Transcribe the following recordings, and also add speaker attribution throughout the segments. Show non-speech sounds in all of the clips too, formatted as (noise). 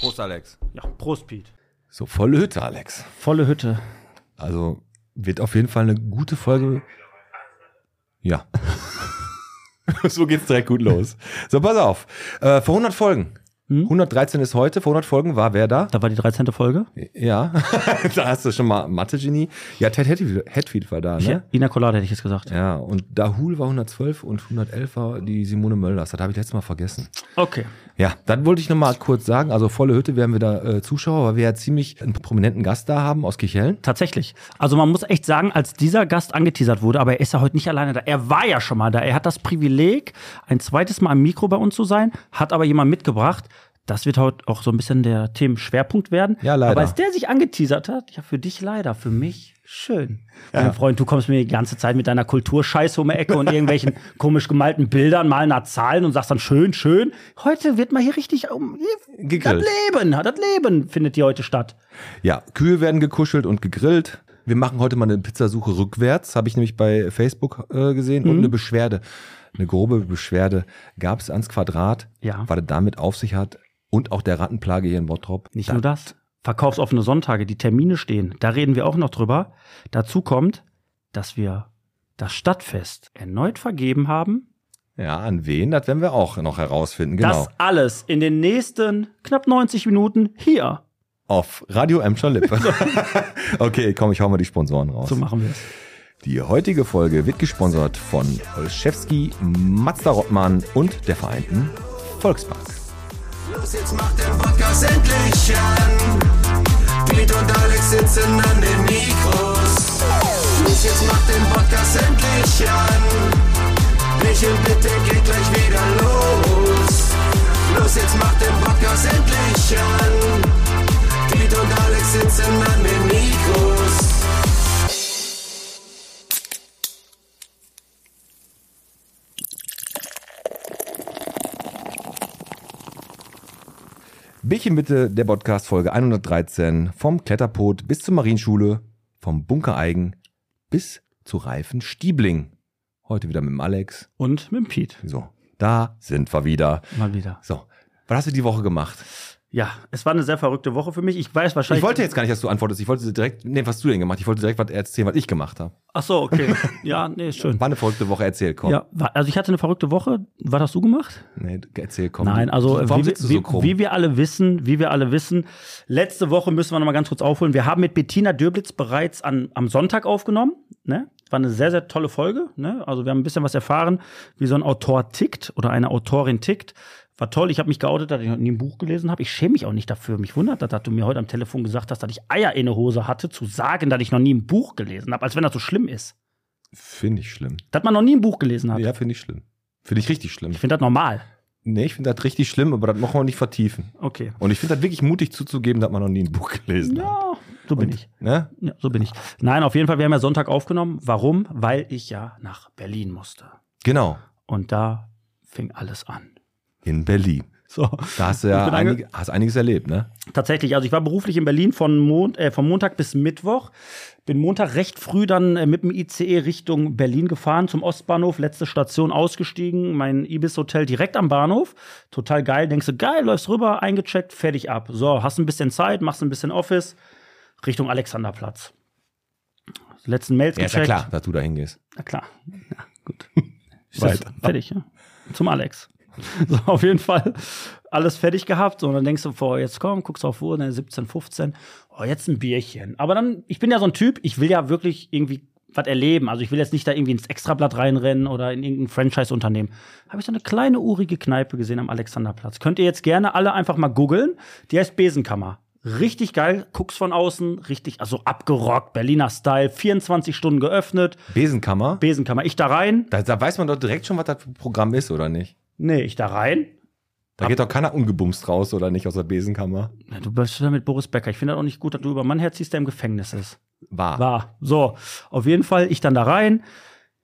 Speaker 1: Prost, Alex.
Speaker 2: Ja, Prost, Pete.
Speaker 3: So, volle Hütte, Alex.
Speaker 2: Volle Hütte.
Speaker 3: Also wird auf jeden Fall eine gute Folge. Ja. (laughs) so geht's direkt gut los. So, pass auf. Äh, vor 100 Folgen.
Speaker 2: Hm?
Speaker 3: 113 ist heute, vor 100 Folgen war wer da?
Speaker 2: Da war die 13. Folge.
Speaker 3: Ja, (laughs) da hast du schon mal Mathe-Genie. Ja, Ted Hatfield, Hatfield war da, ne?
Speaker 2: Ina Colada hätte ich jetzt gesagt.
Speaker 3: Ja, und Dahul war 112 und 111 war die Simone Mölders. Das habe ich letztes Mal vergessen.
Speaker 2: Okay.
Speaker 3: Ja, dann wollte ich nochmal kurz sagen, also volle Hütte werden wir da äh, Zuschauer, weil wir ja ziemlich einen prominenten Gast da haben aus Kichellen.
Speaker 2: Tatsächlich. Also man muss echt sagen, als dieser Gast angeteasert wurde, aber er ist ja heute nicht alleine da. Er war ja schon mal da. Er hat das Privileg, ein zweites Mal am Mikro bei uns zu sein, hat aber jemand mitgebracht. Das wird heute auch so ein bisschen der Themenschwerpunkt werden.
Speaker 3: Ja, leider.
Speaker 2: Aber als der sich angeteasert hat, ja, für dich leider, für mich schön. Mein Freund, du kommst mir die ganze Zeit mit deiner Kulturscheiße um die Ecke und
Speaker 3: (laughs)
Speaker 2: irgendwelchen komisch gemalten Bildern, mal nach Zahlen und sagst dann schön, schön. Heute wird mal hier richtig um.
Speaker 3: Gegrillt.
Speaker 2: Das Leben, das Leben findet hier heute statt.
Speaker 3: Ja, Kühe werden gekuschelt und gegrillt. Wir machen heute mal eine Pizzasuche rückwärts, habe ich nämlich bei Facebook äh, gesehen.
Speaker 2: Mhm.
Speaker 3: Und eine Beschwerde, eine grobe Beschwerde gab es ans Quadrat,
Speaker 2: Ja.
Speaker 3: weil er damit auf sich hat. Und auch der Rattenplage hier in Bottrop.
Speaker 2: Nicht
Speaker 3: Da-
Speaker 2: nur das. Verkaufsoffene Sonntage, die Termine stehen, da reden wir auch noch drüber. Dazu kommt, dass wir das Stadtfest erneut vergeben haben.
Speaker 3: Ja, an wen? Das werden wir auch noch herausfinden, genau.
Speaker 2: Das alles in den nächsten knapp 90 Minuten hier.
Speaker 3: Auf Radio Emscher Lippe. (laughs) okay, komm, ich hau mal die Sponsoren raus.
Speaker 2: So machen wir es.
Speaker 3: Die heutige Folge wird gesponsert von Olszewski, Mazda Rottmann und der Vereinten Volksbank.
Speaker 4: Los, jetzt macht den Podcast endlich an. Pete und Alex sitzen an den Mikros. Los, jetzt macht den Podcast endlich an. Michel, bitte geht gleich wieder los. Los, jetzt macht den Podcast endlich an. Pete und Alex sitzen an den Mikros.
Speaker 3: Bierchen bitte, der Podcast Folge 113 vom Kletterpot bis zur Marienschule, vom Bunker Eigen bis zu Reifen Stiebling. Heute wieder mit dem Alex.
Speaker 2: Und mit dem Piet.
Speaker 3: So, da sind wir wieder.
Speaker 2: Mal wieder.
Speaker 3: So, was hast du die Woche gemacht?
Speaker 2: Ja, es war eine sehr verrückte Woche für mich. Ich weiß wahrscheinlich.
Speaker 3: Ich wollte jetzt gar nicht, dass du antwortest. Ich wollte direkt, nee, was hast du denn gemacht? Ich wollte direkt was erzählen, was ich gemacht habe.
Speaker 2: Ach so, okay. Ja, nee, ist schön.
Speaker 3: War eine verrückte Woche, erzähl, komm.
Speaker 2: Ja, war- also ich hatte eine verrückte Woche. Was hast du gemacht?
Speaker 3: Nee, erzähl, komm.
Speaker 2: Nein, also
Speaker 3: Warum
Speaker 2: wie,
Speaker 3: sitzt du
Speaker 2: wie,
Speaker 3: so krumm?
Speaker 2: wie wir alle wissen, wie wir alle wissen, letzte Woche müssen wir noch mal ganz kurz aufholen. Wir haben mit Bettina Dürblitz bereits an, am Sonntag aufgenommen. Ne? War eine sehr, sehr tolle Folge. Ne? Also wir haben ein bisschen was erfahren, wie so ein Autor tickt oder eine Autorin tickt. War toll, ich habe mich geoutet, dass ich noch nie ein Buch gelesen habe. Ich schäme mich auch nicht dafür. Mich wundert das, dass du mir heute am Telefon gesagt hast, dass ich Eier in der Hose hatte, zu sagen, dass ich noch nie ein Buch gelesen habe, als wenn das so schlimm ist.
Speaker 3: Finde ich schlimm.
Speaker 2: Dass man noch nie ein Buch gelesen hat.
Speaker 3: Ja, finde ich schlimm. Finde ich richtig schlimm.
Speaker 2: Ich finde das normal.
Speaker 3: Nee, ich finde das richtig schlimm, aber das machen wir nicht vertiefen.
Speaker 2: Okay.
Speaker 3: Und ich finde das wirklich mutig zuzugeben, dass man noch nie ein Buch gelesen hat.
Speaker 2: Ja, so bin ich.
Speaker 3: Ne?
Speaker 2: Ja, so bin ich. Nein, auf jeden Fall, wir haben ja Sonntag aufgenommen. Warum? Weil ich ja nach Berlin musste.
Speaker 3: Genau.
Speaker 2: Und da fing alles an.
Speaker 3: In Berlin.
Speaker 2: So.
Speaker 3: Da hast du ja
Speaker 2: Ich bin ange-
Speaker 3: einig, hast einiges erlebt, ne?
Speaker 2: Tatsächlich, also ich war beruflich in Berlin von, Mon äh, von Montag bis Mittwoch. Bin Montag recht früh dann äh, mit dem ICE Richtung Berlin gefahren, zum Ostbahnhof, letzte Station ausgestiegen, mein Ibis-Hotel direkt am Bahnhof. Total geil, denkst du, geil, läufst rüber, eingecheckt, fertig ab. So, hast ein bisschen Zeit, machst ein bisschen Office, Richtung Alexanderplatz. Letzten Mails
Speaker 3: Ja, ist ja
Speaker 2: gecheckt.
Speaker 3: klar, dass du da hingehst.
Speaker 2: Na klar. Ja, gut. Ist das
Speaker 3: Weiter.
Speaker 2: fertig, ja. Zum Alex. (laughs) So, auf jeden Fall alles fertig gehabt. So, und dann denkst du, boah, jetzt komm, guckst auf Uhr, dann 17, 15. Oh, jetzt ein Bierchen. Aber dann, ich bin ja so ein Typ, ich will ja wirklich irgendwie was erleben. Also ich will jetzt nicht da irgendwie ins Extrablatt reinrennen oder in irgendein Franchise-Unternehmen. Habe ich so eine kleine urige Kneipe gesehen am Alexanderplatz. Könnt ihr jetzt gerne alle einfach mal googeln. Die heißt Besenkammer. Richtig geil, guckst von außen, richtig, also abgerockt, Berliner Style, 24 Stunden geöffnet.
Speaker 3: Besenkammer.
Speaker 2: Besenkammer. Ich da rein?
Speaker 3: Da, da weiß man doch direkt schon, was das für ein Programm ist, oder nicht?
Speaker 2: Nee, ich da rein?
Speaker 3: Da geht doch keiner ungebumst raus, oder nicht, aus der Besenkammer.
Speaker 2: Na, du bist wieder mit Boris Becker. Ich finde das auch nicht gut, dass du über Mann herziehst, der im Gefängnis ist.
Speaker 3: War.
Speaker 2: War. So, auf jeden Fall, ich dann da rein.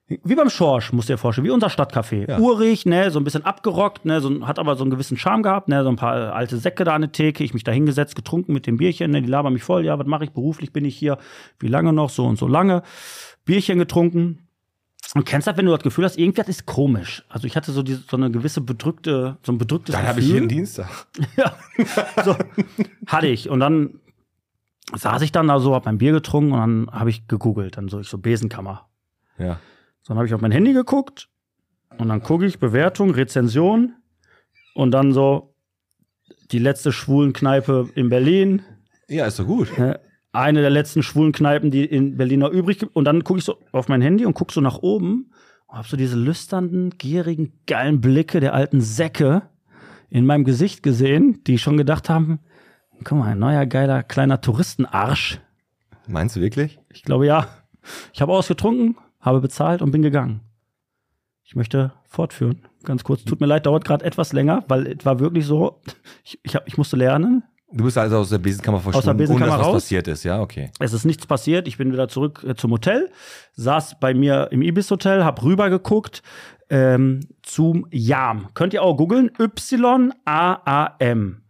Speaker 2: Wie beim Schorsch, musst du dir vorstellen, wie unser Stadtcafé.
Speaker 3: Ja.
Speaker 2: Urig, ne, so ein bisschen abgerockt, ne, so, ein- hat aber so einen gewissen Charme gehabt, ne, so ein paar äh, alte Säcke da an der Theke, ich mich da hingesetzt, getrunken mit dem Bierchen, ne, die labern mich voll, ja, was mache ich, beruflich bin ich hier, wie lange noch, so und so lange. Bierchen getrunken, Und kennst das, wenn du das Gefühl hast, irgendwas ist komisch. Also ich hatte so, diese, so eine gewisse bedrückte, so ein bedrücktes
Speaker 3: Dann habe ich
Speaker 2: Gefühl.
Speaker 3: jeden Dienstag.
Speaker 2: Ja, so hatte ich. Und dann saß ich dann da so, hab mein Bier getrunken und dann habe ich gegoogelt. Dann so ich so Besenkammer.
Speaker 3: Ja.
Speaker 2: So, dann habe ich auf mein Handy geguckt und dann gucke ich Bewertung, Rezension und dann so die letzte schwulen Kneipe in Berlin,
Speaker 3: Ja, ist doch gut.
Speaker 2: ne? eine der letzten schwulen Kneipen, die in Berlin noch übrig gibt. Und dann gucke ich so auf mein Handy und gucke so nach oben und habe so diese lüsternden, gierigen, geilen Blicke der alten Säcke in meinem Gesicht gesehen, die schon gedacht haben, guck mal, ein neuer geiler kleiner Touristenarsch.
Speaker 3: Meinst du wirklich?
Speaker 2: Ich glaube ja. Ich habe ausgetrunken, habe bezahlt und bin gegangen. Ich möchte fortführen. Ganz kurz, tut mir leid, dauert gerade etwas länger, weil es war wirklich so, ich, ich, hab, ich musste lernen,
Speaker 3: Du bist also aus der Besenkammer verschwunden,
Speaker 2: Besenkammer
Speaker 3: ohne dass was
Speaker 2: raus.
Speaker 3: passiert ist. Ja, okay. Also
Speaker 2: Es ist nichts passiert. Ich bin wieder zurück äh, zum Hotel, saß bei mir im Ibis-Hotel, hab rübergeguckt ähm, zum YAM. Könnt ihr auch googeln? Y-A-A-M.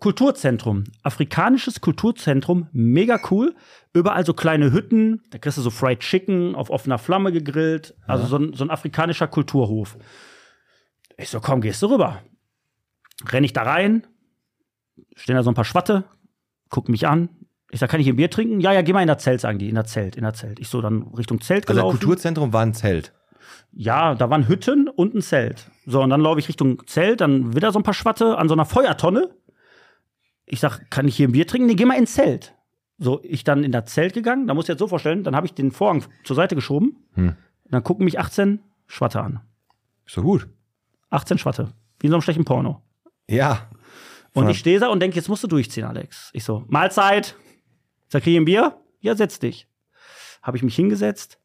Speaker 2: Kulturzentrum. Afrikanisches Kulturzentrum. Mega cool. Überall so kleine Hütten. Da kriegst du so Fried Chicken auf offener Flamme gegrillt. Also so, ein, so ein afrikanischer Kulturhof. Ich so, komm, gehst du rüber. Renn ich da rein. Stehen da so ein paar Schwatte, gucken mich an. Ich sag, kann ich hier Bier trinken? Ja, ja, geh mal in das Zelt, sagen die. In das Zelt, in das Zelt. Ich so dann Richtung Zelt
Speaker 3: Also das
Speaker 2: gelaufen.
Speaker 3: Kulturzentrum war ein Zelt.
Speaker 2: Ja, da waren Hütten und ein Zelt. So, und dann laufe ich Richtung Zelt, dann wieder so ein paar Schwatte an so einer Feuertonne. Ich sag, kann ich hier ein Bier trinken? Nee, geh mal ins Zelt. So, ich dann in das Zelt gegangen, da muss ich jetzt so vorstellen, dann habe ich den Vorhang zur Seite geschoben.
Speaker 3: Hm.
Speaker 2: Dann gucken mich 18 Schwatte an.
Speaker 3: Ist doch gut.
Speaker 2: 18 Schwatte. Wie in so einem schlechten Porno.
Speaker 3: Ja.
Speaker 2: Und
Speaker 3: Ja.
Speaker 2: ich stehe da und denke, jetzt musst du durchziehen, Alex. Ich so, Mahlzeit. Sag, krieg ich ein Bier? Ja, setz dich. Habe ich mich hingesetzt,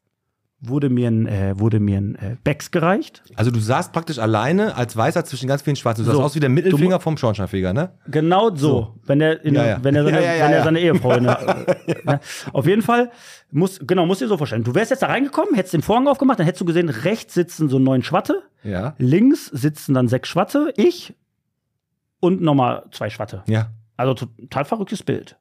Speaker 2: wurde mir ein, äh, wurde mir ein äh, Becks gereicht.
Speaker 3: Also du saßt praktisch alleine als Weißer zwischen ganz vielen Schwarzen. Du sahst
Speaker 2: So.
Speaker 3: aus wie der Mittelfinger vom Schornsteinfeger, ne?
Speaker 2: Genau so, wenn er in,
Speaker 3: Ja, ja.
Speaker 2: wenn er seine,
Speaker 3: (laughs) Ja, ja, ja,
Speaker 2: wenn er
Speaker 3: ja.
Speaker 2: seine Ehefreundin.
Speaker 3: (laughs)
Speaker 2: ne? Auf jeden Fall muss genau muss dir so vorstellen. Du wärst jetzt da reingekommen, hättest den Vorhang aufgemacht, dann hättest du gesehen, rechts sitzen so neun Schwatte,
Speaker 3: Ja.
Speaker 2: links sitzen dann sechs Schwatte, ich und nochmal zwei Schwatte.
Speaker 3: Ja.
Speaker 2: Also total verrücktes Bild.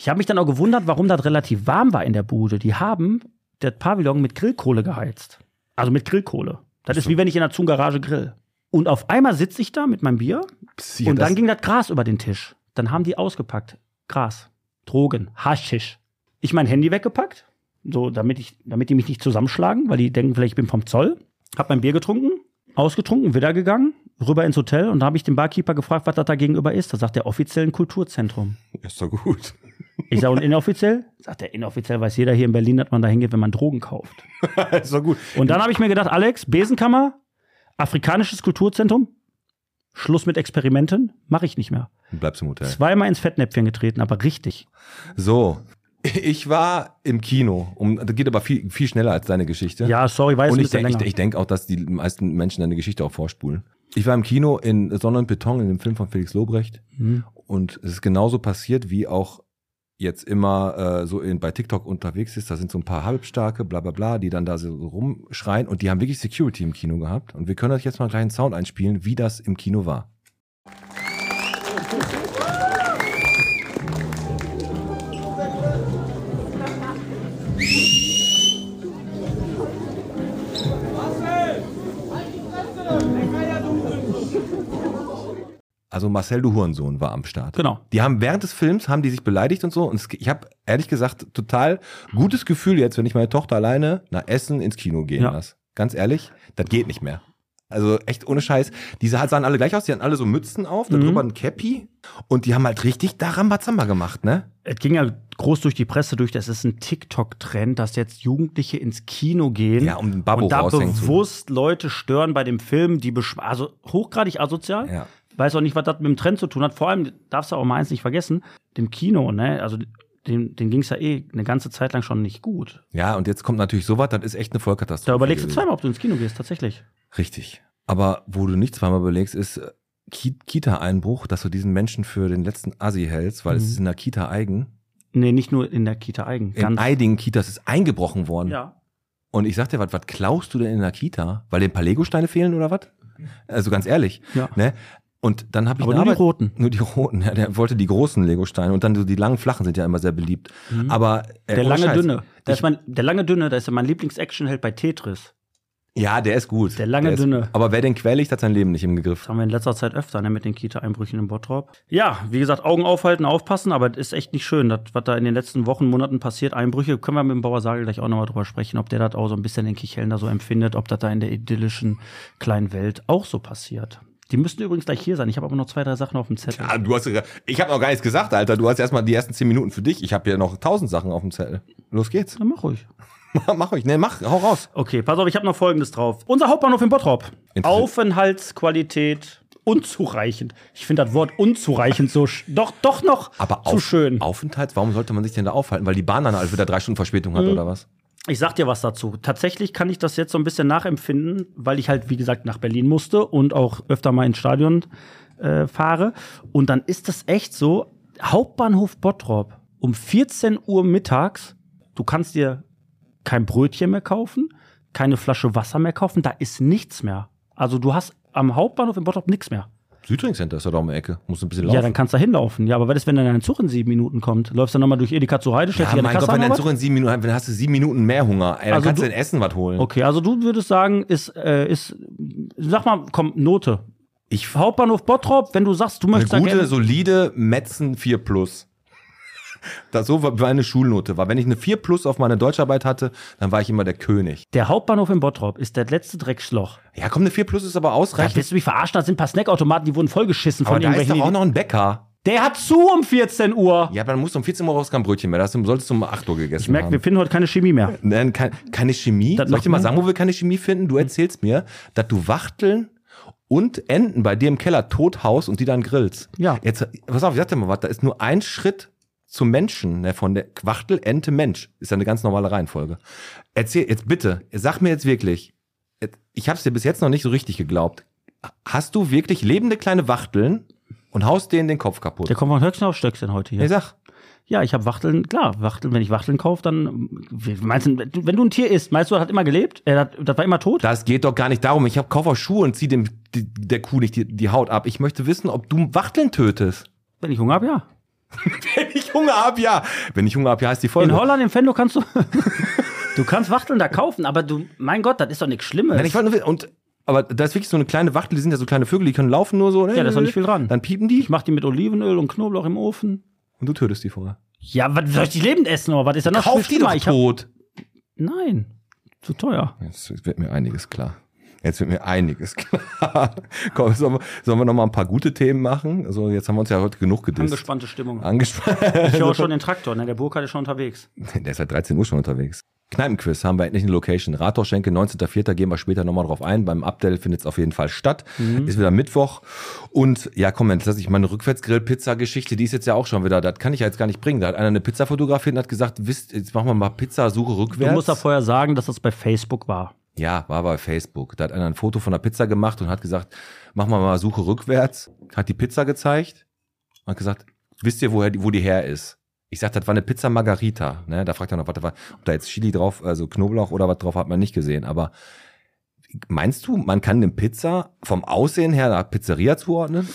Speaker 2: Ich habe mich dann auch gewundert, warum das relativ warm war in der Bude. Die haben das Pavillon mit Grillkohle geheizt. Also mit Grillkohle. Das ist wie wenn ich in der Zungarage grill. Und auf einmal sitze ich da mit meinem Bier
Speaker 3: Psi,
Speaker 2: und
Speaker 3: das-
Speaker 2: dann ging das Gras über den Tisch. Dann haben die ausgepackt. Gras, Drogen, Haschisch. Ich mein Handy weggepackt, so damit, ich, damit die mich nicht zusammenschlagen, weil die denken, vielleicht ich bin vom Zoll. Hab mein Bier getrunken, ausgetrunken, wieder gegangen, rüber ins Hotel und da habe ich den Barkeeper gefragt, was das da gegenüber ist. Da sagt der offiziell ein Kulturzentrum.
Speaker 3: ist doch gut. (laughs)
Speaker 2: Ich sage, und inoffiziell? Sagt er, inoffiziell weiß jeder hier in Berlin, dass man da hingeht, wenn man Drogen kauft.
Speaker 3: ist doch gut.
Speaker 2: Und dann habe ich mir gedacht, Alex, Besenkammer, afrikanisches Kulturzentrum, Schluss mit Experimenten, mache ich nicht mehr.
Speaker 3: Du bleibst im Hotel.
Speaker 2: Zweimal ins Fettnäpfchen getreten, aber richtig.
Speaker 3: So. Ich war im Kino. Um, das geht aber viel, viel schneller als deine Geschichte.
Speaker 2: Ja, sorry, weiß
Speaker 3: Und
Speaker 2: ein
Speaker 3: ich
Speaker 2: bisschen
Speaker 3: denke
Speaker 2: länger.
Speaker 3: ich, ich denk auch, dass die meisten Menschen deine Geschichte auch vorspulen. Ich war im Kino in Sonne und Beton in dem Film von Felix Lobrecht
Speaker 2: Hm.
Speaker 3: und es ist genauso passiert, wie auch jetzt immer äh, so in, bei TikTok unterwegs ist. Da sind so ein paar Halbstarke, bla bla bla, die dann da so rumschreien und die haben wirklich Security im Kino gehabt. Und wir können euch jetzt mal einen kleinen Sound einspielen, wie das im Kino war. Also Marcel du Hurensohn war am Start.
Speaker 2: Genau.
Speaker 3: Die haben während des Films haben die sich beleidigt und so. Und es, ich habe ehrlich gesagt total gutes Gefühl jetzt, wenn ich meine Tochter alleine nach Essen ins Kino gehen
Speaker 2: Ja.
Speaker 3: lasse. Ganz ehrlich, das geht nicht mehr. Also echt ohne Scheiß. Diese halt sahen alle gleich aus, die hatten alle so Mützen auf,
Speaker 2: Mhm.
Speaker 3: dann drüber ein Cappy. Und die haben halt richtig da Rambazamba gemacht, ne?
Speaker 2: Es ging ja groß durch die Presse durch, das ist ein TikTok-Trend, dass jetzt Jugendliche ins Kino gehen
Speaker 3: Ja, um den Babbo
Speaker 2: und da
Speaker 3: raushängen zu-
Speaker 2: bewusst Leute stören bei dem Film, die beschw- also hochgradig asozial.
Speaker 3: Ja.
Speaker 2: Weiß auch nicht, was das mit dem Trend zu tun hat. Vor allem darfst du auch mal eins nicht vergessen, dem Kino, ne? Also dem, dem ging es ja eh eine ganze Zeit lang schon nicht gut.
Speaker 3: Ja, und jetzt kommt natürlich sowas, das ist echt eine Vollkatastrophe.
Speaker 2: Da überlegst du
Speaker 3: gewesen.
Speaker 2: zweimal, ob du ins Kino gehst, tatsächlich.
Speaker 3: Richtig. Aber wo du nicht zweimal überlegst, ist äh, Ki Kita-Einbruch, dass du diesen Menschen für den letzten Assi hältst, weil
Speaker 2: Mhm.
Speaker 3: es ist in der Kita Eigen.
Speaker 2: Nee, nicht nur in der Kita Eigen.
Speaker 3: In
Speaker 2: Ganz,
Speaker 3: einigen Kitas ist eingebrochen worden.
Speaker 2: ja.
Speaker 3: Und ich sagte, was, was klaust du denn in der Kita? Weil den paar Legosteine fehlen oder was? Also ganz ehrlich.
Speaker 2: Ja.
Speaker 3: Ne? Und dann habe ich
Speaker 2: Aber
Speaker 3: eine
Speaker 2: nur die
Speaker 3: Arbeit-
Speaker 2: roten.
Speaker 3: Nur die roten, ja, der wollte die großen Lego-Steine und dann so die langen Flachen sind ja immer sehr beliebt. Aber ey,
Speaker 2: Mhm. Der
Speaker 3: Äh, ohne
Speaker 2: lange
Speaker 3: Scheiß,
Speaker 2: Dünne. Da
Speaker 3: Ich,
Speaker 2: ist mein, der lange Dünne, da ist ja mein Lieblings-Action-Held bei Tetris.
Speaker 3: ja, der ist gut.
Speaker 2: Der lange
Speaker 3: ist,
Speaker 2: Dünne.
Speaker 3: Aber wer den quäligt, hat sein Leben nicht im
Speaker 2: Das
Speaker 3: Griff.
Speaker 2: haben wir in letzter Zeit öfter, ne, mit den Kita-Einbrüchen in Bottrop. Ja, wie gesagt, Augen aufhalten, aufpassen, aber das ist echt nicht schön, das, was da in den letzten Wochen, Monaten passiert. Einbrüche, können wir mit dem Bauer Sagel gleich auch nochmal drüber sprechen, ob der das auch so ein bisschen den Kicheln da so empfindet, ob das da in der idyllischen kleinen Welt auch so passiert. Die müssten übrigens gleich hier sein. Ich habe aber noch zwei, drei Sachen auf dem Zettel.
Speaker 3: Ah, du hast, ja- ich habe noch gar nichts gesagt, Alter. Du hast erstmal die ersten zehn Minuten für dich. Ich habe hier noch tausend Sachen auf dem Zettel. Los geht's. (laughs)
Speaker 2: Dann mach ruhig.
Speaker 3: mach euch. Nee, mach, hau raus.
Speaker 2: Okay, pass auf, ich habe noch Folgendes drauf. Unser Hauptbahnhof in Bottrop.
Speaker 3: Inter-
Speaker 2: Aufenthaltsqualität unzureichend. Ich finde das Wort unzureichend so sch- doch doch noch
Speaker 3: Aber
Speaker 2: zu
Speaker 3: auf,
Speaker 2: schön.
Speaker 3: Aufenthalts, warum sollte man sich denn da aufhalten? Weil die Bahn dann halt wieder drei Stunden Verspätung
Speaker 2: Mhm.
Speaker 3: hat oder was?
Speaker 2: Ich sag dir was dazu. Tatsächlich kann ich das jetzt so ein bisschen nachempfinden, weil ich halt, wie gesagt, nach Berlin musste und auch öfter mal ins Stadion äh, fahre. Und dann ist das echt so: Hauptbahnhof Bottrop um 14 Uhr mittags, du kannst dir kein Brötchen mehr kaufen, keine Flasche Wasser mehr kaufen, da ist nichts mehr. Also du hast am Hauptbahnhof in Bottrop nichts mehr.
Speaker 3: Südring Center ist ja da um die Ecke. Muss ein bisschen laufen.
Speaker 2: Ja, dann kannst du da hinlaufen. Ja, aber was ist, wenn dann ein Zug in sieben Minuten kommt? Läufst du nochmal durch Edeka zu Heide, stellst
Speaker 3: ja,
Speaker 2: dich an die
Speaker 3: mein Gott,
Speaker 2: Kasse
Speaker 3: wenn
Speaker 2: an
Speaker 3: dann
Speaker 2: oder was?
Speaker 3: Suche in sieben Minuten, dann hast du sieben Minuten mehr Hunger. Ey, dann
Speaker 2: Also
Speaker 3: kannst
Speaker 2: du-
Speaker 3: du denn Essen was holen.
Speaker 2: Okay, also du würdest sagen, ist, äh, ist, sag mal, komm, Note.
Speaker 3: Ich
Speaker 2: Hauptbahnhof Bottrop, wenn du sagst, du
Speaker 3: eine
Speaker 2: möchtest da
Speaker 3: gute,
Speaker 2: gerne-
Speaker 3: solide Metzen 4 plus. (laughs) Das so war meine Schulnote war. Wenn ich eine 4 plus auf meine Deutscharbeit hatte, dann war ich immer der König.
Speaker 2: Der Hauptbahnhof in Bottrop ist das letzte Drecksloch.
Speaker 3: Ja, komm, eine 4 plus ist aber
Speaker 2: Da
Speaker 3: ausreichend.
Speaker 2: willst du mich verarschen, da sind ein paar Snackautomaten, die wurden vollgeschissen
Speaker 3: aber
Speaker 2: von
Speaker 3: da ist
Speaker 2: irgendwelchen.
Speaker 3: doch auch
Speaker 2: Ideen.
Speaker 3: noch ein Bäcker.
Speaker 2: Der hat zu um 14 Uhr.
Speaker 3: Ja, aber dann musst du um 14 Uhr raus kein Brötchen mehr. Das solltest du um 8 Uhr gegessen
Speaker 2: Ich merke,
Speaker 3: haben.
Speaker 2: wir finden heute keine Chemie mehr.
Speaker 3: Nein, kein, keine Chemie.
Speaker 2: Das Hm.
Speaker 3: Soll ich dir mal
Speaker 2: macht man-
Speaker 3: sagen, wo wir keine Chemie finden? Du erzählst mir, dass du Wachteln und Enten bei dir im Keller tothaust und die dann grillst.
Speaker 2: Ja.
Speaker 3: Jetzt, pass auf, ich sag dir mal was, da ist nur ein Schritt zum Menschen, ne, von der Wachtel, Ente, Mensch. Ist ja eine ganz normale Reihenfolge. Erzähl, jetzt bitte, sag mir jetzt wirklich, jetzt- ich hab's dir bis jetzt noch nicht so richtig geglaubt. Hast du wirklich lebende kleine Wachteln und haust denen den Kopf kaputt?
Speaker 2: Der kommt von Höchstchen auf Stöckchen heute hier.
Speaker 3: Nee, sag.
Speaker 2: Ja, ich habe Wachteln, klar, Wachteln, wenn ich Wachteln kaufe, dann wie- meinst du, wenn du ein Tier isst, meinst du, das hat immer gelebt? Äh, das, das war immer tot?
Speaker 3: Das geht doch gar nicht darum. Ich hab Koffer Schuhe und zieh dem die, der Kuh nicht die, die Haut ab. Ich möchte wissen, ob du Wachteln tötest.
Speaker 2: Wenn ich Hunger habe, ja.
Speaker 3: Wenn ich Hunger hab, ja. Wenn ich Hunger hab, ja, ist die Folge.
Speaker 2: In Holland, im Fendo kannst du. (laughs) du kannst Wachteln da kaufen, aber du, mein Gott, das ist doch nichts Schlimmes.
Speaker 3: Nein, ich wollte nur wissen, und aber da ist wirklich so eine kleine Wachtel, die sind ja so kleine Vögel, die können laufen nur so. ne?
Speaker 2: Ja, da ist doch nicht viel dran.
Speaker 3: Dann piepen die
Speaker 2: ich mach die mit Olivenöl und Knoblauch im Ofen.
Speaker 3: und du tötest die vorher.
Speaker 2: Ja, was soll ich die lebend essen oder was ist da noch
Speaker 3: Kauf
Speaker 2: viel
Speaker 3: die doch
Speaker 2: schlimmer? ich hab,
Speaker 3: tot.
Speaker 2: Nein, zu teuer.
Speaker 3: Jetzt wird mir einiges klar. Jetzt wird mir einiges (laughs) klar. Komm, sollen wir, sollen wir noch mal ein paar gute Themen machen? Also jetzt haben wir uns ja heute genug gedisst.
Speaker 2: Angespannte Stimmung.
Speaker 3: Ah, Angespannt.
Speaker 2: Ich höre schon den Traktor, ne? Der Burkhardt ist schon unterwegs.
Speaker 3: (laughs) Der ist seit 13 Uhr schon unterwegs. Kneipenquiz haben wir endlich eine Location. Rathausschenke, 19.04. gehen wir später nochmal drauf ein. Beim Abdel findet es auf jeden Fall statt.
Speaker 2: Mhm.
Speaker 3: Ist wieder Mittwoch. Und ja, komm, jetzt lass ich meine Rückwärtsgrill-Pizza-Geschichte, die ist jetzt ja auch schon wieder. Das kann ich ja jetzt gar nicht bringen. Da hat einer eine Pizza fotografiert und hat gesagt, wisst, jetzt machen wir mal Pizzasuche
Speaker 2: Du
Speaker 3: rückwärts.
Speaker 2: musst da vorher sagen, dass das bei Facebook war.
Speaker 3: ja, war bei Facebook. Da hat einer ein Foto von der Pizza gemacht und hat gesagt, machen wir mal Suche rückwärts. Hat die Pizza gezeigt und hat gesagt, wisst ihr, woher die, wo die her ist? Ich sagte, das war eine Pizza Margarita. Ne? Da fragt er noch, was da war, ob da jetzt Chili drauf, also Knoblauch oder was drauf, hat man nicht gesehen. Aber meinst du, man kann eine Pizza vom Aussehen her einer Pizzeria zuordnen?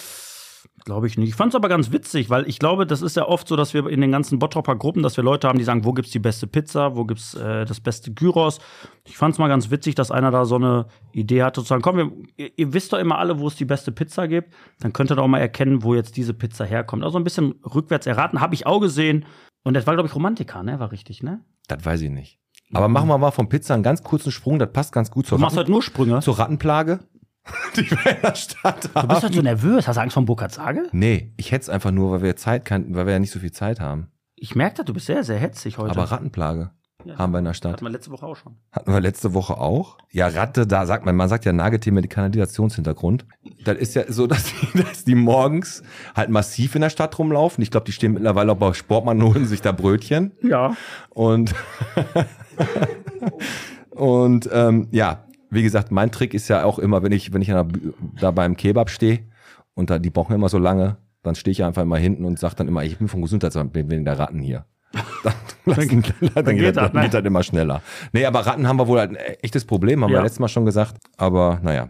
Speaker 2: Glaube ich nicht. Ich fand's aber ganz witzig, weil ich glaube, das ist ja oft so, dass wir in den ganzen Bottroper Gruppen, dass wir Leute haben, die sagen, wo gibt's die beste Pizza, wo gibt's äh, das beste Gyros. Ich fand's mal ganz witzig, dass einer da so eine Idee hatte, zu sagen, komm, wir, ihr, ihr wisst doch immer alle, wo es die beste Pizza gibt. Dann könnt ihr doch mal erkennen, wo jetzt diese Pizza herkommt. Also ein bisschen rückwärts erraten, habe ich auch gesehen. Und das war, glaube ich, Romantiker, ne? War richtig, ne?
Speaker 3: Das weiß ich nicht. Aber machen wir mal von Pizza einen ganz kurzen Sprung, das passt ganz gut
Speaker 2: Du
Speaker 3: zur,
Speaker 2: machst heute nur Sprünge.
Speaker 3: zur Rattenplage, (laughs) die wir in der Stadt haben.
Speaker 2: Du bist heute so nervös. Hast du Angst vor Burkhard Sage?
Speaker 3: Nee, ich hätte es einfach nur, weil wir Zeit kannten, weil wir ja nicht so viel Zeit haben.
Speaker 2: Ich merke das, du bist sehr, sehr hetzig heute.
Speaker 3: Aber Rattenplage
Speaker 2: Ja.
Speaker 3: haben wir in der Stadt.
Speaker 2: Hatten wir letzte Woche auch schon.
Speaker 3: Hatten wir letzte Woche auch. Ja, Ratte, da sagt man, man sagt ja Nagetier mit Kanalisationshintergrund. Das ist ja so, (laughs) dass die, dass die morgens halt massiv in der Stadt rumlaufen. Ich glaube, die stehen mittlerweile auch bei Sportmann und holen sich da Brötchen.
Speaker 2: Ja.
Speaker 3: Und, (laughs) und ähm, ja, wie gesagt, mein Trick ist ja auch immer, wenn ich, wenn ich an der, Bü- da beim Kebab stehe und da, die brauchen immer so lange, dann stehe ich einfach immer hinten und sage dann immer, ich bin vom Gesundheitsamt, bin wegen der Ratten
Speaker 2: (laughs)
Speaker 3: hier. Dann, lassen- dann,
Speaker 2: geht
Speaker 3: geht,
Speaker 2: das,
Speaker 3: das, dann
Speaker 2: ne?
Speaker 3: geht das immer schneller. Nee, aber Ratten haben wir wohl halt ein echtes Problem, haben
Speaker 2: Ja.
Speaker 3: wir letztes Mal schon gesagt. Aber naja,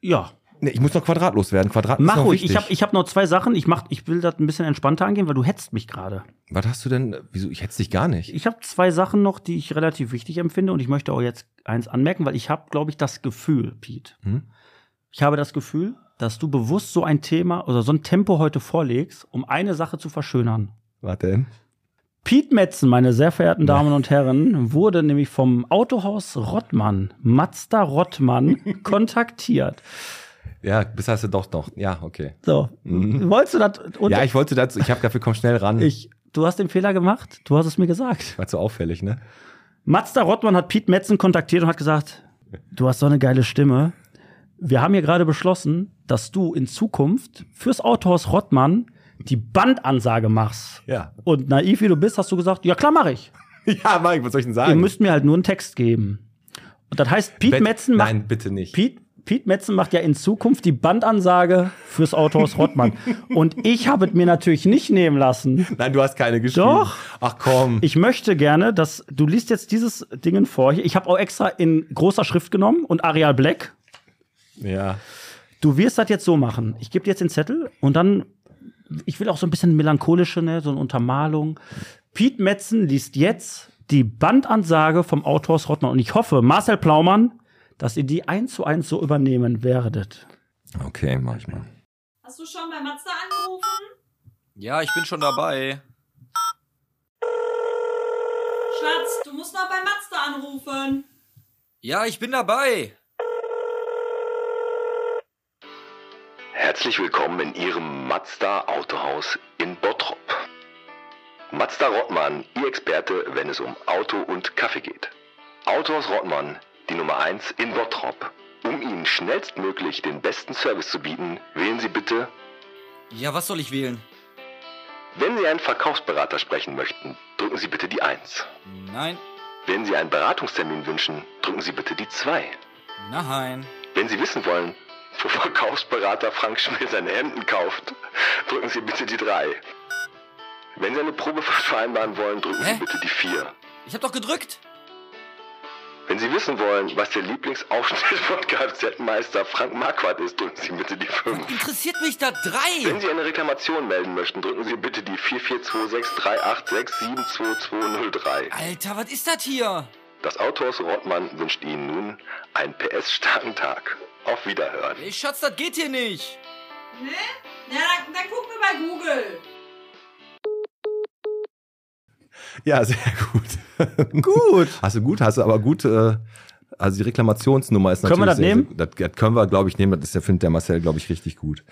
Speaker 2: Ja.
Speaker 3: Nee, ich muss noch quadratlos werden. Quadrat
Speaker 2: Mach
Speaker 3: ist noch
Speaker 2: ruhig,
Speaker 3: wichtig.
Speaker 2: ich habe ich hab noch zwei Sachen. Ich, mach, ich will das ein bisschen entspannter angehen, weil du hetzt mich gerade.
Speaker 3: Was hast du denn? Wieso? Ich hätte dich gar nicht.
Speaker 2: Ich habe zwei Sachen noch, die ich relativ wichtig empfinde und ich möchte auch jetzt eins anmerken, weil ich habe, glaube ich, das Gefühl, Pete.
Speaker 3: Hm?
Speaker 2: Ich habe das Gefühl, dass du bewusst so ein Thema oder so ein Tempo heute vorlegst, um eine Sache zu verschönern.
Speaker 3: Warte denn?
Speaker 2: Piet Metzen, meine sehr verehrten Damen und Herren, wurde nämlich vom Autohaus Rottmann,
Speaker 3: (laughs)
Speaker 2: Mazda Rottmann, kontaktiert.
Speaker 3: Ja, bis hast du doch noch. Ja, okay.
Speaker 2: So,
Speaker 3: Mhm.
Speaker 2: wolltest du das? und-
Speaker 3: ja, ich wollte dazu, ich habe dafür komm schnell ran.
Speaker 2: ich, du hast den Fehler gemacht, du hast es mir gesagt.
Speaker 3: War zu auffällig, ne?
Speaker 2: Mazda Rottmann hat Piet Metzen kontaktiert und hat gesagt, du hast so eine geile Stimme. Wir haben hier gerade beschlossen, dass du in Zukunft fürs Autohaus Rottmann die Bandansage machst.
Speaker 3: Ja. (laughs)
Speaker 2: Und naiv wie du bist, hast du gesagt, ja klar mache ich.
Speaker 3: Ja, Mike, was soll ich denn sagen?
Speaker 2: Ihr müsst mir halt nur einen Text geben. Und das heißt, Piet
Speaker 3: Bet-
Speaker 2: Metzen macht
Speaker 3: Nein, bitte nicht.
Speaker 2: Piet, Piet Metzen macht ja in Zukunft die Bandansage fürs Autohaus Rottmann. Und ich habe es mir natürlich nicht nehmen lassen.
Speaker 3: Nein, du hast keine geschrieben.
Speaker 2: Doch.
Speaker 3: Ach komm.
Speaker 2: Ich möchte gerne, dass du liest jetzt dieses Dingen vor. hier. Ich habe auch extra in großer Schrift genommen und Arial Black.
Speaker 3: ja.
Speaker 2: Du wirst das jetzt so machen. Ich gebe dir jetzt den Zettel und dann, ich will auch so ein bisschen melancholische, ne, so eine Untermalung. Piet Metzen liest jetzt die Bandansage vom Autohaus Rottmann. Und ich hoffe, Marcel Plaumann, dass ihr die eins zu eins so übernehmen werdet.
Speaker 3: Okay, mach ich mal.
Speaker 1: Hast du schon bei Mazda angerufen?
Speaker 5: Ja, ich bin schon dabei.
Speaker 1: Schatz, du musst noch bei Mazda anrufen.
Speaker 5: Ja, ich bin dabei.
Speaker 6: Herzlich willkommen in Ihrem Mazda Autohaus in Bottrop. Mazda Rottmann, Ihr Experte, wenn es um Auto und Kaffee geht. Autohaus Rottmann, die Nummer 1 in Bottrop. Um Ihnen schnellstmöglich den besten Service zu bieten, wählen Sie bitte,
Speaker 5: Ja, was soll ich wählen?
Speaker 6: wenn Sie einen Verkaufsberater sprechen möchten, drücken Sie bitte die 1.
Speaker 5: Nein,
Speaker 6: Wenn Sie einen Beratungstermin wünschen, drücken Sie bitte die 2.
Speaker 5: nein.
Speaker 6: Wenn Sie wissen wollen, wo Verkaufsberater Frank Schmidt seine Hemden kauft, drücken Sie bitte die 3. Wenn Sie eine Probefahrt vereinbaren wollen, drücken
Speaker 5: Hä?
Speaker 6: Sie bitte die 4.
Speaker 5: Ich hab doch gedrückt.
Speaker 6: Wenn Sie wissen wollen, was der Lieblingsaufschnitt von Kfz-Meister Frank Marquardt ist, drücken Sie bitte die 5.
Speaker 5: Interessiert mich da drei.
Speaker 6: Wenn Sie eine Reklamation melden möchten, drücken Sie bitte die 442638672203.
Speaker 5: Alter, was ist das hier?
Speaker 6: Das Autohaus Rottmann wünscht Ihnen nun einen PS-starken Tag. Auf Wiederhören.
Speaker 5: Ey, Schatz, das geht hier nicht.
Speaker 1: Ne? Na, dann, dann gucken wir bei Google.
Speaker 3: Ja, sehr
Speaker 2: (laughs)
Speaker 3: gut. gut. Hast du gut, hast du aber gut. Äh, also die Reklamationsnummer ist natürlich.
Speaker 2: Können wir das
Speaker 3: sehr,
Speaker 2: nehmen?
Speaker 3: Sehr, das, das können wir, glaube ich, nehmen. Das ist der findet der Marcel, glaube ich, richtig gut.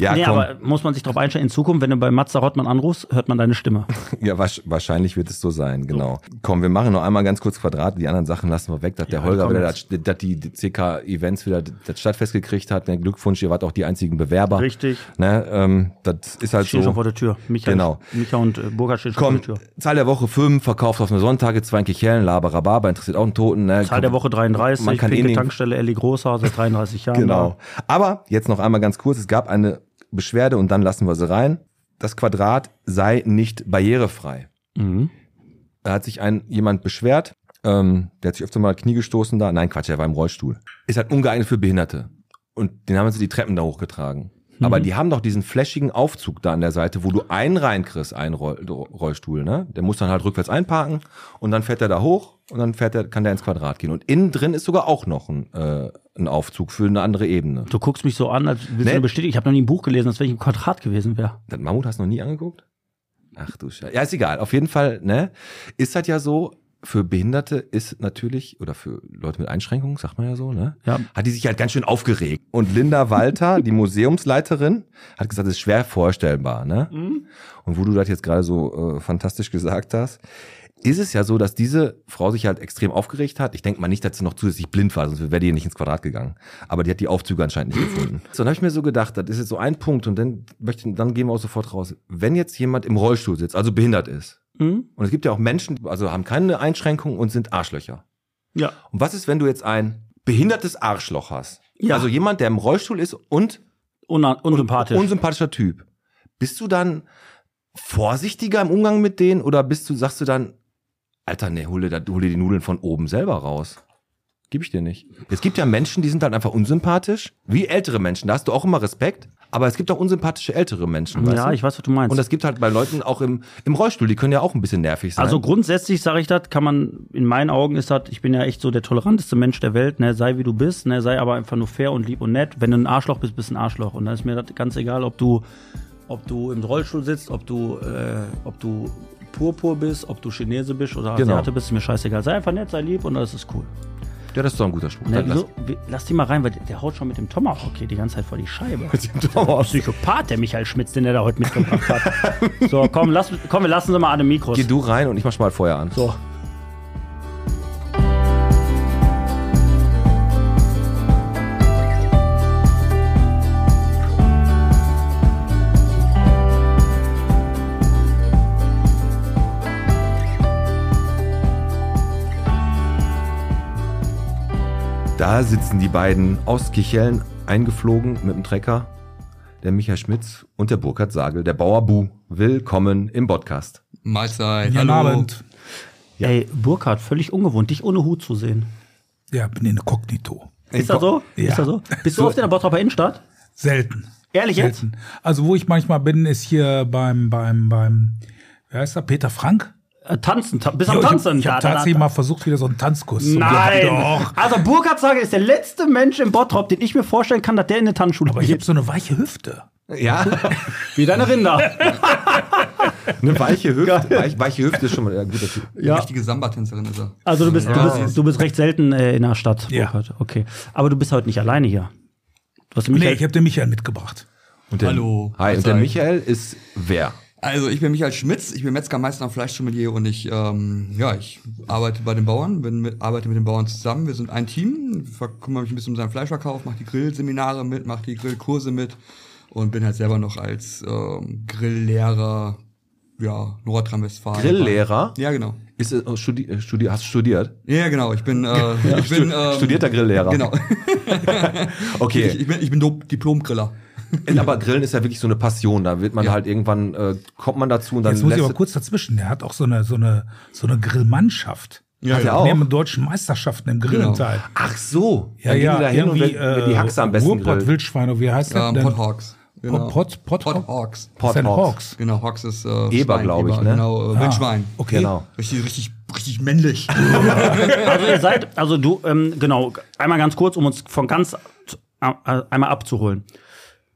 Speaker 3: Ja,
Speaker 2: nee,
Speaker 3: Ah, komm.
Speaker 2: aber muss man sich darauf einstellen, in Zukunft, wenn du bei Mazda Rottmann anrufst, hört man deine Stimme.
Speaker 3: Ja, wasch- wahrscheinlich wird es so sein, genau. Komm, wir machen noch einmal ganz kurz Quadrate, die anderen Sachen lassen wir weg, dass der
Speaker 2: Ja,
Speaker 3: Holger
Speaker 2: komm
Speaker 3: wieder,
Speaker 2: jetzt.
Speaker 3: das, dass die CK-Events wieder das Stadtfest gekriegt hat. Ne, Glückwunsch, ihr wart auch die einzigen Bewerber.
Speaker 2: Richtig.
Speaker 3: Ne, ähm, das ist halt
Speaker 2: Stehen
Speaker 3: so.
Speaker 2: schon vor der Tür. Micha,
Speaker 3: Genau.
Speaker 2: Micha und äh, Burkhard stehen schon
Speaker 3: Komm,
Speaker 2: vor der Tür.
Speaker 3: Zahl der Woche 5, verkauft auf eine Sonntage, zwei in Kichellen, Laber, Rhabarber, interessiert auch einen Toten. Ne?
Speaker 2: Zahl der Woche 33,
Speaker 3: Man kann eh
Speaker 2: pinke
Speaker 3: nicht-
Speaker 2: Tankstelle, Elli Großhaus,
Speaker 3: (laughs)
Speaker 2: seit 33 Jahren.
Speaker 3: Genau. Aber jetzt noch einmal ganz kurz, es gab eine Beschwerde und dann lassen wir sie rein. Das Quadrat sei nicht barrierefrei.
Speaker 2: da. Mhm.
Speaker 3: Da hat sich ein, jemand beschwert, ähm, der hat sich öfter mal Knie gestoßen da. Nein, Quatsch, er war im Rollstuhl. Ist halt ungeeignet für Behinderte. Und den haben sie die Treppen da hochgetragen. Aber die haben doch diesen flashigen Aufzug da an der Seite, wo du einen reinkriegst, einen Roll Rollstuhl, ne? Der muss dann halt rückwärts einparken und dann fährt er da hoch und dann fährt er, kann der ins Quadrat gehen. Und innen drin ist sogar auch noch ein, äh, ein Aufzug für eine andere Ebene.
Speaker 2: Du guckst mich so an, als willst
Speaker 3: Nee.
Speaker 2: du bestätigen. Ich habe noch nie ein Buch gelesen, als wenn ich im Quadrat gewesen wäre.
Speaker 3: Das Mammut hast du noch nie angeguckt? Ach du Scheiße. Ja, ist egal. Auf jeden Fall, ne? Ist das ja so, für Behinderte ist natürlich, oder für Leute mit Einschränkungen, sagt man ja so, ne?
Speaker 2: Ja.
Speaker 3: Hat die sich halt ganz schön aufgeregt. Und Linda Walter, die Museumsleiterin, hat gesagt, das ist schwer vorstellbar, ne? Und wo du das jetzt gerade so äh, fantastisch gesagt hast, ist es ja so, dass diese Frau sich halt extrem aufgeregt hat. Ich denke mal nicht, dass sie noch zusätzlich blind war, sonst wäre die ja nicht ins Quadrat gegangen. Aber die hat die Aufzüge anscheinend nicht gefunden. So, dann habe ich mir so gedacht, das ist jetzt so ein Punkt und dann, möchte, dann gehen wir auch sofort raus. Wenn jetzt jemand im Rollstuhl sitzt, also behindert ist,
Speaker 2: Mhm.
Speaker 3: und es gibt ja auch Menschen, also haben keine Einschränkungen und sind Arschlöcher.
Speaker 2: Ja.
Speaker 3: Und was ist, wenn du jetzt ein behindertes Arschloch hast?
Speaker 2: Ja.
Speaker 3: Also jemand, der im Rollstuhl ist und
Speaker 2: Una unsympathisch.
Speaker 3: unsympathischer Typ. Bist du dann vorsichtiger im Umgang mit denen oder bist du, sagst du dann, Alter, nee, hol dir, da, hol dir die Nudeln von oben selber raus? Gib ich dir nicht. Es gibt ja Menschen, die sind dann einfach unsympathisch, wie ältere Menschen. Da hast du auch immer Respekt, aber es gibt auch unsympathische ältere Menschen. weißt
Speaker 2: Ja,
Speaker 3: du?
Speaker 2: ich weiß, was du meinst.
Speaker 3: Und das gibt halt bei Leuten auch im, im Rollstuhl, die können ja auch ein bisschen nervig sein.
Speaker 2: Also grundsätzlich sage ich das, kann man, in meinen Augen ist das, ich bin ja echt so der toleranteste Mensch der Welt, ne, sei wie du bist, ne, sei aber einfach nur fair und lieb und nett. Wenn du ein Arschloch bist, bist du ein Arschloch. Und dann ist mir das ganz egal, ob du, ob du im Rollstuhl sitzt, ob du, äh, ob du Purpur bist, ob du Chinese bist oder
Speaker 3: Genau.
Speaker 2: Asiate bist, ist mir scheißegal. Sei einfach nett, sei lieb und alles ist cool.
Speaker 3: ja, das ist doch ein guter Spruch.
Speaker 2: Ne,
Speaker 3: Dann lass-
Speaker 2: wieso, wie, lass die mal rein, weil der, der haut schon mit dem Tomahawk okay, die ganze Zeit vor
Speaker 3: (laughs)
Speaker 2: die Scheibe.
Speaker 3: Thomas.
Speaker 2: Psychopath, der Michael Schmitz, den er da heute
Speaker 3: (laughs)
Speaker 2: mitgebracht hat. So, komm, lass, komm, wir lassen sie mal an den Mikros.
Speaker 3: Geh du rein und ich mach schon mal Feuer an.
Speaker 2: So.
Speaker 3: Da sitzen die beiden aus Kicheln eingeflogen mit dem Trecker. Der Michael Schmitz und der Burkhard Sagel, der Bauer Bu. Willkommen im Podcast.
Speaker 7: Mahlzeit.
Speaker 8: Guten
Speaker 7: Hallo.
Speaker 8: Abend.
Speaker 2: Ey, Burkhard, völlig ungewohnt, dich ohne Hut zu sehen.
Speaker 8: Ja, bin in Kognito.
Speaker 2: Ist das so?
Speaker 8: Ja.
Speaker 2: Ist das so? Bist du oft in der Bottroper Innenstadt?
Speaker 8: Selten.
Speaker 2: Ehrlich jetzt?
Speaker 8: Selten. Also wo ich manchmal bin, ist hier beim, beim, beim, wer heißt er? Peter Frank?
Speaker 2: Äh, tanzen, ta bis am
Speaker 8: Ja, ich
Speaker 2: Tanzen.
Speaker 8: ich habe
Speaker 2: Da, da, da,
Speaker 8: tatsächlich
Speaker 2: da.
Speaker 8: mal versucht, wieder so einen Tanzkurs zu
Speaker 2: Nein!
Speaker 8: Ja, doch.
Speaker 2: Also Burkhard Sage ist der letzte Mensch im Bottrop, den ich mir vorstellen kann, dass der in eine Tanzschule
Speaker 8: Aber ich habe so eine weiche Hüfte.
Speaker 2: (laughs)
Speaker 3: Ja,
Speaker 2: Wie deine Rinder.
Speaker 3: eine weiche Hüfte. Weich, weiche Hüfte ist schon mal ein guter Typ.
Speaker 2: Ja.
Speaker 7: Richtige Samba-Tänzerin ist er.
Speaker 2: Also du bist, du bist, du bist recht selten äh, in der Stadt,
Speaker 8: Ja.
Speaker 2: Burkhard. Okay. Aber du bist heute nicht alleine hier. Du hast den
Speaker 8: Nee,
Speaker 2: Michael,
Speaker 8: ich habe den Michael mitgebracht.
Speaker 3: Und der,
Speaker 7: Hallo.
Speaker 3: Hi, und der
Speaker 7: Mahlzeit.
Speaker 3: Michael ist wer?
Speaker 7: Also ich bin Michael Schmitz, ich bin Metzgermeister am Fleischsommelier und ich, ähm, ja, ich arbeite bei den Bauern, bin mit, arbeite mit den Bauern zusammen. Wir sind ein Team, ver- kümmere mich ein bisschen um seinen Fleischverkauf, mache die Grillseminare mit, mache die Grillkurse mit und bin halt selber noch als ähm, Grilllehrer, ja, Nordrhein-Westfalen.
Speaker 3: Grilllehrer?
Speaker 7: Ja, genau.
Speaker 3: Ist, äh, studi äh, studi hast du studiert?
Speaker 7: Ja, genau. Ich bin, äh,
Speaker 3: (laughs)
Speaker 7: ich bin
Speaker 3: Stu-
Speaker 8: Ähm,
Speaker 3: studierter Grilllehrer.
Speaker 7: Genau.
Speaker 3: (laughs)
Speaker 7: Ich,
Speaker 3: Okay.
Speaker 8: (laughs)
Speaker 7: (laughs)
Speaker 3: Äh,
Speaker 7: ich bin, ich bin Do- Diplom-Griller.
Speaker 3: Aber Grillen ist ja wirklich so eine Passion. Da wird man halt irgendwann, äh, kommt man dazu und dann
Speaker 8: Jetzt muss ich
Speaker 3: lässt-
Speaker 8: aber kurz dazwischen. Der hat auch so eine, so eine, so eine Grillmannschaft.
Speaker 3: hat er
Speaker 8: Auch.
Speaker 3: auch.
Speaker 8: Neben deutschen Meisterschaften im Grillen
Speaker 7: Genau.
Speaker 8: teil.
Speaker 3: Ach so.
Speaker 8: Ja,
Speaker 3: Dann gehen
Speaker 8: ja,
Speaker 3: die da hin und
Speaker 8: irgendwie, äh,
Speaker 3: wer- wer die Haxe am besten
Speaker 8: Ruhrpott,
Speaker 3: grillt.
Speaker 8: Wildschweine, wie heißt das
Speaker 7: Ähm,
Speaker 8: denn?
Speaker 7: Pothawks. Genau.
Speaker 8: Pot- Pot-
Speaker 7: Pothawks.
Speaker 8: Das sind
Speaker 3: Pothawks.
Speaker 8: Hawks.
Speaker 7: Genau, Hawks ist äh,
Speaker 3: Eber,
Speaker 7: Schwein,
Speaker 3: glaub ich,
Speaker 7: Eber,
Speaker 3: ne?
Speaker 7: Genau, äh,
Speaker 8: Ah,
Speaker 7: Wildschwein.
Speaker 8: okay.
Speaker 3: Genau.
Speaker 7: Richtig, richtig, richtig männlich.
Speaker 3: (laughs)
Speaker 2: Also ihr seid, also du, ähm, genau, einmal ganz kurz, um uns von ganz zu- äh, einmal abzuholen.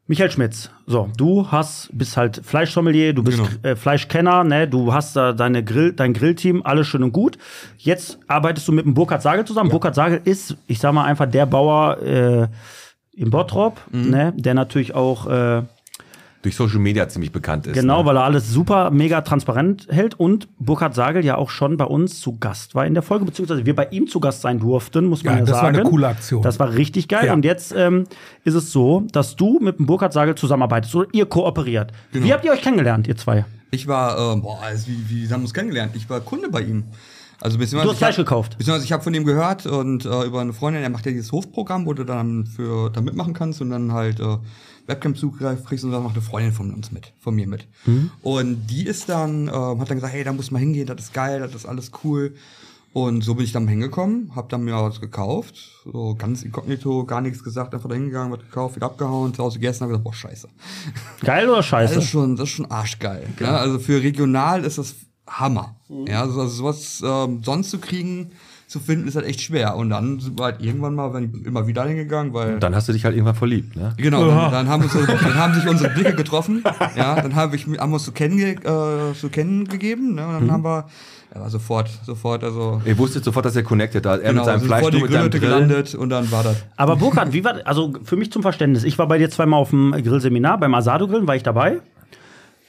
Speaker 2: Michael Schmitz, so, du hast, bist halt Fleischsommelier, du bist
Speaker 7: Genau.
Speaker 2: äh, Fleischkenner, ne, du hast da deine Grill, dein Grillteam, alles schön und gut. Jetzt arbeitest du mit dem Burkhard Sagel zusammen. Burkhard Sagel ist, ich sag mal einfach, der Bauer äh, im Bottrop, ne, der natürlich auch äh,
Speaker 3: Durch Social Media ziemlich bekannt ist.
Speaker 2: Genau,
Speaker 3: ne?
Speaker 2: weil er alles super mega transparent hält und Burkhard Sagel ja auch schon bei uns zu Gast war in der Folge, beziehungsweise wir bei ihm zu Gast sein durften, muss man ja,
Speaker 8: Ja, das war
Speaker 2: sagen.
Speaker 8: eine coole Aktion.
Speaker 2: Das war richtig geil.
Speaker 8: Ja.
Speaker 2: Und jetzt ähm, ist es so, dass du mit dem Burkhard Sagel zusammenarbeitest oder ihr kooperiert.
Speaker 8: Genau.
Speaker 2: Wie habt ihr euch kennengelernt, ihr zwei?
Speaker 7: Ich war, äh, boah, also wie, wie haben wir uns kennengelernt? Ich war Kunde bei ihm. Also
Speaker 2: Du hast Fleisch gekauft.
Speaker 7: Beziehungsweise ich habe von ihm gehört und äh, über eine Freundin, er macht ja dieses Hofprogramm, wo du dann für da mitmachen kannst und dann halt äh, Webcam zugreif kriegst und dann macht eine Freundin von uns mit, von mir mit.
Speaker 2: Mhm.
Speaker 7: Und die ist dann, äh, hat dann gesagt, hey, da muss man hingehen, das ist geil, das ist alles cool. Und so bin ich dann hingekommen, hab dann mir was gekauft, so ganz inkognito, gar nichts gesagt, einfach da hingegangen, was gekauft, wieder abgehauen, zu Hause gegessen, hab gesagt, boah, scheiße.
Speaker 2: Geil oder scheiße?
Speaker 7: Das ist schon, das ist schon arschgeil. Ja, also für regional ist das Hammer. Ja, also also sowas ähm, sonst zu kriegen, zu finden, ist halt echt schwer. Und dann sind wir halt irgendwann mal wenn, immer wieder hingegangen, weil.
Speaker 3: Dann hast du dich halt irgendwann verliebt, ne?
Speaker 7: Genau, dann, dann, haben uns, dann haben sich unsere Blicke getroffen. Ja, dann haben, ich, haben wir uns zu kennen, ge- äh, zu kennen gegeben. Ne, und dann haben wir ja, war sofort, sofort, also. genau,
Speaker 3: Ihr wusstet sofort, dass er connected hat. Er
Speaker 8: Genau,
Speaker 3: mit seinem
Speaker 8: also
Speaker 7: sind
Speaker 3: Fleisch,
Speaker 7: vor
Speaker 3: du
Speaker 7: die
Speaker 3: mit deinem
Speaker 7: Grillhütte
Speaker 3: Grill.
Speaker 7: gelandet und dann war das.
Speaker 2: Aber Burkhard, wie war, also für mich zum Verständnis, ich war bei dir zweimal auf dem Grillseminar, beim Asado-Grillen war ich dabei,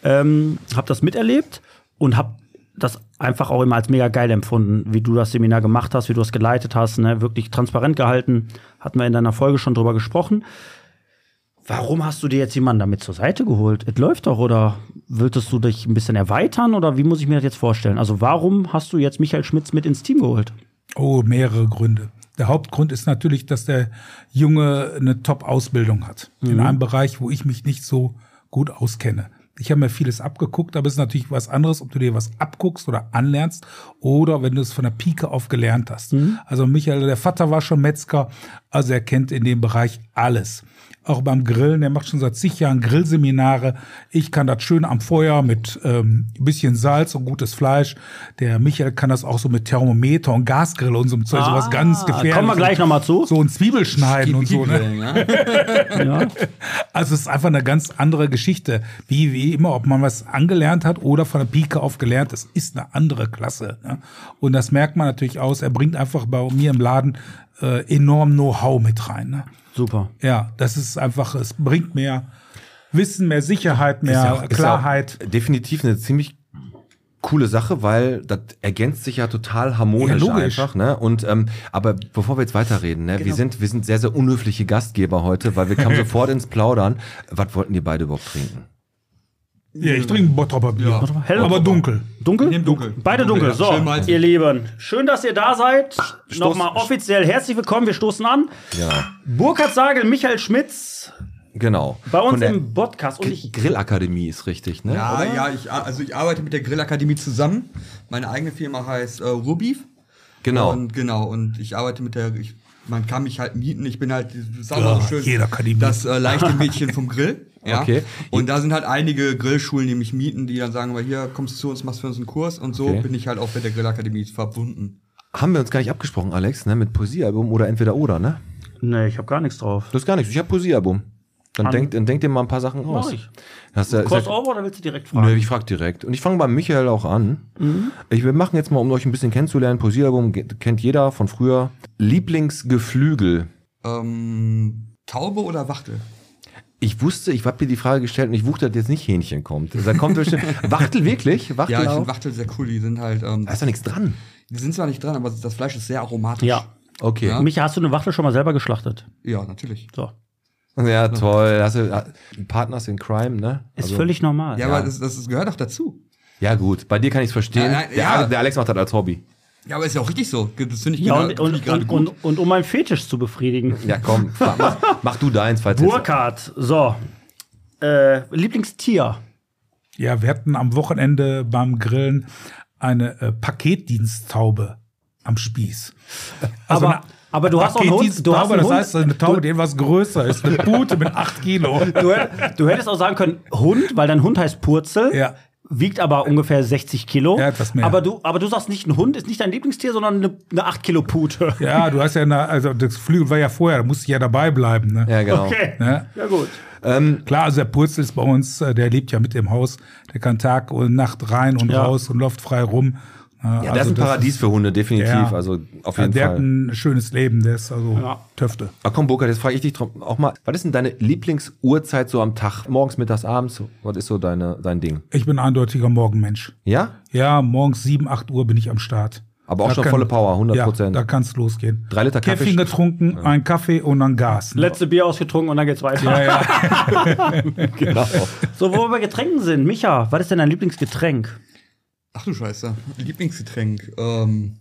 Speaker 2: ähm, hab das miterlebt und hab das einfach auch immer als mega geil empfunden, wie du das Seminar gemacht hast, wie du es geleitet hast, ne? wirklich transparent gehalten, hatten wir in deiner Folge schon drüber gesprochen. Warum hast du dir jetzt jemanden damit zur Seite geholt? Es läuft doch, oder würdest du dich ein bisschen erweitern, oder wie muss ich mir das jetzt vorstellen? Also warum hast du jetzt Michael Schmitz mit ins Team geholt?
Speaker 8: Oh, mehrere Gründe. Der Hauptgrund ist natürlich, dass der Junge eine Top-Ausbildung hat. In einem Bereich, wo ich mich nicht so gut auskenne. Ich habe mir vieles abgeguckt, aber es ist natürlich was anderes, ob du dir was abguckst oder anlernst oder wenn du es von der Pike auf gelernt hast. Also Michael, der Vater war schon Metzger, also er kennt in dem Bereich alles. Auch beim Grillen, der macht schon seit zig Jahren Grillseminare. Ich kann das schön am Feuer mit ähm, ein bisschen Salz und gutes Fleisch. Der Michael kann das auch so mit Thermometer und Gasgrill und so einem Zeug, sowas ganz gefährlich.
Speaker 2: Ah, Kommen wir gleich nochmal zu.
Speaker 8: So ein Zwiebel schneiden und so, ne?
Speaker 2: Ja.
Speaker 8: Also es ist einfach eine ganz andere Geschichte. Wie, wie immer, ob man was angelernt hat oder von der Pike auf gelernt, das ist eine andere Klasse. Ne? Und das merkt man natürlich aus. Er bringt einfach bei mir im Laden äh, enorm Know-how mit rein. Ne?
Speaker 2: Super.
Speaker 8: Ja, das ist einfach, es bringt mehr Wissen, mehr Sicherheit, mehr
Speaker 3: Ist ja auch- ist ja
Speaker 8: Klarheit.
Speaker 3: auch definitiv eine ziemlich coole Sache, weil das ergänzt sich ja total harmonisch
Speaker 8: Ja, logisch.
Speaker 3: einfach. Ne? Und ähm, aber bevor wir jetzt weiterreden, ne? wir sind wir sind sehr sehr unhöfliche Gastgeber heute, weil wir kamen sofort ins Plaudern. Was wollten die beide überhaupt trinken?
Speaker 8: ja, ich trinke ein Bottropper Bier.
Speaker 2: Hell-
Speaker 8: aber dunkel.
Speaker 2: Dunkel?
Speaker 7: nehmen dunkel.
Speaker 2: Beide dunkel.
Speaker 7: Ja,
Speaker 2: So,
Speaker 7: schön mal.
Speaker 2: ihr Lieben, schön, dass ihr da seid. Nochmal offiziell herzlich willkommen. Wir stoßen an.
Speaker 3: Ja,
Speaker 2: Burkhard Sagel, Michael Schmitz
Speaker 3: genau.
Speaker 2: bei uns
Speaker 3: Von der
Speaker 2: im Podcast. Und
Speaker 3: Gr-
Speaker 2: ich,
Speaker 3: Grillakademie ist richtig, ne?
Speaker 7: Ja, ja, ich, ar- also ich arbeite mit der Grillakademie zusammen. Meine eigene Firma heißt äh, Rubeef.
Speaker 3: Genau.
Speaker 7: Und genau, und ich arbeite mit der, ich, man kann mich halt mieten, ich bin halt sagen wir
Speaker 8: Ja,
Speaker 7: mal schön,
Speaker 8: jeder kann die
Speaker 7: das äh, leichte Mädchen vom Grill. Ja.
Speaker 3: Okay.
Speaker 7: Und da sind halt einige Grillschulen, die mich mieten, die dann sagen, "Weil hier kommst du zu uns, machst für uns einen Kurs und so
Speaker 3: Okay.
Speaker 7: bin ich halt auch mit der Grillakademie verbunden.
Speaker 3: Haben wir uns gar nicht abgesprochen, Alex, ne? Mit Poesiealbum oder entweder oder, ne?
Speaker 2: nee, ich habe gar nichts drauf.
Speaker 3: Das ist gar nichts. Ich habe Poesiealbum. Dann
Speaker 2: An-
Speaker 3: denkt denk dir mal ein paar Sachen
Speaker 2: Mach
Speaker 3: aus.
Speaker 2: ich.
Speaker 3: Hast du, ist ja-
Speaker 2: Crossover oder willst du direkt fragen?
Speaker 3: Nö, ich frage direkt. Und ich fange bei Michael auch an. Ich, wir machen jetzt mal, um euch ein bisschen kennenzulernen, Poesiealbum ge- kennt jeder von früher. Lieblingsgeflügel.
Speaker 7: Ähm, Taube oder Wachtel?
Speaker 3: Ich wusste, ich habe dir die Frage gestellt und ich wusste, dass jetzt nicht Hähnchen kommt. Also Da kommt bestimmt Wachtel wirklich? Wachtel
Speaker 7: Ja, ich
Speaker 3: auch?
Speaker 7: finde Wachtel sehr cool, die sind halt, ähm,
Speaker 3: Da ist doch nichts dran.
Speaker 7: die sind zwar nicht dran, aber das Fleisch ist sehr aromatisch.
Speaker 2: ja.
Speaker 3: Okay.
Speaker 7: Ja.
Speaker 2: Micha, hast du eine Wachtel schon mal selber geschlachtet?
Speaker 7: Ja, natürlich.
Speaker 2: So.
Speaker 3: Ja, toll. Hast du, Partners in Crime, ne?
Speaker 2: Ist
Speaker 3: Also-
Speaker 2: völlig normal.
Speaker 7: Ja, aber das, das gehört auch dazu.
Speaker 3: Ja, gut. Bei dir kann ich es verstehen.
Speaker 7: Ja, nein,
Speaker 3: der,
Speaker 7: ja.
Speaker 3: der Alex macht das als Hobby.
Speaker 7: Ja, aber ist ja auch richtig so. Das finde ich
Speaker 2: Ja,
Speaker 7: genau-
Speaker 2: und,
Speaker 7: finde ich
Speaker 2: und,
Speaker 7: gerade
Speaker 2: und,
Speaker 7: gut.
Speaker 2: und, und um meinen Fetisch zu befriedigen.
Speaker 3: Ja, komm. mach, mach du deins, falls jetzt-
Speaker 2: Burkhardt, so. Äh, Lieblingstier.
Speaker 8: Ja, wir hatten am Wochenende beim Grillen eine äh, Paketdiensttaube
Speaker 2: (laughs)
Speaker 8: am Spieß. Also
Speaker 2: Aber- aber du hast auch einen Hund- du hast
Speaker 8: Paketdiensttaube,
Speaker 2: einen
Speaker 8: das
Speaker 2: Hund-
Speaker 8: heißt, eine Taube, die etwas größer ist. Eine Pute mit 8 Kilo.
Speaker 2: (laughs) Du, hätt- du hättest auch sagen können, Hund, weil dein Hund heißt Purzel,
Speaker 8: Ja.
Speaker 2: wiegt aber ungefähr 60 Kilo.
Speaker 8: Ja, etwas mehr.
Speaker 2: Aber du, aber du sagst nicht, ein Hund ist nicht dein Lieblingstier, sondern eine, eine 8 Kilo Pute. (laughs)
Speaker 8: Ja, du hast ja, eine, also das Flügel war ja vorher, da musste ich ja dabei bleiben. Ne?
Speaker 3: Ja, genau.
Speaker 2: Okay.
Speaker 8: Ne?
Speaker 2: Ja, gut.
Speaker 8: Klar, also der Purzel ist bei uns, äh, der lebt ja mit im Haus. Der kann Tag und Nacht rein und
Speaker 2: Ja.
Speaker 8: raus und läuft frei rum.
Speaker 3: Ja, das ist Also ein Paradies für Hunde, definitiv.
Speaker 8: Ja.
Speaker 3: Also auf
Speaker 8: Ja,
Speaker 3: jeden
Speaker 8: der
Speaker 3: Fall.
Speaker 8: hat ein schönes Leben, der ist also
Speaker 2: Ja.
Speaker 8: Töfte.
Speaker 3: Ah, komm, Burkhard, jetzt frage ich dich drum- auch mal, was ist denn deine Lieblingsuhrzeit so am Tag? Morgens, mittags, abends? Was ist so deine, dein Ding?
Speaker 8: Ich bin ein eindeutiger Morgenmensch.
Speaker 3: Ja?
Speaker 8: Ja, morgens 7, 8 Uhr bin ich am Start.
Speaker 3: Aber auch schon volle Power, 100%.
Speaker 8: Ja, da kann's losgehen.
Speaker 3: Drei Liter Kaffee
Speaker 8: Käffchen
Speaker 3: sch-
Speaker 8: getrunken, ein Kaffee und dann Gas. Ne?
Speaker 2: Letzte Bier ausgetrunken und dann geht's weiter.
Speaker 8: Ja, ja.
Speaker 3: Genau.
Speaker 2: So, wo wir bei Getränken sind. Micha, was ist denn dein Lieblingsgetränk?
Speaker 7: Ach du Scheiße. Lieblingsgetränk. Ähm,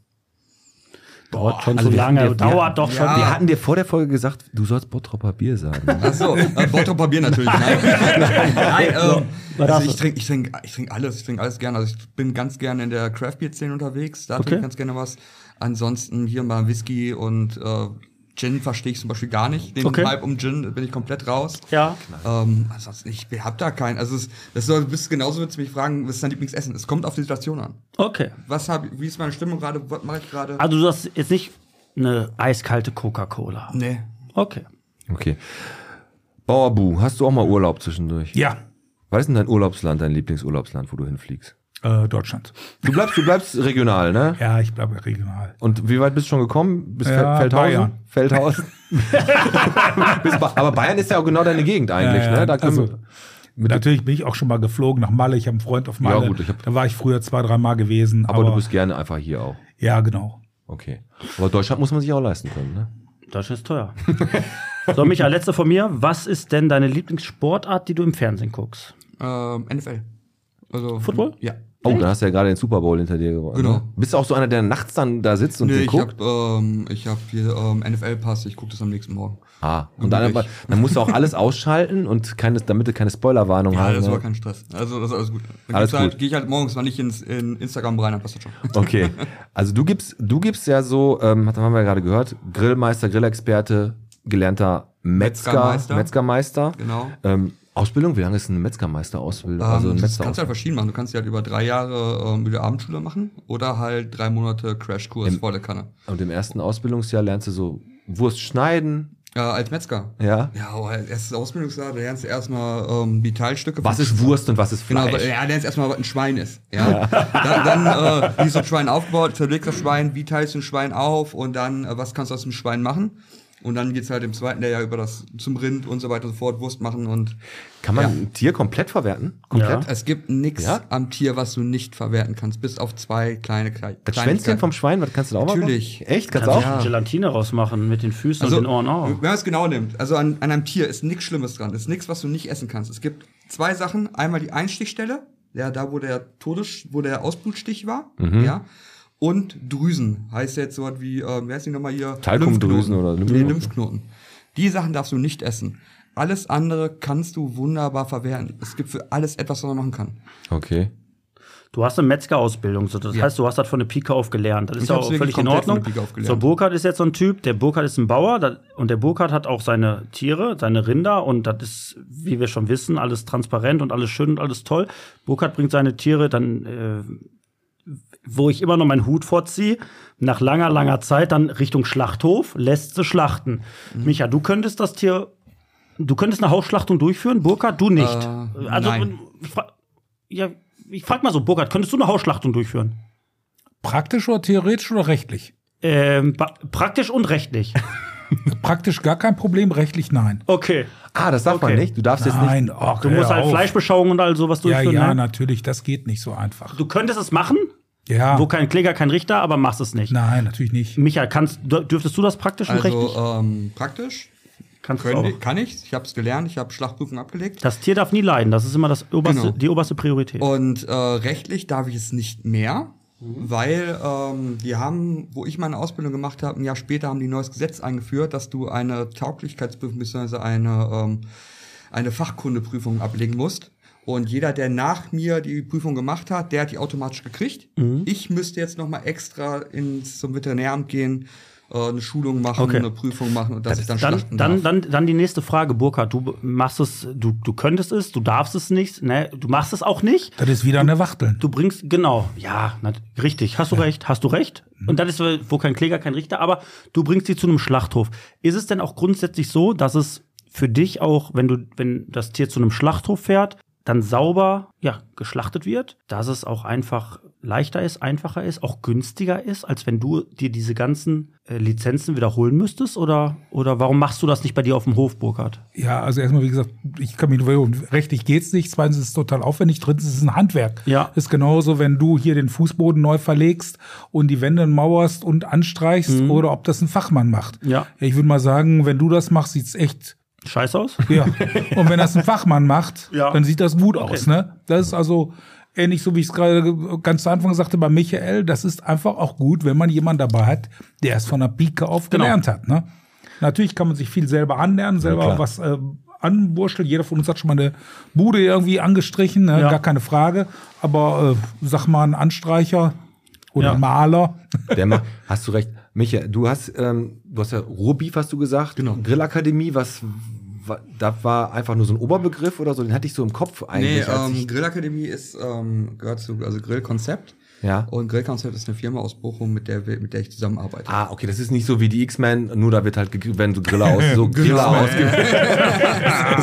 Speaker 2: Dauert schon
Speaker 3: also
Speaker 2: so
Speaker 3: wir hatten
Speaker 2: lange.
Speaker 3: ja-
Speaker 2: Dauert doch schon.
Speaker 7: Ja.
Speaker 3: Wir hatten dir vor der Folge gesagt, du sollst Bottropper Bier sagen.
Speaker 7: (laughs) achso, äh, Bottroper Bier natürlich. Nein,
Speaker 2: (laughs)
Speaker 7: nein, ähm,
Speaker 2: was hast
Speaker 7: also ich
Speaker 2: du?
Speaker 7: trinke ich trink, ich trink alles. Ich trinke alles gerne. Also ich bin ganz gerne in der Craft Beer Szene unterwegs. Da trinke
Speaker 2: Okay.
Speaker 7: ich ganz gerne was. Ansonsten hier mal Whisky und äh, Gin verstehe ich zum Beispiel gar nicht. Den
Speaker 2: Okay.
Speaker 7: Hype um Gin bin ich komplett raus.
Speaker 2: Ja.
Speaker 7: Ähm, ansonsten, ich hab da keinen. Also, es, das soll, bist genauso, würdest du mich fragen, was ist dein Lieblingsessen? Es kommt auf die Situation an.
Speaker 2: Okay.
Speaker 7: Was hab, ich- wie ist meine Stimmung gerade? Was mache ich gerade?
Speaker 2: Also du hast jetzt nicht eine eiskalte Coca-Cola.
Speaker 7: Nee.
Speaker 2: Okay.
Speaker 3: Okay. Bauer Bu, hast du auch mal Urlaub zwischendurch?
Speaker 8: ja. (laughs)
Speaker 3: Was ist denn dein Urlaubsland, dein Lieblingsurlaubsland, wo du hinfliegst?
Speaker 8: Äh, Deutschland.
Speaker 3: Du bleibst, du bleibst regional, ne?
Speaker 8: Ja, ich bleibe regional.
Speaker 3: Und wie weit bist du schon gekommen? Bis
Speaker 8: Ja,
Speaker 3: Fel- Feldhausen?
Speaker 8: Bayern.
Speaker 3: Feldhausen. Bis Ba- Aber Bayern ist ja auch genau deine Gegend eigentlich,
Speaker 8: Ja, ja,
Speaker 3: ne? Da können
Speaker 8: also-
Speaker 3: wir-
Speaker 8: Natürlich bin ich auch schon mal geflogen nach Malle. Ich habe einen Freund auf Malle.
Speaker 3: Ja, gut, ich hab-
Speaker 8: da war ich früher zwei, dreimal gewesen.
Speaker 3: aber du bist gerne einfach hier auch.
Speaker 8: ja, genau.
Speaker 3: Okay. Aber Deutschland muss man sich auch leisten können, ne?
Speaker 2: Deutschland ist teuer. so, Micha, letzte von mir. Was ist
Speaker 7: äh,
Speaker 2: denn deine Lieblingssportart, die du im Fernsehen guckst?
Speaker 7: Ähm, NFL. Also,
Speaker 2: Football?
Speaker 7: Ja.
Speaker 3: Oh, da hast du ja gerade den Super Bowl hinter dir gebracht.
Speaker 7: Genau.
Speaker 3: ne? Bist du auch so einer, der nachts dann da sitzt und
Speaker 7: nee,
Speaker 3: dir
Speaker 7: ich
Speaker 3: guckt?
Speaker 7: hab, ähm, ich hab hier ähm, NFL-Pass, ich gucke das am nächsten Morgen.
Speaker 3: Ah, und dann,
Speaker 7: Nicht.
Speaker 3: aber, dann musst du auch alles ausschalten und keine, damit du keine Spoilerwarnung
Speaker 7: Ja,
Speaker 3: hast.
Speaker 7: das
Speaker 3: ne?
Speaker 7: war kein Stress. Also das ist alles gut. Dann
Speaker 3: Alles
Speaker 7: geht's halt,
Speaker 3: gut.
Speaker 7: gehe ich halt morgens mal nicht ins in Instagram rein, dann
Speaker 3: (laughs)
Speaker 7: passt das schon.
Speaker 3: Okay. Also du gibst, du gibst ja so, ähm, hat- haben wir ja gerade gehört, Grillmeister, Grillexperte, gelernter Metzger, Metzgermeister.
Speaker 7: Metzgermeister. Genau.
Speaker 3: Ähm, Ausbildung, wie lange ist eine Metzgermeisterausbildung?
Speaker 7: Ähm,
Speaker 3: also ein
Speaker 7: das
Speaker 3: Metzger
Speaker 7: kannst du halt verschieden machen. Du kannst die halt über drei Jahre ähm, über die Abendschule machen oder halt drei Monate Crashkurs
Speaker 3: Im-
Speaker 7: volle Kanne.
Speaker 3: Und im ersten Ausbildungsjahr lernst du so Wurst schneiden,
Speaker 7: Äh, als Metzger.
Speaker 3: ja.
Speaker 7: Ja, aber erstes Ausbildungsjahr, da lernst du erstmal ähm, die Teilstücke.
Speaker 3: Was
Speaker 7: von-
Speaker 3: ist Wurst und was ist
Speaker 7: Genau,
Speaker 3: Fleisch?
Speaker 7: so, ja, lernst erstmal, was ein Schwein ist. Ja. Dann, dann äh, wie ist so ein Schwein aufgebaut, zerlegst das Schwein, wie teilst du ein Schwein auf und dann, äh, was kannst du aus dem Schwein machen? Und dann geht's halt im zweiten Lehrjahr über das zum Rind und so weiter und so fort, Wurst machen und
Speaker 3: Kann man
Speaker 7: Ja.
Speaker 3: ein Tier komplett verwerten?
Speaker 2: Komplett?
Speaker 7: es gibt nichts
Speaker 3: Ja?
Speaker 7: am Tier, was du nicht verwerten kannst, bis auf zwei kleine Kle
Speaker 3: Das Schwänzchen
Speaker 7: Kleinigkeiten.
Speaker 3: vom Schwein, was kannst du da auch
Speaker 7: Natürlich.
Speaker 3: machen? Echt? Kannst
Speaker 2: Kannst
Speaker 3: du
Speaker 2: du
Speaker 3: auch?
Speaker 2: auch Gelatine rausmachen mit den Füßen
Speaker 7: Also,
Speaker 2: und den Ohren auch.
Speaker 7: Wenn man es genau nimmt, also an, an einem Tier ist nichts Schlimmes dran, ist nichts, was du nicht essen kannst. Es gibt zwei Sachen. Einmal die Einstichstelle, ja, da wo der Todes, wo der Ausblutstich war,
Speaker 2: Mhm.
Speaker 7: ja. Und Drüsen, heißt jetzt sowas wie, äh, wer ist denn nochmal hier?
Speaker 3: Talkumdrüsen
Speaker 7: Lymphknoten.
Speaker 3: oder
Speaker 7: Nee,
Speaker 3: Lymphknoten.
Speaker 7: Lymphknoten. Die Sachen darfst du nicht essen. Alles andere kannst du wunderbar verwerten. Es gibt für alles etwas, was man machen kann.
Speaker 3: Okay.
Speaker 2: Du hast eine Metzgerausbildung, so das heißt, du hast das von der Pike auf gelernt. Das ist
Speaker 7: Ich
Speaker 2: ja
Speaker 7: hab's
Speaker 2: auch
Speaker 7: wirklich
Speaker 2: völlig in
Speaker 7: komplett von
Speaker 2: Ordnung.
Speaker 7: der Pike auf gelernt.
Speaker 2: So, Burkhardt ist jetzt so ein Typ, der Burkhardt ist ein Bauer da- und der Burkhardt hat auch seine Tiere, seine Rinder und das ist, wie wir schon wissen, alles transparent und alles schön und alles toll. Burkhardt bringt seine Tiere dann, äh, wo ich immer noch meinen Hut vorziehe, nach langer, langer Zeit dann Richtung Schlachthof, lässt sie schlachten.
Speaker 7: Mhm.
Speaker 2: Micha, du könntest das Tier, du könntest eine Hausschlachtung durchführen, Burkhardt, du nicht.
Speaker 7: Äh,
Speaker 2: also,
Speaker 7: nein.
Speaker 2: ich fra- ja, ich frag mal so, Burkhard, könntest du eine Hausschlachtung durchführen?
Speaker 8: Praktisch oder theoretisch oder rechtlich?
Speaker 2: Ähm, pa- praktisch und
Speaker 7: (laughs)
Speaker 2: rechtlich.
Speaker 8: Praktisch gar kein Problem, rechtlich nein.
Speaker 2: Okay.
Speaker 3: Ah, das darf man
Speaker 2: Okay.
Speaker 3: nicht. Du darfst jetzt nicht.
Speaker 8: Nein, ach,
Speaker 2: Du musst
Speaker 8: hör
Speaker 2: halt
Speaker 8: auf.
Speaker 2: Fleischbeschauung und all sowas
Speaker 8: Ja,
Speaker 2: durchführen.
Speaker 8: ja,
Speaker 2: ne?
Speaker 8: natürlich, das geht nicht so einfach.
Speaker 2: Du könntest es machen,
Speaker 8: Ja,
Speaker 2: wo kein Kläger, kein Richter, aber machst es nicht.
Speaker 8: nein, natürlich nicht.
Speaker 2: Michael, kannst, dür- dürftest du das praktisch und rechtlich?
Speaker 7: Also ähm, praktisch
Speaker 2: Kannst du
Speaker 7: können,
Speaker 2: auch.
Speaker 7: kann ich. Ich habe es gelernt. Ich habe Schlachtprüfung abgelegt.
Speaker 2: Das Tier darf nie leiden. Das ist immer das oberste,
Speaker 7: Genau.
Speaker 2: die oberste Priorität.
Speaker 7: Und äh, rechtlich darf ich es nicht mehr, weil ähm, die haben, wo ich meine Ausbildung gemacht habe, ein Jahr später haben die ein neues Gesetz eingeführt, dass du eine Tauglichkeitsprüfung bzw. eine, ähm, eine Fachkundeprüfung ablegen musst. Und jeder, der nach mir die Prüfung gemacht hat, der hat die automatisch gekriegt. Ich müsste jetzt nochmal extra ins, zum Veterinäramt gehen, äh, eine Schulung machen,
Speaker 2: Okay.
Speaker 7: eine Prüfung machen und dass ich dann
Speaker 2: Dann,
Speaker 7: schlachten
Speaker 2: dann,
Speaker 7: darf.
Speaker 2: dann, dann die nächste Frage, Burkhard. Du b- machst es, du, du könntest es, du darfst es nicht, ne? du machst es auch nicht.
Speaker 8: Das ist wieder eine Wachteln.
Speaker 2: Du bringst, genau, ja, na, richtig, hast du recht, hast du recht. Und dann ist wo kein Kläger, kein Richter, aber du bringst sie zu einem Schlachthof. Ist es denn auch grundsätzlich so, dass es für dich auch, wenn du, wenn das Tier zu einem Schlachthof fährt, dann sauber, ja, geschlachtet wird, dass es auch einfach leichter ist, einfacher ist, auch günstiger ist, als wenn du dir diese ganzen äh, Lizenzen wiederholen müsstest? Oder, oder warum machst du das nicht bei dir auf dem Hof, Burkhard?
Speaker 8: Ja, also erstmal, wie gesagt, ich kann mich nur wiederholen. rechtlich geht's nicht. Zweitens ist es total aufwendig. Drittens ist es ein Handwerk.
Speaker 2: Ja.
Speaker 8: Ist genauso, wenn du hier den Fußboden neu verlegst und die Wände mauerst und anstreichst oder ob das ein Fachmann macht.
Speaker 2: Mhm. Ja.
Speaker 8: Ich würde mal sagen, wenn du das machst, sieht's echt
Speaker 2: Scheiß aus?
Speaker 8: ja. Und wenn das ein Fachmann macht,
Speaker 2: Ja.
Speaker 8: dann sieht das gut aus. Ne? Das ist also ähnlich so, wie ich es gerade ge- ganz zu Anfang sagte bei Michael. Das ist einfach auch gut, wenn man jemanden dabei hat, der es von der Pike auf
Speaker 2: Genau.
Speaker 8: gelernt hat. Ne? Natürlich kann man sich viel selber anlernen, selber
Speaker 3: klar.
Speaker 8: was äh, anwurschteln. Jeder von uns hat schon mal eine Bude irgendwie angestrichen, ne?
Speaker 2: Ja.
Speaker 8: gar keine Frage. Aber äh, sag mal, ein Anstreicher oder
Speaker 2: Ja.
Speaker 8: ein Maler.
Speaker 3: Der macht, hast du recht. Micha, du hast, ähm, du hast ja Rohbeef, hast du gesagt. Genau. Grillakademie, was, wa- da war einfach nur so ein Oberbegriff oder so, den hatte ich so im Kopf
Speaker 7: Nee,
Speaker 3: eigentlich. als
Speaker 7: ähm,
Speaker 3: ich,
Speaker 7: Grillakademie ist, ähm, gehört zu, also Grillkonzept.
Speaker 3: ja.
Speaker 7: Und Grillkonzept ist eine Firma aus Bochum, mit der, wir- mit der ich zusammenarbeite.
Speaker 3: Ah, okay, das ist nicht so wie die X-Men, nur da wird halt gegrillt, wenn so Griller aus, so Griller ausgegrillt.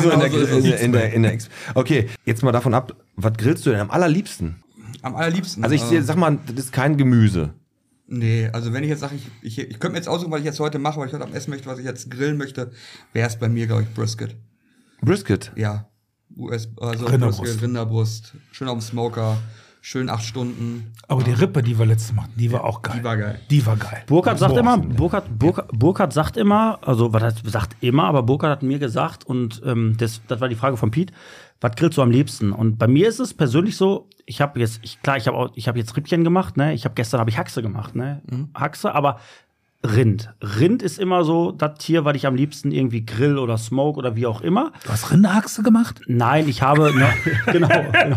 Speaker 3: (laughs) so in der, in der, in der, in der X Okay, jetzt mal davon ab, was grillst du denn am allerliebsten?
Speaker 7: Am allerliebsten.
Speaker 3: Also ich
Speaker 7: äh,
Speaker 3: sag mal, das ist kein Gemüse.
Speaker 7: Nee, also wenn ich jetzt sage, ich, ich, ich könnte mir jetzt aussuchen, was ich jetzt heute mache, weil ich heute am Essen möchte, was ich jetzt grillen möchte, wäre es bei mir, glaube ich, Brisket.
Speaker 3: Brisket.
Speaker 7: Ja. also US, also
Speaker 8: Rinderbrust.
Speaker 7: Brisket, Rinderbrust, schön auf dem Smoker, Schön acht Stunden.
Speaker 8: Aber die Rippe, die wir letztes Mal hatten, die war auch geil.
Speaker 7: Die war geil.
Speaker 8: Die war geil.
Speaker 2: Burkhard sagt
Speaker 8: Boah.
Speaker 2: immer, Burkhard, Burkhard, Burkhard sagt immer, also was heißt, sagt immer, aber Burkhard hat mir gesagt und ähm, das, das war die Frage von Pete, was grillst du am liebsten? Und bei mir ist es persönlich so, ich habe jetzt, ich, klar, ich habe auch, ich habe jetzt Rippchen gemacht, ne? Ich habe gestern habe ich Haxe gemacht, ne?
Speaker 3: Mhm.
Speaker 2: Haxe, aber Rind. Rind ist immer so das Tier, was ich am liebsten irgendwie grill oder smoke oder wie auch immer.
Speaker 8: Du hast Rinderhaxe gemacht?
Speaker 2: Nein, ich habe ne, (laughs) genau, genau.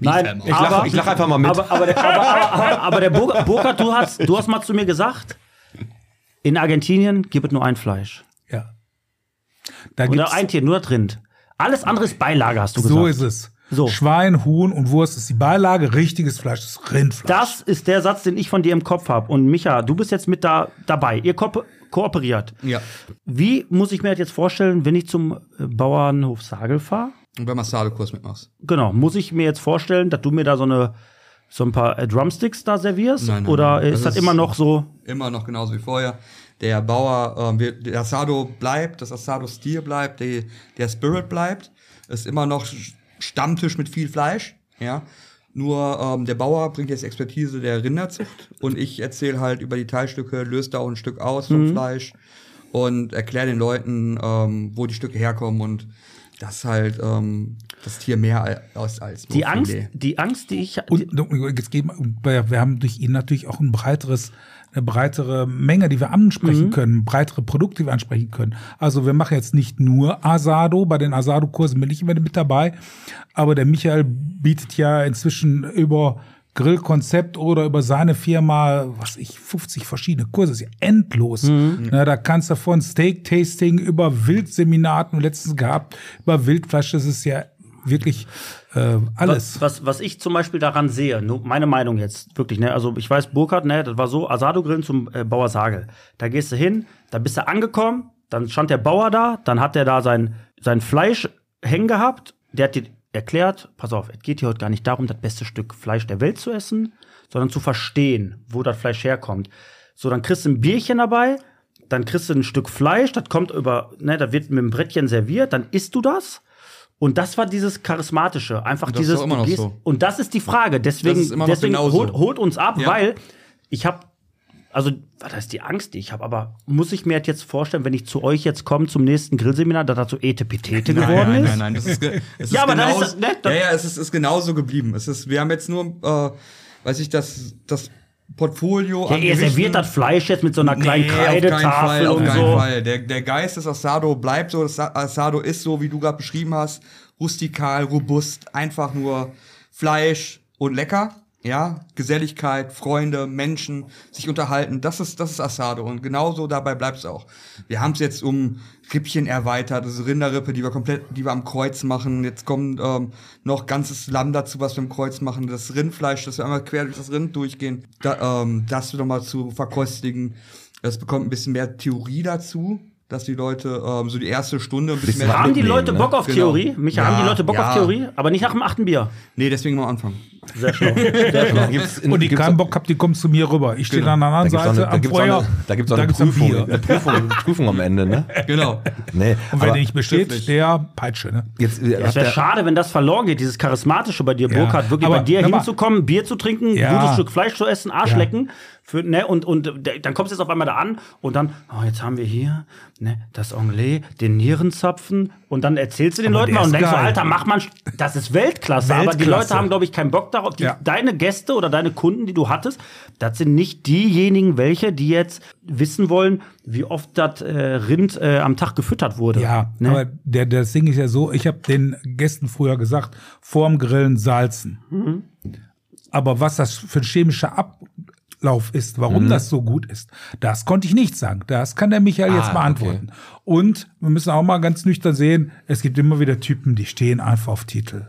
Speaker 2: Nein,
Speaker 3: Ich lach- ich lach einfach mal mit.
Speaker 2: Aber, aber der, aber, aber, aber der Burger, Burger du, hast, du hast mal zu mir gesagt, in Argentinien gibt es nur ein Fleisch.
Speaker 8: Ja. Da
Speaker 2: Oder
Speaker 8: gibt's,
Speaker 2: ein Tier, nur das Rind. Alles andere ist Beilage, hast du gesagt.
Speaker 8: so ist es.
Speaker 2: So.
Speaker 8: Schwein, Huhn und Wurst ist die Beilage, richtiges Fleisch ist Rindfleisch.
Speaker 2: Das ist der Satz, den ich von dir im Kopf habe. Und Micha, du bist jetzt mit da, dabei. Ihr ko kooperiert.
Speaker 7: Ja.
Speaker 2: Wie muss ich mir das jetzt vorstellen, wenn ich zum äh, Bauernhof Sagel fahre?
Speaker 7: Und beim Massagekurs mitmachst.
Speaker 2: Genau, muss ich mir jetzt vorstellen, dass du mir da so eine so ein paar äh, Drumsticks da servierst?
Speaker 7: Nein, nein,
Speaker 2: Oder
Speaker 7: nein.
Speaker 2: ist
Speaker 7: Das
Speaker 2: das
Speaker 7: ist-
Speaker 2: immer noch so?
Speaker 7: Immer noch genauso wie vorher. Der Bauer, ähm, wir, der Asado bleibt, das Asado-Stil bleibt, die, der Spirit bleibt. Ist immer noch Stammtisch mit viel Fleisch. Ja. Nur ähm, der Bauer bringt jetzt Expertise der Rinderzucht und ich erzähle halt über die Teilstücke, löse da auch ein Stück aus
Speaker 2: Mhm.
Speaker 7: vom Fleisch und erkläre den Leuten, ähm, wo die Stücke herkommen und dass halt ähm, das Tier mehr als, als nur
Speaker 2: Die Angst,
Speaker 7: Filet.
Speaker 2: die Angst, die ich.
Speaker 8: Und jetzt geben um, wir wir haben durch ihn natürlich auch ein breiteres, eine breitere Menge, die wir ansprechen können, breitere Produkte, die wir ansprechen können. Also wir machen jetzt nicht nur Asado, bei den Asado-Kursen bin ich immer mit dabei, aber der Michael bietet ja inzwischen über Grillkonzept oder über seine Firma, was ich, 50 verschiedene Kurse, ist ja endlos. Na, da kannst du von Steak-Tasting über Wildseminaten letztens gehabt, über Wildfleisch, das ist ja wirklich äh,
Speaker 2: Was,
Speaker 8: alles.
Speaker 2: was, was ich zum Beispiel daran sehe, nur meine Meinung jetzt, wirklich, ne? Also ich weiß, Burkhard, ne, das war so, Asado-Grillen zum äh, Bauer Sagel. Da gehst du hin, da bist du angekommen, dann stand der Bauer da, dann hat der da sein, sein Fleisch hängen gehabt, der hat dir erklärt, pass auf, es geht hier heute gar nicht darum, das beste Stück Fleisch der Welt zu essen, sondern zu verstehen, wo das Fleisch herkommt. So, dann kriegst du ein Bierchen dabei, dann kriegst du ein Stück Fleisch, das kommt über, ne, da wird mit dem Brettchen serviert, dann isst du das. Und das war dieses charismatische, einfach
Speaker 7: Das ist
Speaker 2: dieses.
Speaker 7: doch immer noch
Speaker 2: du gehst-
Speaker 7: so.
Speaker 2: Und das ist die Frage. Deswegen,
Speaker 7: Das ist immer noch
Speaker 2: deswegen
Speaker 7: genauso.
Speaker 2: holt, holt uns ab,
Speaker 7: Ja.
Speaker 2: weil ich habe, also was heißt die Angst, die ich habe, aber muss ich mir das jetzt vorstellen, wenn ich zu euch jetzt komme zum nächsten Grillseminar, dass das so Etepetete geworden
Speaker 7: nein,
Speaker 2: ist?
Speaker 7: Nein, nein, nein. Es ist, ge- es
Speaker 2: Ja,
Speaker 7: ist
Speaker 2: aber dann
Speaker 7: genauso,
Speaker 2: ist das- ne, dann-
Speaker 7: ja, ja, es ist, ist genauso geblieben. Es ist, wir haben jetzt nur, äh, weiß ich, das, das Portfolio.
Speaker 2: Ja,
Speaker 7: an
Speaker 2: ihr
Speaker 7: Gerichten-
Speaker 2: serviert das Fleisch jetzt mit so einer kleinen
Speaker 7: Nee,
Speaker 2: Kreidetafel
Speaker 7: auf keinen Fall, auf
Speaker 2: und
Speaker 7: keinen
Speaker 2: so.
Speaker 7: Fall. Der, der Geist des Asado bleibt so. Das Asado ist so, wie du gerade beschrieben hast, rustikal, robust, einfach nur Fleisch und lecker. Ja, Geselligkeit, Freunde, Menschen, sich unterhalten, das ist, das ist Asado. Und genauso dabei bleibt's auch. Wir haben's jetzt um Rippchen erweitert, das ist Rinderrippe, die wir komplett, die wir am Kreuz machen. Jetzt kommt ähm, noch ganzes Lamm dazu, was wir im Kreuz machen. Das Rindfleisch, dass wir einmal quer durch das Rind durchgehen, da, ähm, das nochmal zu verkostigen. Das bekommt ein bisschen mehr Theorie dazu, dass die Leute ähm, so die erste Stunde ein bisschen
Speaker 3: Bisschen
Speaker 7: mehr.
Speaker 2: Haben die
Speaker 3: Mitnehmen,
Speaker 2: Leute
Speaker 3: ne?
Speaker 2: Bock auf
Speaker 7: Genau.
Speaker 2: Theorie? Micha,
Speaker 7: Ja,
Speaker 2: haben die Leute Bock
Speaker 7: ja.
Speaker 2: auf Theorie? Aber nicht nach dem achten Bier.
Speaker 7: Nee, deswegen mal anfangen.
Speaker 2: Sehr schlau.
Speaker 3: Da (laughs) gibt's in-
Speaker 8: Und die
Speaker 3: gibt's-
Speaker 8: keinen Bock habt, die kommen zu mir rüber. Ich stehe
Speaker 7: Genau.
Speaker 8: an der anderen
Speaker 3: da gibt's auch
Speaker 8: Seite
Speaker 3: eine- da
Speaker 8: am
Speaker 3: gibt's auch
Speaker 8: Feuer.
Speaker 3: eine- Da gibt es auch eine
Speaker 8: gibt's ein
Speaker 3: Prüfung. (laughs)
Speaker 8: Bier.
Speaker 3: Eine Prüfung, eine Prüfung am Ende, ne?
Speaker 7: Genau.
Speaker 3: Nee.
Speaker 8: Und wenn
Speaker 3: aber
Speaker 8: der nicht besteht,
Speaker 7: Schriftlich.
Speaker 8: der Peitsche. Ne?
Speaker 3: jetzt, äh,
Speaker 2: Es
Speaker 3: habt
Speaker 2: wäre
Speaker 3: ihr-
Speaker 2: schade, wenn das verloren geht, dieses Charismatische bei dir,
Speaker 8: Ja.
Speaker 2: Burkhard, wirklich
Speaker 8: Aber
Speaker 2: bei dir
Speaker 8: hör mal.
Speaker 2: hinzukommen, Bier zu trinken,
Speaker 8: Ja.
Speaker 2: gutes Stück Fleisch zu essen, Arsch
Speaker 8: Ja.
Speaker 2: lecken. Für, ne, und, und äh, dann kommst du jetzt auf einmal da an und dann, oh, jetzt haben wir hier ne, das Anglais, den Nierenzapfen und dann erzählst du den
Speaker 8: Aber
Speaker 2: Leuten
Speaker 8: der
Speaker 2: mal und
Speaker 8: ist
Speaker 2: denkst so,
Speaker 8: geil.
Speaker 2: Alter, mach mal, ein Sch- das ist Weltklasse. Aber die
Speaker 8: Weltklasse.
Speaker 2: Leute haben, glaube ich, keinen Bock darauf. Die,
Speaker 8: Ja.
Speaker 2: Deine Gäste oder deine Kunden, die du hattest, das sind nicht diejenigen, welche, die jetzt wissen wollen, wie oft das äh, Rind äh, am Tag gefüttert wurde.
Speaker 8: Ja,
Speaker 2: ne?
Speaker 8: aber der, das Ding ist ja so, ich habe den Gästen früher gesagt, vorm Grillen salzen. Aber was das für ein chemischer Ablauf ist, warum
Speaker 3: Mhm.
Speaker 8: das so gut ist, das konnte ich nicht sagen. Das kann der Michael
Speaker 3: Ah,
Speaker 8: jetzt beantworten. Und wir müssen auch mal ganz nüchtern sehen, es gibt immer wieder Typen, die stehen einfach auf Titel.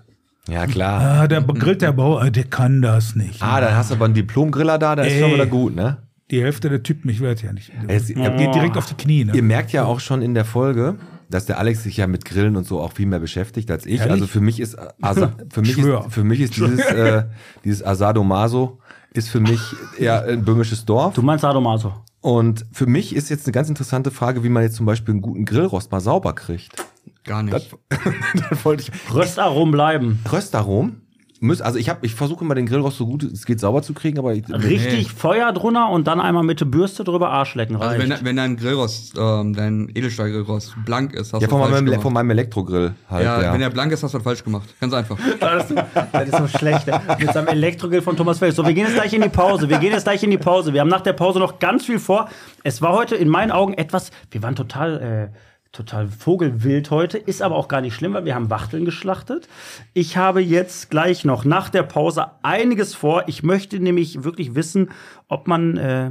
Speaker 3: ja, klar.
Speaker 8: Ah, der grillt der Bauer, ah, der kann das nicht.
Speaker 3: Mhm. Ah, dann hast du aber einen Diplomgriller da, dann ist schon
Speaker 8: Ey.
Speaker 3: wieder gut, ne?
Speaker 8: Die Hälfte der Typen, ich werde ja nicht.
Speaker 3: Jetzt-
Speaker 8: Geht direkt auf die Knie. Ne?
Speaker 3: Ihr merkt ja auch schon in der Folge, dass der Alex sich ja mit Grillen und so auch viel mehr beschäftigt als ich.
Speaker 8: Ehrlich?
Speaker 3: Also für mich ist (laughs) Asa für mich
Speaker 8: Schwör.
Speaker 3: ist, für mich ist dieses äh, dieses Asado Maso ist für mich eher ein böhmisches Dorf.
Speaker 2: Du meinst Sadomaso.
Speaker 3: Und für mich ist jetzt eine ganz interessante Frage, wie man jetzt zum Beispiel einen guten Grillrost mal sauber kriegt. (laughs)
Speaker 7: Gar nicht.
Speaker 3: Dann wollte ich
Speaker 2: Röstaromen bleiben.
Speaker 3: Röstarom. müsst, also ich, hab, ich versuche immer den Grillrost so gut es geht sauber zu kriegen, aber ich,
Speaker 2: Richtig Feuer drunter und dann einmal mit der Bürste drüber Arsch lecken.
Speaker 7: Also
Speaker 2: Reicht.
Speaker 7: wenn, wenn dein Grillrost, ähm, dein Edelstahlgrillrost blank ist, hast
Speaker 3: ja,
Speaker 7: du
Speaker 3: von
Speaker 7: was falsch
Speaker 3: meinem,
Speaker 7: gemacht.
Speaker 3: von meinem Elektrogrill halt.
Speaker 7: ja,
Speaker 3: Ja,
Speaker 7: wenn er blank ist, hast du was falsch gemacht. Ganz einfach.
Speaker 2: das, ist, das ist so schlecht. ey. Mit seinem Elektrogrill von Thomas Felix. So, wir gehen jetzt gleich in die Pause. Wir gehen jetzt gleich in die Pause. Wir haben nach der Pause noch ganz viel vor. Es war heute in meinen Augen etwas, wir waren total, äh, total vogelwild heute. Ist aber auch gar nicht schlimm, weil wir haben Wachteln geschlachtet. Ich habe jetzt gleich noch nach der Pause einiges vor. Ich möchte nämlich wirklich wissen, ob man äh,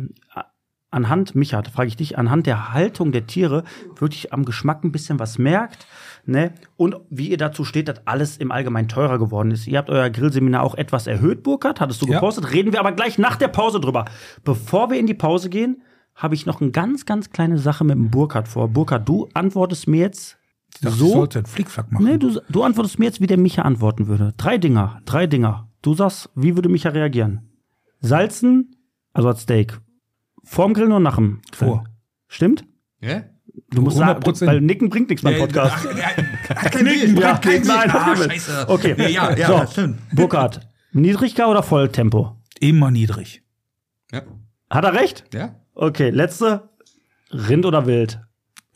Speaker 2: anhand, Micha, da frage ich dich, anhand der Haltung der Tiere wirklich am Geschmack ein bisschen was merkt. Ne? Und wie ihr dazu steht, dass alles im Allgemeinen teurer geworden ist. Ihr habt euer Grillseminar auch etwas erhöht, Burkhard, hattest du
Speaker 8: Ja.
Speaker 2: gepostet. Reden wir aber gleich nach der Pause drüber. Bevor wir in die Pause gehen, habe ich noch eine ganz, ganz kleine Sache mit dem Burkhard vor. Burkhard, du antwortest mir jetzt
Speaker 8: Ich dachte,
Speaker 2: so.
Speaker 8: ich sollte einen Flickflack machen.
Speaker 2: Nee, du, du antwortest mir jetzt, wie der Micha antworten würde. Drei Dinger, drei Dinger. Du sagst, wie würde Micha reagieren? Salzen, also als Steak. Vorm Grillen oder nach dem? Grillen?
Speaker 8: Vor.
Speaker 2: Stimmt?
Speaker 7: Ja?
Speaker 2: Du musst sagen,
Speaker 8: 100%.
Speaker 2: weil Nicken bringt nichts beim
Speaker 7: Nee,
Speaker 2: Podcast.
Speaker 7: Hat kein Bild,
Speaker 2: Ja,
Speaker 7: hat kein
Speaker 2: (laughs)
Speaker 7: Bild.
Speaker 2: nein, hat
Speaker 7: Ah,
Speaker 2: kein Bild.
Speaker 7: scheiße.
Speaker 2: Okay.
Speaker 7: Nee, Ja, ja,
Speaker 2: So.
Speaker 7: das stimmt.
Speaker 2: Burkhard, Niedrigker oder Volltempo?
Speaker 8: Immer niedrig.
Speaker 7: Ja.
Speaker 2: Hat er recht?
Speaker 7: Ja?
Speaker 2: Okay, letzte. Rind oder Wild?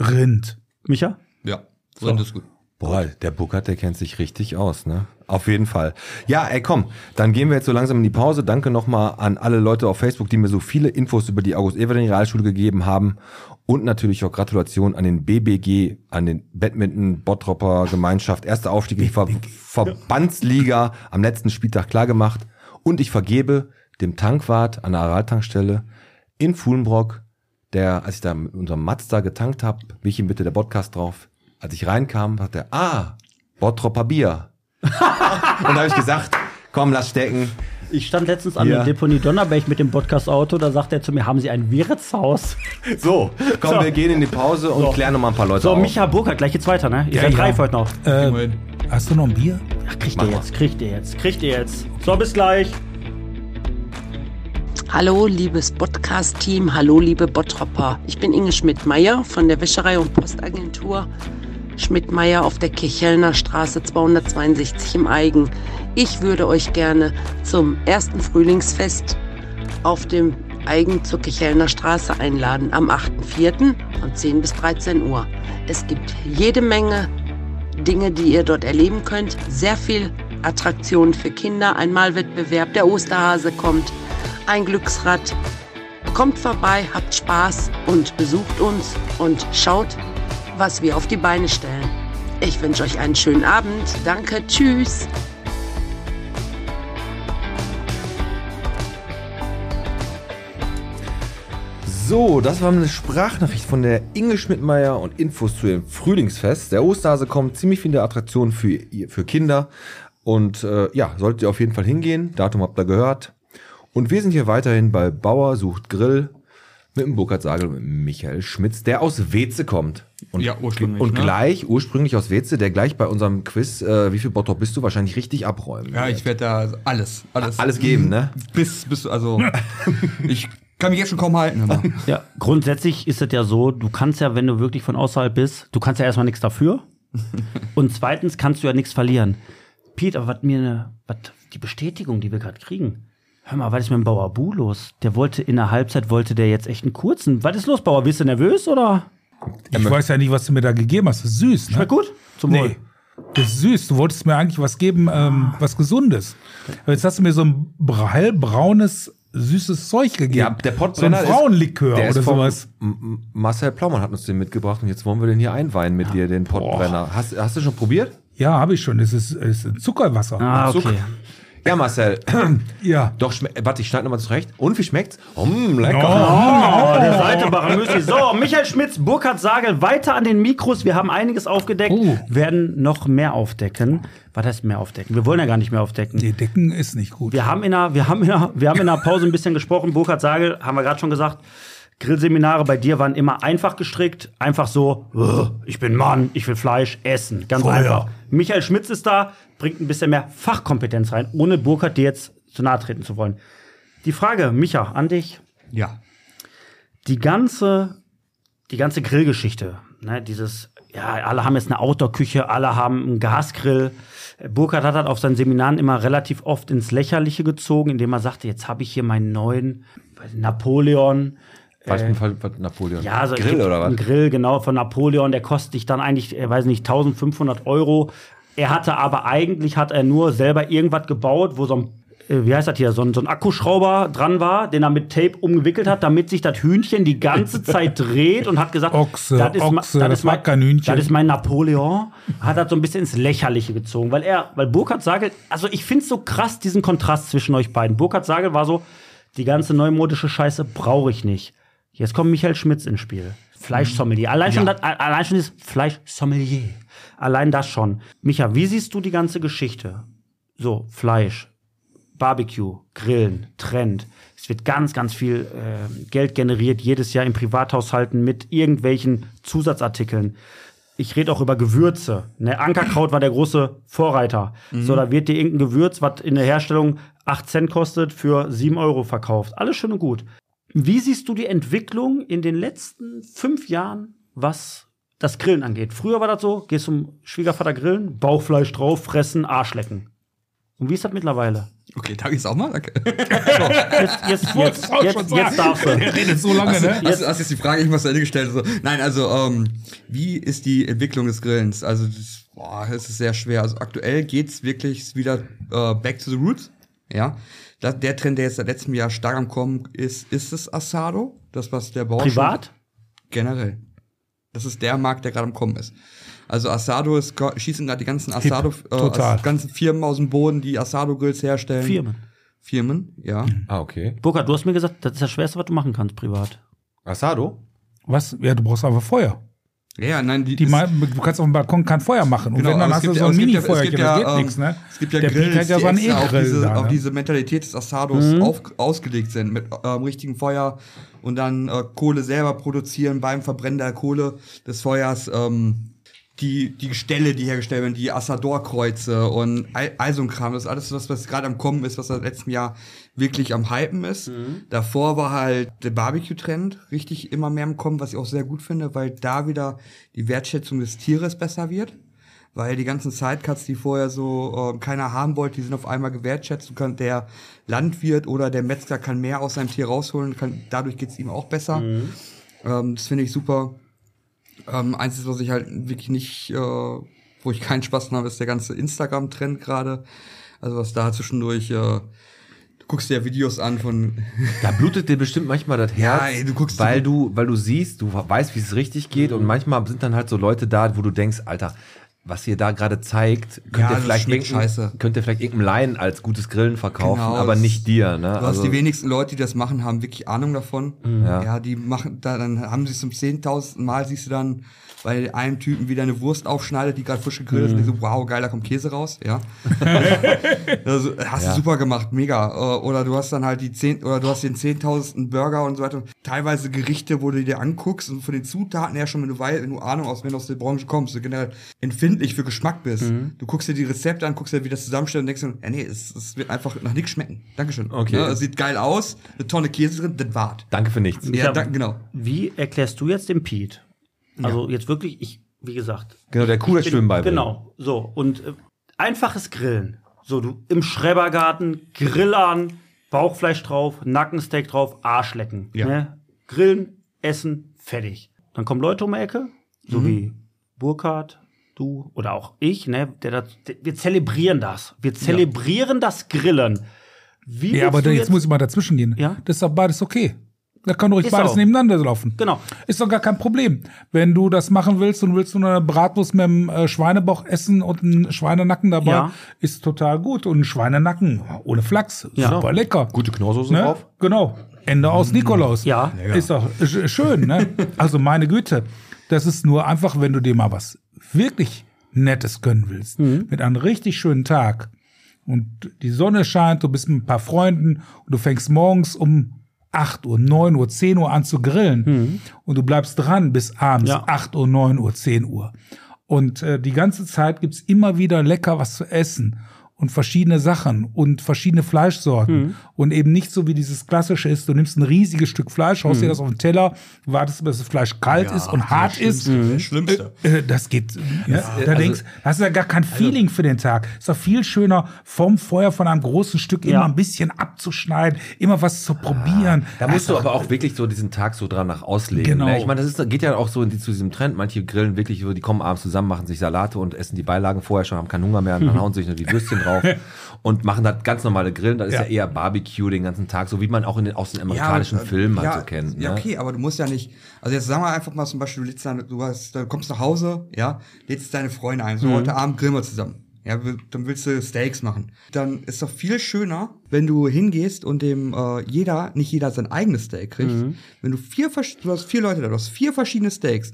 Speaker 8: Rind.
Speaker 2: Micha?
Speaker 7: Ja. So, das ist gut.
Speaker 3: Boah, der Burkhard, der kennt sich richtig aus, ne? Auf jeden Fall. Ja, ey, komm, dann gehen wir jetzt so langsam in die Pause. Danke nochmal an alle Leute auf Facebook, die mir so viele Infos über die August-Everding-Realschule gegeben haben. Und natürlich auch Gratulation an den BBG, an den Badminton-Bottropper-Gemeinschaft. Erster Aufstieg in die Ver Verbandsliga am letzten Spieltag klargemacht. Und ich vergebe dem Tankwart an der Araltankstelle in Fulenbrock der, als ich da mit unserem Mazda getankt habe, wich ihm bitte der Podcast drauf. Als ich reinkam, hat er, ah, Bottropper Bier. Und da habe ich gesagt, komm, lass stecken.
Speaker 2: Ich stand letztens an
Speaker 3: Ja.
Speaker 2: der Deponie Donnerberg mit dem Podcast-Auto, da sagt er zu mir, haben Sie ein Wirtshaus?
Speaker 3: So, komm, wir gehen in die Pause und klären nochmal ein paar Leute
Speaker 2: So,
Speaker 3: auf.
Speaker 2: Micha Burkhard, gleich jetzt weiter, ne? Ihr
Speaker 8: Ja,
Speaker 2: seid
Speaker 8: ja.
Speaker 2: reif heute noch.
Speaker 3: Ähm.
Speaker 8: Äh, hast du noch ein Bier?
Speaker 2: Ach, kriegt ihr jetzt, kriegt ihr jetzt, kriegt ihr jetzt. So, bis gleich.
Speaker 9: Hallo, liebes Podcast-Team. Hallo, liebe Bottropper. Ich bin Inge Schmidt-Meyer von der Wäscherei und Postagentur Schmidt-Meyer auf der Kirchhellner Straße 262 im Eigen. Ich würde euch gerne zum ersten Frühlingsfest auf dem Eigen zur Kirchhellner Straße einladen am 8.4. von 10 bis 13 Uhr. Es gibt jede Menge Dinge, die ihr dort erleben könnt. Sehr viel Attraktionen für Kinder, ein Malwettbewerb, der Osterhase kommt, ein Glücksrad. Kommt vorbei, habt Spaß und besucht uns und schaut, was wir auf die Beine stellen. Ich wünsche euch einen schönen Abend. Danke, tschüss.
Speaker 3: So, das war eine Sprachnachricht von der Inge Schmidtmeier und Infos zu dem Frühlingsfest. Der Osterhase kommt, ziemlich viele Attraktionen für, ihr- für Kinder. Und äh, ja, solltet ihr auf jeden Fall hingehen. Datum habt ihr gehört. Und wir sind hier weiterhin bei Bauer sucht Grill mit dem Burkhard Sagel und mit dem Michael Schmitz, der aus Weze kommt. Und,
Speaker 7: Ja, ursprünglich,
Speaker 3: Und
Speaker 7: ne?
Speaker 3: gleich, ursprünglich aus Weze, der gleich bei unserem Quiz, äh, wie viel Bottrop bist du, wahrscheinlich richtig abräumen.
Speaker 7: Ja, ich werde da alles, alles.
Speaker 3: Alles geben, ne?
Speaker 7: Bis,
Speaker 3: (laughs)
Speaker 7: bis, also. ich kann mich jetzt schon kaum halten. Immer.
Speaker 2: Ja, grundsätzlich ist es ja so, du kannst ja, wenn du wirklich von außerhalb bist, du kannst ja erstmal nichts (laughs) dafür. Und zweitens kannst du ja nichts verlieren. Pete, aber was mir eine, was die Bestätigung, die wir gerade kriegen. Hör mal, was ist mit dem Bauer Bu los? Der wollte in der Halbzeit, wollte der jetzt echt einen kurzen. Was ist los, Bauer? Bist du nervös oder?
Speaker 8: Ich weiß ja nicht, was du mir da gegeben hast. Das ist süß, ne?
Speaker 2: Schmeckt gut? Zum
Speaker 8: Nee. Das ist süß. Du wolltest mir eigentlich was geben, ähm, was Gesundes. Aber jetzt hast du mir so ein bra- hellbraunes, süßes Zeug gegeben.
Speaker 3: Ja, der Pottbrenner
Speaker 8: So ein
Speaker 3: ist-
Speaker 8: Frauenlikör
Speaker 3: Der
Speaker 8: oder
Speaker 3: ist vom-
Speaker 8: sowas.
Speaker 3: M- M- Marcel Plaumann hat uns den mitgebracht und jetzt wollen wir den hier einweihen mit dir, den Pottbrenner. Hast, hast du schon probiert?
Speaker 8: Ja, habe ich schon. Es ist, es ist Zuckerwasser.
Speaker 2: Ah, okay.
Speaker 3: Ja, Marcel. (clears throat)
Speaker 8: Ja.
Speaker 3: Doch, schme- äh, warte, ich schneide nochmal zurecht. Und wie schmeckt's? Mm, lecker.
Speaker 2: Oh, der Seitenbacher Müsli. So, Michael Schmitz, Burkhard Sagel, weiter an den Mikros. Wir haben einiges aufgedeckt,
Speaker 8: Oh.
Speaker 2: werden noch mehr aufdecken. Was heißt mehr aufdecken? Wir wollen ja gar nicht mehr aufdecken.
Speaker 8: Nee, Decken ist nicht gut.
Speaker 2: Wir haben in einer, wir haben in einer, wir haben in einer Pause ein bisschen gesprochen. Burkhard Sagel, haben wir gerade schon gesagt. Grillseminare bei dir waren immer einfach gestrickt, einfach so, "Ugh, ich bin Mann, ich will Fleisch essen, ganz
Speaker 8: Feuer.
Speaker 2: einfach. Michael Schmitz ist da, bringt ein bisschen mehr Fachkompetenz rein, ohne Burkhard dir jetzt zu nahe treten zu wollen. Die Frage, Micha, an dich
Speaker 7: Ja.
Speaker 2: die ganze, die ganze Grillgeschichte, ne, dieses, ja, alle haben jetzt eine Outdoor-Küche, alle haben einen Gasgrill, Burkhardt hat halt auf seinen Seminaren immer relativ oft ins Lächerliche gezogen, indem er sagte, jetzt habe ich hier meinen neuen Napoleon.
Speaker 3: Was,
Speaker 2: äh,
Speaker 3: was, was Napoleon?
Speaker 2: ja, also so
Speaker 3: Grill oder
Speaker 2: Ein
Speaker 3: was?
Speaker 2: Grill, genau, von Napoleon. Der kostet dich dann eigentlich, äh, weiß nicht, 1500 Euro. Er hatte aber eigentlich, hat er nur selber irgendwas gebaut, wo so ein, äh, wie heißt das hier, so ein, so ein Akkuschrauber dran war, den er mit Tape umgewickelt hat, damit sich das Hühnchen die
Speaker 3: (laughs)
Speaker 2: ganze Zeit dreht und hat gesagt,
Speaker 8: Ochse,
Speaker 2: ma-
Speaker 8: Ochse, das
Speaker 2: mein-
Speaker 8: mag kein Hühnchen.
Speaker 2: Das ist mein Napoleon. Hat das so ein bisschen ins Lächerliche gezogen, weil er, weil Burkhard Sagel, also ich finde so krass diesen Kontrast zwischen euch beiden. Burkhard Sagel war so, die ganze neumodische Scheiße brauche ich nicht. Jetzt kommt Michael Schmitz ins Spiel.
Speaker 8: Mhm.
Speaker 2: Fleischsommelier. Allein schon, das, allein schon dieses Fleischsommelier. Allein das schon. Micha, wie siehst du die ganze Geschichte? So, Fleisch, Barbecue, Grillen, Trend. Es wird ganz, ganz viel äh, Geld generiert, jedes Jahr in Privathaushalten mit irgendwelchen Zusatzartikeln. Ich rede auch über Gewürze. Ne, Ankerkraut war der große Vorreiter. So, da wird dir irgendein Gewürz, was in der Herstellung 8 Cent kostet, für 7 Euro verkauft. Alles schön und gut. Wie siehst du die Entwicklung in den letzten fünf Jahren, was das Grillen angeht? Früher war das so, gehst zum Schwiegervater grillen, Bauchfleisch drauf, fressen, Arsch lecken. Und wie ist das mittlerweile?
Speaker 7: Okay, danke ich auch mal. Danke.
Speaker 2: Jetzt, jetzt, jetzt,
Speaker 8: auch schon
Speaker 2: jetzt,
Speaker 8: sagen.
Speaker 2: jetzt
Speaker 7: (laughs)
Speaker 2: darfst du. Also,
Speaker 8: Der redet so lange,
Speaker 7: Hast,
Speaker 8: ne?
Speaker 7: du, hast, du- hast jetzt die Frage, ich muss zu Ende gestellt. Also, nein, also ähm, wie ist die Entwicklung des Grillens? Also das, boah, es ist sehr schwer. Also aktuell geht's wirklich wieder äh, back to the roots. Ja, das, der Trend, der jetzt seit letztem Jahr stark am kommen ist, ist es Asado. Das was der Bauer schon-
Speaker 2: Privat?
Speaker 7: generell. Das ist der Markt, der gerade am kommen ist. Also Asado ist, gra- schießen gerade die ganzen Asado, äh,
Speaker 8: total.
Speaker 7: As- ganzen Firmen aus dem Boden, die Asado Grills herstellen.
Speaker 2: Firmen.
Speaker 7: Firmen, ja.
Speaker 8: Mhm.
Speaker 3: Ah, okay.
Speaker 2: Burkhard, du hast mir gesagt, das ist das Schwerste, was du machen kannst, privat.
Speaker 3: Asado?
Speaker 8: Was? Ja, du brauchst einfach Feuer.
Speaker 7: Ja, ja, nein,
Speaker 8: Die
Speaker 7: ist-
Speaker 8: Ma- du kannst auf dem Balkon kein Feuer machen. Und
Speaker 7: Genau,
Speaker 8: wenn, dann
Speaker 7: aber
Speaker 8: hast
Speaker 7: es
Speaker 8: du
Speaker 7: gibt
Speaker 8: so
Speaker 7: ja-
Speaker 8: ein
Speaker 7: es gibt ja- es
Speaker 8: Mini-Feuerchen,
Speaker 7: gibt
Speaker 8: das
Speaker 7: ja,
Speaker 8: geht
Speaker 7: ähm,
Speaker 8: nichts, ne?
Speaker 7: Es gibt ja
Speaker 8: Der
Speaker 7: Grills,
Speaker 8: Pete hat ja
Speaker 7: die
Speaker 8: so einen
Speaker 7: extra auf,
Speaker 8: E-Grill
Speaker 7: diese,
Speaker 8: da, ne? Mhm.
Speaker 7: auf diese Mentalität des Asados auf, ausgelegt sind, mit ähm, richtigem Feuer und dann äh, Kohle selber produzieren beim Verbrennen der Kohle des Feuers. Ähm, die, die Gestelle, die hergestellt werden, die Assador-Kreuze und all, all so ein Kram, das ist alles, was, was gerade am Kommen ist, was seit letztem Jahr wirklich am Hypen ist.
Speaker 8: Mhm.
Speaker 7: Davor war halt der Barbecue-Trend richtig immer mehr am Kommen, was ich auch sehr gut finde, weil da wieder die Wertschätzung des Tieres besser wird weil die ganzen Sidecuts, die vorher so äh, keiner haben wollte, die sind auf einmal gewertschätzt und kann, der Landwirt oder der Metzger kann mehr aus seinem Tier rausholen, kann, dadurch geht's ihm auch besser. Ähm, das finde ich super. Ähm, einziges, was ich halt wirklich nicht, äh, wo ich keinen Spaß dran habe, ist der ganze Instagram-Trend gerade. Also was da zwischendurch, äh, du guckst dir ja Videos an von
Speaker 3: Da blutet dir bestimmt manchmal das Herz,
Speaker 7: Ja, ey, du guckst- Mhm.
Speaker 3: weil du, weil du siehst, du weißt, wie es richtig geht und manchmal sind dann halt so Leute da, wo du denkst, Alter, was ihr da gerade zeigt, könnt
Speaker 7: Ja,
Speaker 3: ihr
Speaker 7: das
Speaker 3: vielleicht
Speaker 7: schmeckt
Speaker 3: denken,
Speaker 7: scheiße.
Speaker 3: könnt ihr vielleicht irgendeinem Laien als gutes Grillen verkaufen,
Speaker 7: Genau,
Speaker 3: aber
Speaker 7: das-
Speaker 3: nicht dir, ne?
Speaker 7: Du hast die wenigsten Leute, die das machen, haben wirklich Ahnung davon.
Speaker 3: Ja.
Speaker 7: Ja. die machen, da, dann haben sie es zum zehntausendsten Mal, siehst du dann bei einem Typen wieder eine Wurst aufschneidet, die gerade frisch gegrillt ist, und denkst so, wow, geil, da kommt Käse raus, ja. also, hast
Speaker 3: Ja.
Speaker 7: du super gemacht, mega. Äh, Oder du hast dann halt die zehn, oder du hast den zehntausendsten Burger und so weiter. Teilweise Gerichte, wo du dir anguckst und von den Zutaten her schon, wenn du, wei- wenn du Ahnung aus, wenn du aus der Branche kommst, du generell empfindlich für Geschmack bist.
Speaker 3: Mhm.
Speaker 7: Du guckst dir die Rezepte an, guckst dir, wie das zusammenstellt und denkst dir, ja, nee, es, es wird einfach nach nichts schmecken. Dankeschön.
Speaker 3: Okay.
Speaker 7: Ne, es sieht geil aus, eine Tonne Käse drin, das war's.
Speaker 3: Danke für nichts.
Speaker 7: Ja,
Speaker 2: hab-
Speaker 7: da, genau.
Speaker 2: Wie erklärst du jetzt dem Pete? Also jetzt wirklich, ich, wie gesagt.
Speaker 3: Genau, der Kuh das
Speaker 2: bin-
Speaker 3: Schwimmen beibringen.
Speaker 2: Genau, so. Und äh, einfaches Grillen. So, du im Schrebergarten, Grill an, Bauchfleisch drauf, Nackensteak drauf, Arsch lecken.
Speaker 7: Ja.
Speaker 2: Ne? Grillen, essen, fertig. Dann kommen Leute um die Ecke,
Speaker 8: Mhm.
Speaker 2: so wie Burkhard, du oder auch ich, ne? Der, das- der, wir zelebrieren das. Wir zelebrieren das Grillen. Wie
Speaker 8: Ja, aber
Speaker 2: willst du
Speaker 8: da, jetzt muss ich mal dazwischen gehen.
Speaker 2: Ja.
Speaker 8: Das ist doch beides okay. Da kann doch ruhig
Speaker 2: Ist
Speaker 8: beides
Speaker 2: auch.
Speaker 8: nebeneinander laufen.
Speaker 2: Genau.
Speaker 8: Ist doch gar kein Problem. Wenn du das machen willst und willst nur eine Bratwurst mit einem äh, Schweinebauch essen und einen Schweinenacken dabei,
Speaker 2: Ja.
Speaker 8: ist total gut. Und ein Schweinenacken ohne Flachs,
Speaker 2: Ja.
Speaker 8: super lecker.
Speaker 3: Genau. Gute Knorrsoße
Speaker 8: Ne?
Speaker 3: drauf. Mm.
Speaker 8: Genau. Ende aus Nikolaus.
Speaker 2: Ja.
Speaker 8: Ist doch sch- schön,
Speaker 3: (laughs)
Speaker 8: ne? Also meine Güte. Das ist nur einfach, wenn du dir mal was wirklich Nettes gönnen willst.
Speaker 2: Mhm.
Speaker 8: Mit einem richtig schönen Tag. Und die Sonne scheint, du bist mit ein paar Freunden und du fängst morgens um 8 Uhr, 9 Uhr, 10 Uhr an zu grillen. Und du bleibst dran bis abends
Speaker 2: Ja.
Speaker 8: 8 Uhr, 9 Uhr, 10 Uhr. Und äh, die ganze Zeit gibt's immer wieder lecker was zu essen. und verschiedene Sachen und verschiedene Fleischsorten und eben nicht so wie dieses klassische ist, du nimmst ein riesiges Stück Fleisch, haust dir das auf den Teller, wartest, bis das Fleisch kalt ist und hart ist.
Speaker 3: Mhm.
Speaker 7: Das Mhm. Schlimmste.
Speaker 8: Äh, also Das geht. Ja, da denkst, hast du ja gar kein Feeling für den Tag. Ist doch viel schöner, vom Feuer von einem großen Stück immer
Speaker 2: Ja.
Speaker 8: ein bisschen abzuschneiden, immer was zu probieren.
Speaker 3: Da musst du aber auch wirklich so diesen Tag so dran nach auslegen.
Speaker 8: Genau.
Speaker 3: Ne? Ich meine, das ist, geht ja auch so in die, zu diesem Trend. Manche grillen wirklich so, die kommen abends zusammen, machen sich Salate und essen die Beilagen vorher schon, haben keinen Hunger mehr und
Speaker 7: (laughs)
Speaker 3: dann hauen sich nur die Würstchen drauf und machen das ganz normale Grillen. Das ist ja.
Speaker 8: Ja.
Speaker 3: eher Barbecue den ganzen Tag, so wie man auch in den, aus den amerikanischen
Speaker 7: aber, äh,
Speaker 3: Filmen halt
Speaker 7: ja,
Speaker 3: so kennt. Ne?
Speaker 7: Ja, okay, aber du musst ja nicht. Also jetzt sagen wir einfach mal zum Beispiel, du, lädst deine, du hast, du kommst nach Hause, ja, lädst deine Freunde ein. So, heute Abend grillen wir zusammen. Ja, wir- dann willst du Steaks machen. Dann ist doch viel schöner, wenn du hingehst und dem äh, jeder, nicht jeder sein eigenes Steak kriegt. Wenn du vier, versch- du hast vier Leute da, du hast vier verschiedene Steaks.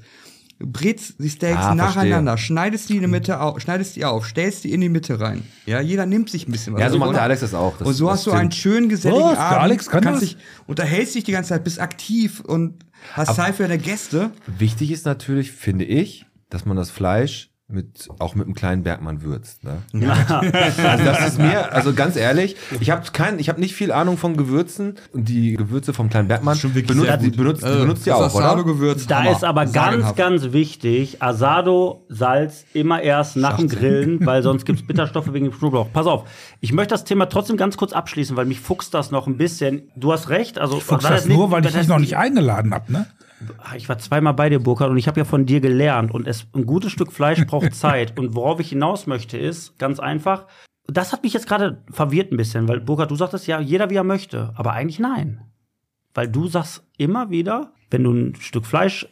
Speaker 7: Du Brätst die Steaks
Speaker 3: Ah,
Speaker 7: nacheinander, schneidest die in die Mitte auf, schneidest die auf, stellst die in die Mitte rein. Ja, jeder nimmt sich ein bisschen was.
Speaker 3: Ja, so macht
Speaker 7: Und-
Speaker 3: der Alex das auch. Das-
Speaker 7: und Also so
Speaker 3: das
Speaker 7: hast du einen
Speaker 3: stimmt.
Speaker 7: schönen geselligen
Speaker 8: Was? Der
Speaker 7: Abend.
Speaker 8: Alex kann
Speaker 7: kannst
Speaker 8: das?
Speaker 7: dich, unterhältst dich die ganze Zeit, bist aktiv und hast Zeit für deine Gäste.
Speaker 3: Wichtig ist natürlich, finde ich, dass man das Fleisch mit, auch mit einem kleinen Bergmann würzt. Ne? Also das ist mir, also ganz ehrlich, ich habe kein, ich habe nicht viel Ahnung von Gewürzen und die Gewürze vom kleinen Bergmann
Speaker 7: Schon wirklich
Speaker 3: benutzt,
Speaker 7: sehr gut. Äh,
Speaker 3: benutzt,
Speaker 8: Äh,
Speaker 3: benutzt ihr auch, oder?
Speaker 7: Gewürz.
Speaker 2: Da ist aber ganz, ganz wichtig, Asado, Salz immer erst nach dem
Speaker 8: (laughs)
Speaker 2: Grillen, weil sonst gibt's Bitterstoffe wegen dem Knoblauch. Pass auf, ich möchte das Thema trotzdem ganz kurz abschließen, weil mich fuchst das noch ein bisschen. Du hast recht, also
Speaker 8: Fuchs das nur, weil ich dich noch nicht eingeladen habe, ne?
Speaker 2: Ah, Ich war zweimal bei dir, Burkhard, und ich habe ja von dir gelernt. Und es, ein gutes Stück Fleisch braucht Zeit. Und worauf ich hinaus möchte, ist ganz einfach. Das hat mich jetzt gerade verwirrt ein bisschen, weil Burkhard, du sagtest ja, jeder wie er möchte. Aber eigentlich nein. Weil du sagst immer wieder, wenn du ein Stück Fleisch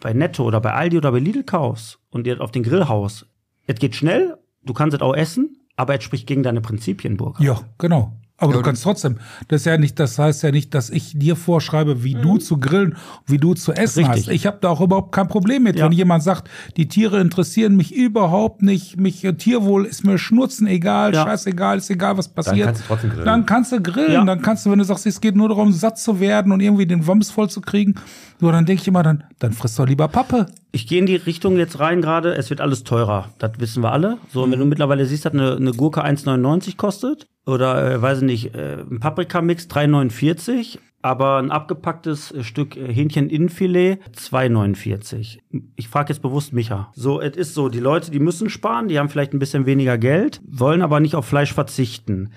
Speaker 2: bei Netto oder bei Aldi oder bei Lidl kaufst und dir das auf den Grill haust, es geht schnell, du kannst es auch essen, aber es spricht gegen deine Prinzipien, Burkhard.
Speaker 8: Ja, genau. Aber du kannst trotzdem. Das ist ja nicht, das heißt ja nicht, dass ich dir vorschreibe, wie
Speaker 2: Mhm.
Speaker 8: du zu grillen, wie du zu essen
Speaker 2: Richtig.
Speaker 8: hast. Ich habe da auch überhaupt kein Problem mit,
Speaker 2: Ja.
Speaker 8: wenn jemand sagt, die Tiere interessieren mich überhaupt nicht, mich äh, Tierwohl ist mir Schnurzen egal,
Speaker 2: Ja.
Speaker 8: scheißegal, ist egal, was passiert.
Speaker 3: kannst du trotzdem grillen.
Speaker 8: Dann kannst du grillen,
Speaker 2: Ja.
Speaker 8: dann kannst du, wenn du sagst, es geht nur darum, satt zu werden und irgendwie den Wams voll zu kriegen, nur dann denke ich immer, dann, dann frisst doch lieber Pappe.
Speaker 2: Ich gehe in die Richtung jetzt rein gerade, es wird alles teurer. Das wissen wir alle. So, und wenn du mittlerweile siehst, dass eine, eine Gurke 1,99 kostet oder, äh, weiß ich nicht, äh, ein Paprikamix 3,49, aber ein abgepacktes äh, Stück äh, Hähnchen-Innenfilet 2,49. Ich frage jetzt bewusst Micha. So, es ist so, die Leute, die müssen sparen, die haben vielleicht ein bisschen weniger Geld, wollen aber nicht auf Fleisch verzichten.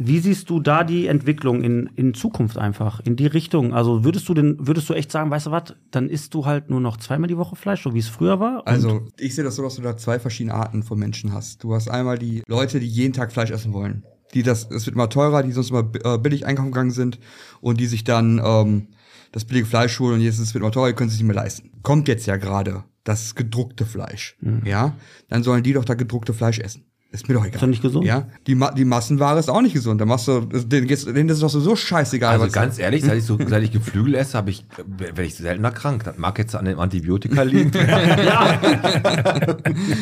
Speaker 2: Wie siehst du da die Entwicklung in, in Zukunft einfach, in die Richtung? Also würdest du denn, würdest du echt sagen, weißt du was, dann isst du halt nur noch zweimal die Woche Fleisch, so wie es früher war? Und-
Speaker 7: Also, ich sehe das so, dass du da zwei verschiedene Arten von Menschen hast. Du hast einmal die Leute, die jeden Tag Fleisch essen wollen. Die das, es wird immer teurer, die sonst immer bi- äh, billig einkaufen gegangen sind und die sich dann ähm, das billige Fleisch holen und jetzt ist es wird immer teurer, die können es sich nicht mehr leisten. Kommt jetzt ja gerade das gedruckte Fleisch.
Speaker 3: Mhm.
Speaker 7: Ja, dann sollen die doch das gedruckte Fleisch essen. Ist mir doch egal.
Speaker 2: doch nicht gesund.
Speaker 7: Ja, die, Ma die Massenware ist auch nicht gesund. Da machst du, denen, geht's, denen ist es doch sowieso scheißegal.
Speaker 3: Also
Speaker 7: was-
Speaker 3: ganz ehrlich, seit ich, so, seit ich Geflügel esse, habe ich, werde ich seltener krank. Das mag jetzt an dem Antibiotika liegen.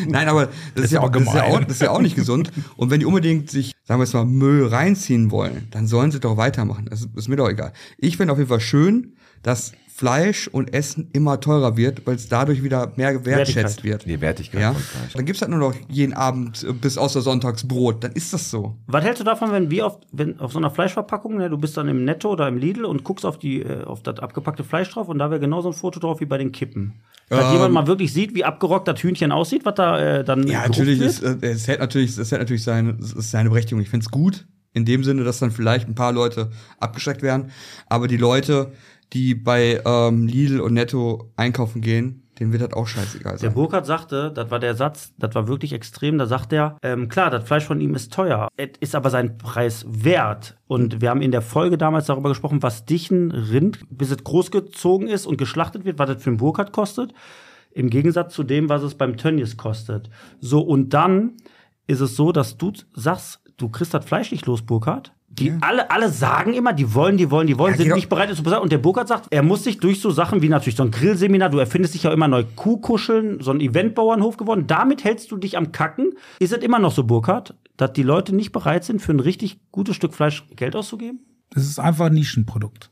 Speaker 7: Nein, aber das ist, ja
Speaker 8: aber
Speaker 7: auch, das, ist ja
Speaker 8: gemein.
Speaker 7: auch, das ist ja auch nicht gesund. Und wenn die unbedingt sich, sagen wir es mal, Müll reinziehen wollen, dann sollen sie doch weitermachen. Das ist, ist mir doch egal. Ich finde auf jeden Fall schön, dass Fleisch und Essen immer teurer wird, weil es dadurch wieder mehr gewertschätzt wird.
Speaker 3: Die Wertigkeit
Speaker 7: Ja?
Speaker 3: von Fleisch.
Speaker 7: Dann gibt's halt nur noch jeden Abend äh, bis außer Sonntags Brot. Dann ist das so.
Speaker 2: Was hältst du davon, wenn wir auf, wenn auf so einer Fleischverpackung, ne, du bist dann im Netto oder im Lidl und guckst auf die äh, auf das abgepackte Fleisch drauf und da wäre genauso ein Foto drauf wie bei den Kippen. Dass
Speaker 7: Ähm.
Speaker 2: jemand mal wirklich sieht, wie abgerockt das Hühnchen aussieht, was da äh, dann
Speaker 7: Ja,
Speaker 2: geruckt
Speaker 7: natürlich,
Speaker 2: wird.
Speaker 7: ist, äh, es hält natürlich, es hält natürlich seine, es ist seine Berechtigung. Ich find's gut, in dem Sinne, dass dann vielleicht ein paar Leute abgeschreckt werden. Aber die Leute, die bei ähm, Lidl und Netto einkaufen gehen, denen wird das auch scheißegal
Speaker 2: Der
Speaker 7: sein.
Speaker 2: Burkhardt sagte, das war der Satz, das war wirklich extrem, da sagt er, ähm, klar, das Fleisch von ihm ist teuer, es ist aber sein Preis wert. Und wir haben in der Folge damals darüber gesprochen, was dich ein Rind, bis es großgezogen ist und geschlachtet wird, was das für ein Burkhardt kostet, im Gegensatz zu dem, was es beim Tönnies kostet. So, und dann ist es so, dass du sagst, du kriegst das Fleisch nicht los, Burkhardt. Die alle, alle sagen immer, die wollen, die wollen, die wollen,
Speaker 7: Ja,
Speaker 2: sind
Speaker 7: geht
Speaker 2: nicht bereit, es zu bezahlen. Und der Burkhardt sagt, er muss sich durch so Sachen wie natürlich so ein Grillseminar, du erfindest dich ja immer neu Kuhkuscheln, so ein Eventbauernhof geworden, damit hältst du dich am Kacken. Ist es immer noch so, Burkhardt, dass die Leute nicht bereit sind, für ein richtig gutes Stück Fleisch Geld auszugeben?
Speaker 8: Das ist einfach ein Nischenprodukt.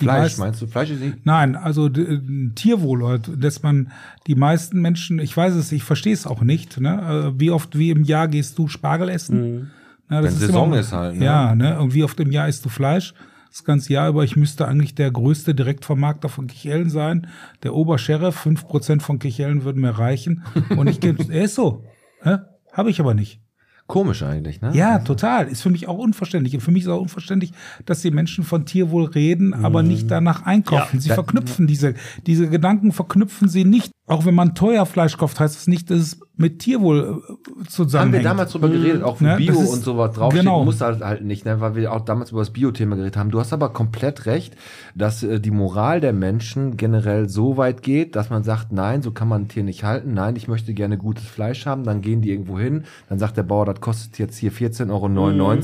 Speaker 8: Die
Speaker 3: Fleisch,
Speaker 8: meisten-
Speaker 3: meinst du? Fleisch ist nicht.
Speaker 8: Nein, also d- äh, Tierwohl, Leute, dass man die meisten Menschen, ich weiß es, ich verstehe es auch nicht, ne? äh, wie oft wie im Jahr gehst du Spargel essen? Na,
Speaker 10: Mhm. Wenn
Speaker 8: das ist
Speaker 10: Saison
Speaker 8: immer,
Speaker 10: ist halt, ne?
Speaker 8: Ja, ne? Und wie oft im Jahr isst du Fleisch? Das ganze Jahr über. Ich müsste eigentlich der größte Direktvermarkter von Kichellen sein. Der Obersheriff, 5% von Kichellen würden mir reichen. Und ich gebe, er (laughs) ist so. Ne? Habe ich aber nicht.
Speaker 10: Komisch eigentlich,
Speaker 3: Ah.
Speaker 10: ne?
Speaker 8: Ja, total. Ist für mich auch unverständlich. Und für mich ist auch unverständlich, dass die Menschen von Tierwohl reden, aber
Speaker 3: Mhm.
Speaker 8: nicht danach einkaufen. sie
Speaker 10: Da-
Speaker 8: verknüpfen diese, diese Gedanken verknüpfen sie nicht. Auch wenn man teuer Fleisch kauft, heißt das nicht, dass es mit Tierwohl äh,
Speaker 3: Haben
Speaker 8: zusammenhängt.
Speaker 3: wir damals drüber geredet, auch für
Speaker 8: Ne,
Speaker 3: Bio
Speaker 8: das ist-
Speaker 3: und sowas drauf
Speaker 8: genau.
Speaker 3: muss halt, halt nicht, ne, weil wir auch damals über das Bio-Thema geredet haben. Du hast aber komplett recht, dass äh, die Moral der Menschen generell so weit geht, dass man sagt, nein, so kann man ein Tier nicht halten, nein, ich möchte gerne gutes Fleisch haben, dann gehen die irgendwo hin, dann sagt der Bauer, das kostet jetzt hier 14,99
Speaker 8: Mhm.
Speaker 3: Euro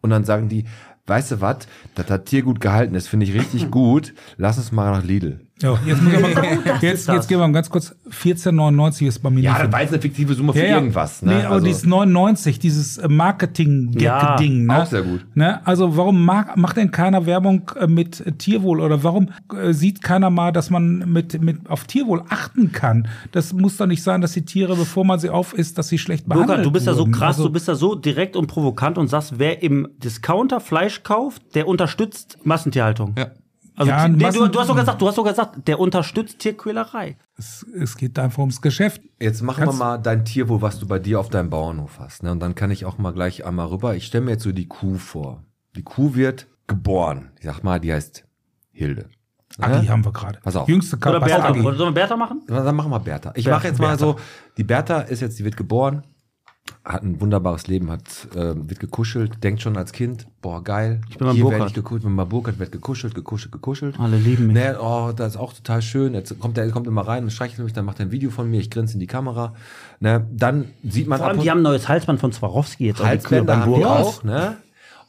Speaker 3: und dann sagen die, weißt du was, dass das Tier gut gehalten ist, finde ich
Speaker 8: (laughs)
Speaker 3: richtig gut, lass uns mal nach Lidl.
Speaker 8: Ja,
Speaker 3: (laughs)
Speaker 8: jetzt muss ich aber, jetzt, jetzt gehen wir mal ganz kurz. 14,99 ist bei mir
Speaker 3: Ja,
Speaker 8: nicht
Speaker 3: das
Speaker 8: so-
Speaker 3: war jetzt eine fiktive Summe für irgendwas. Ne?
Speaker 8: Nee, aber dieses 99, dieses äh, Marketing-Ding.
Speaker 2: Ja,
Speaker 8: ne?
Speaker 3: auch sehr gut.
Speaker 8: Ne? Also warum mag, macht denn keiner Werbung äh, mit äh, Tierwohl oder warum äh, sieht keiner mal, dass man mit, mit auf Tierwohl achten kann? Das muss doch nicht sein, dass die Tiere, bevor man sie aufisst, dass sie schlecht behandelt
Speaker 2: Burkhard, du bist ja so
Speaker 8: wurden.
Speaker 2: krass,
Speaker 8: Also-
Speaker 2: du bist ja so direkt und provokant und sagst, wer im Discounter Fleisch kauft, der unterstützt Massentierhaltung.
Speaker 7: Ja.
Speaker 2: Also,
Speaker 8: Ja,
Speaker 2: der, du,
Speaker 8: Massen-
Speaker 2: du hast sogar gesagt, du hast sogar gesagt, der unterstützt Tierquälerei.
Speaker 8: es, es geht einfach ums Geschäft.
Speaker 3: Jetzt machen
Speaker 8: Kannst-
Speaker 3: wir mal dein Tierwohl, was du bei dir auf deinem Bauernhof hast. Ne? Und dann kann ich auch mal gleich einmal rüber. Ich stelle mir jetzt so die Kuh vor. Die Kuh wird geboren. Ich sag mal, die heißt Hilde.
Speaker 8: Agi
Speaker 2: Ah,
Speaker 3: Ne?
Speaker 8: haben wir gerade.
Speaker 3: Pass auf.
Speaker 8: Jüngste
Speaker 2: Oder
Speaker 8: Körper
Speaker 2: Bertha. Oder
Speaker 8: Agi.
Speaker 2: sollen wir Bertha machen?
Speaker 3: Na, Dann machen wir Bertha. Ich
Speaker 2: Bertha,
Speaker 3: mache jetzt mal so, die Bertha ist jetzt, die wird geboren, hat ein wunderbares Leben, hat, äh, wird gekuschelt, denkt schon als Kind, boah, geil. Ich
Speaker 2: bin beim
Speaker 3: Hier werde
Speaker 2: Burkhard.
Speaker 3: ich gekuschelt, bin bei Burkhard, wird gekuschelt, gekuschelt, gekuschelt.
Speaker 2: Alle lieben mich.
Speaker 3: Nee, oh, das ist auch total schön. Jetzt kommt er kommt immer rein und streichelt mich, dann macht er ein Video von mir, ich grinse in die Kamera. Ne, dann sieht man
Speaker 2: Vor allem,
Speaker 3: und-
Speaker 2: die haben ein neues Halsband von Swarovski jetzt also
Speaker 3: Halsbänder haben wir
Speaker 2: Burghaus.
Speaker 3: auch, ne?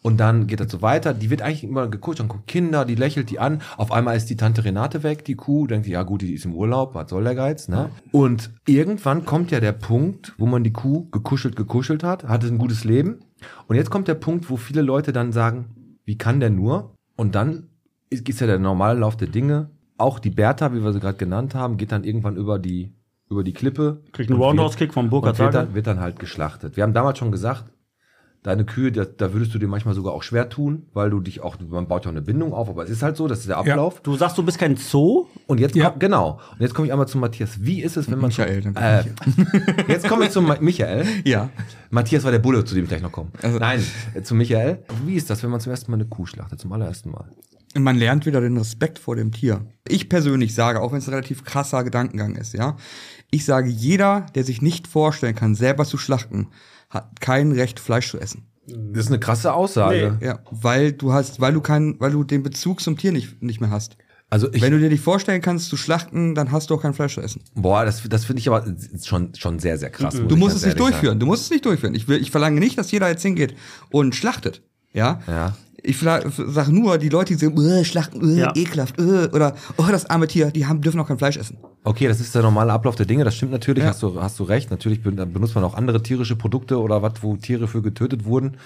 Speaker 3: Und dann geht das so weiter. Die wird eigentlich immer geguckt, dann guckt Kinder, die lächelt die an. Auf einmal ist die Tante Renate weg, die Kuh, denkt, ja gut, die ist im Urlaub, was soll der Geiz, ne? Und irgendwann kommt ja der Punkt, wo man die Kuh gekuschelt, gekuschelt hat, hatte ein gutes Leben. Und jetzt kommt der Punkt, wo viele Leute dann sagen, wie kann der nur? Und dann ist ist ja der normale Lauf der Dinge. Auch die Bertha, wie wir sie gerade genannt haben, geht dann irgendwann über die, über die Klippe.
Speaker 2: Kriegt einen
Speaker 3: und wird-
Speaker 2: Roundhouse-Kick von Burkhard
Speaker 3: und wird
Speaker 2: Sager.
Speaker 3: dann, wird dann halt geschlachtet. Wir haben damals schon gesagt, deine Kühe, da, da würdest du dir manchmal sogar auch schwer tun, weil du dich auch, man baut ja auch eine Bindung auf, aber es ist halt so, das ist der Ablauf.
Speaker 2: Du sagst, du bist kein Zoo?
Speaker 3: Und jetzt
Speaker 8: Ja.
Speaker 3: kommt, genau. Und jetzt komme ich einmal zu Matthias. Wie ist es, wenn man
Speaker 7: Michael,
Speaker 3: Zu,
Speaker 7: dann
Speaker 3: äh, jetzt komme ich zu Ma Michael.
Speaker 7: Ja.
Speaker 3: Matthias war der Bulle, zu dem ich gleich noch komme.
Speaker 7: Also-
Speaker 3: Nein, äh, zu Michael. Wie ist das, wenn man zum ersten Mal eine Kuh schlachtet, zum allerersten Mal?
Speaker 7: Und man lernt wieder den Respekt vor dem Tier. Ich persönlich sage, auch wenn es ein relativ krasser Gedankengang ist, ja, ich sage, jeder, der sich nicht vorstellen kann, selber zu schlachten, hat kein Recht, Fleisch zu essen.
Speaker 3: Das ist eine krasse Aussage.
Speaker 7: Ja, weil du hast, weil du keinen, weil du den Bezug zum Tier nicht, nicht mehr hast.
Speaker 3: Also ich,
Speaker 7: wenn du dir nicht vorstellen kannst, zu schlachten, dann hast du auch kein Fleisch zu essen.
Speaker 3: boah, das, das finde ich aber schon, schon sehr, sehr krass. muss
Speaker 7: Mhm. Du
Speaker 3: ich
Speaker 7: musst
Speaker 3: ganz
Speaker 7: es nicht
Speaker 3: ehrlich
Speaker 7: durchführen. Du musst es nicht durchführen. Ich, will, ich verlange nicht, dass jeder jetzt hingeht und schlachtet. Ja.
Speaker 3: Ja.
Speaker 7: Ich sage nur, die Leute, die sagen, "Äh, schlachten, äh,
Speaker 2: Ja.
Speaker 7: ekelhaft, äh, oder oh, das arme Tier, die haben, dürfen auch kein Fleisch essen.
Speaker 3: Okay, das ist der normale Ablauf der Dinge, das stimmt natürlich,
Speaker 7: Ja.
Speaker 3: hast, du, hast du recht. Natürlich ben- benutzt man auch andere tierische Produkte oder was, wo Tiere für getötet wurden.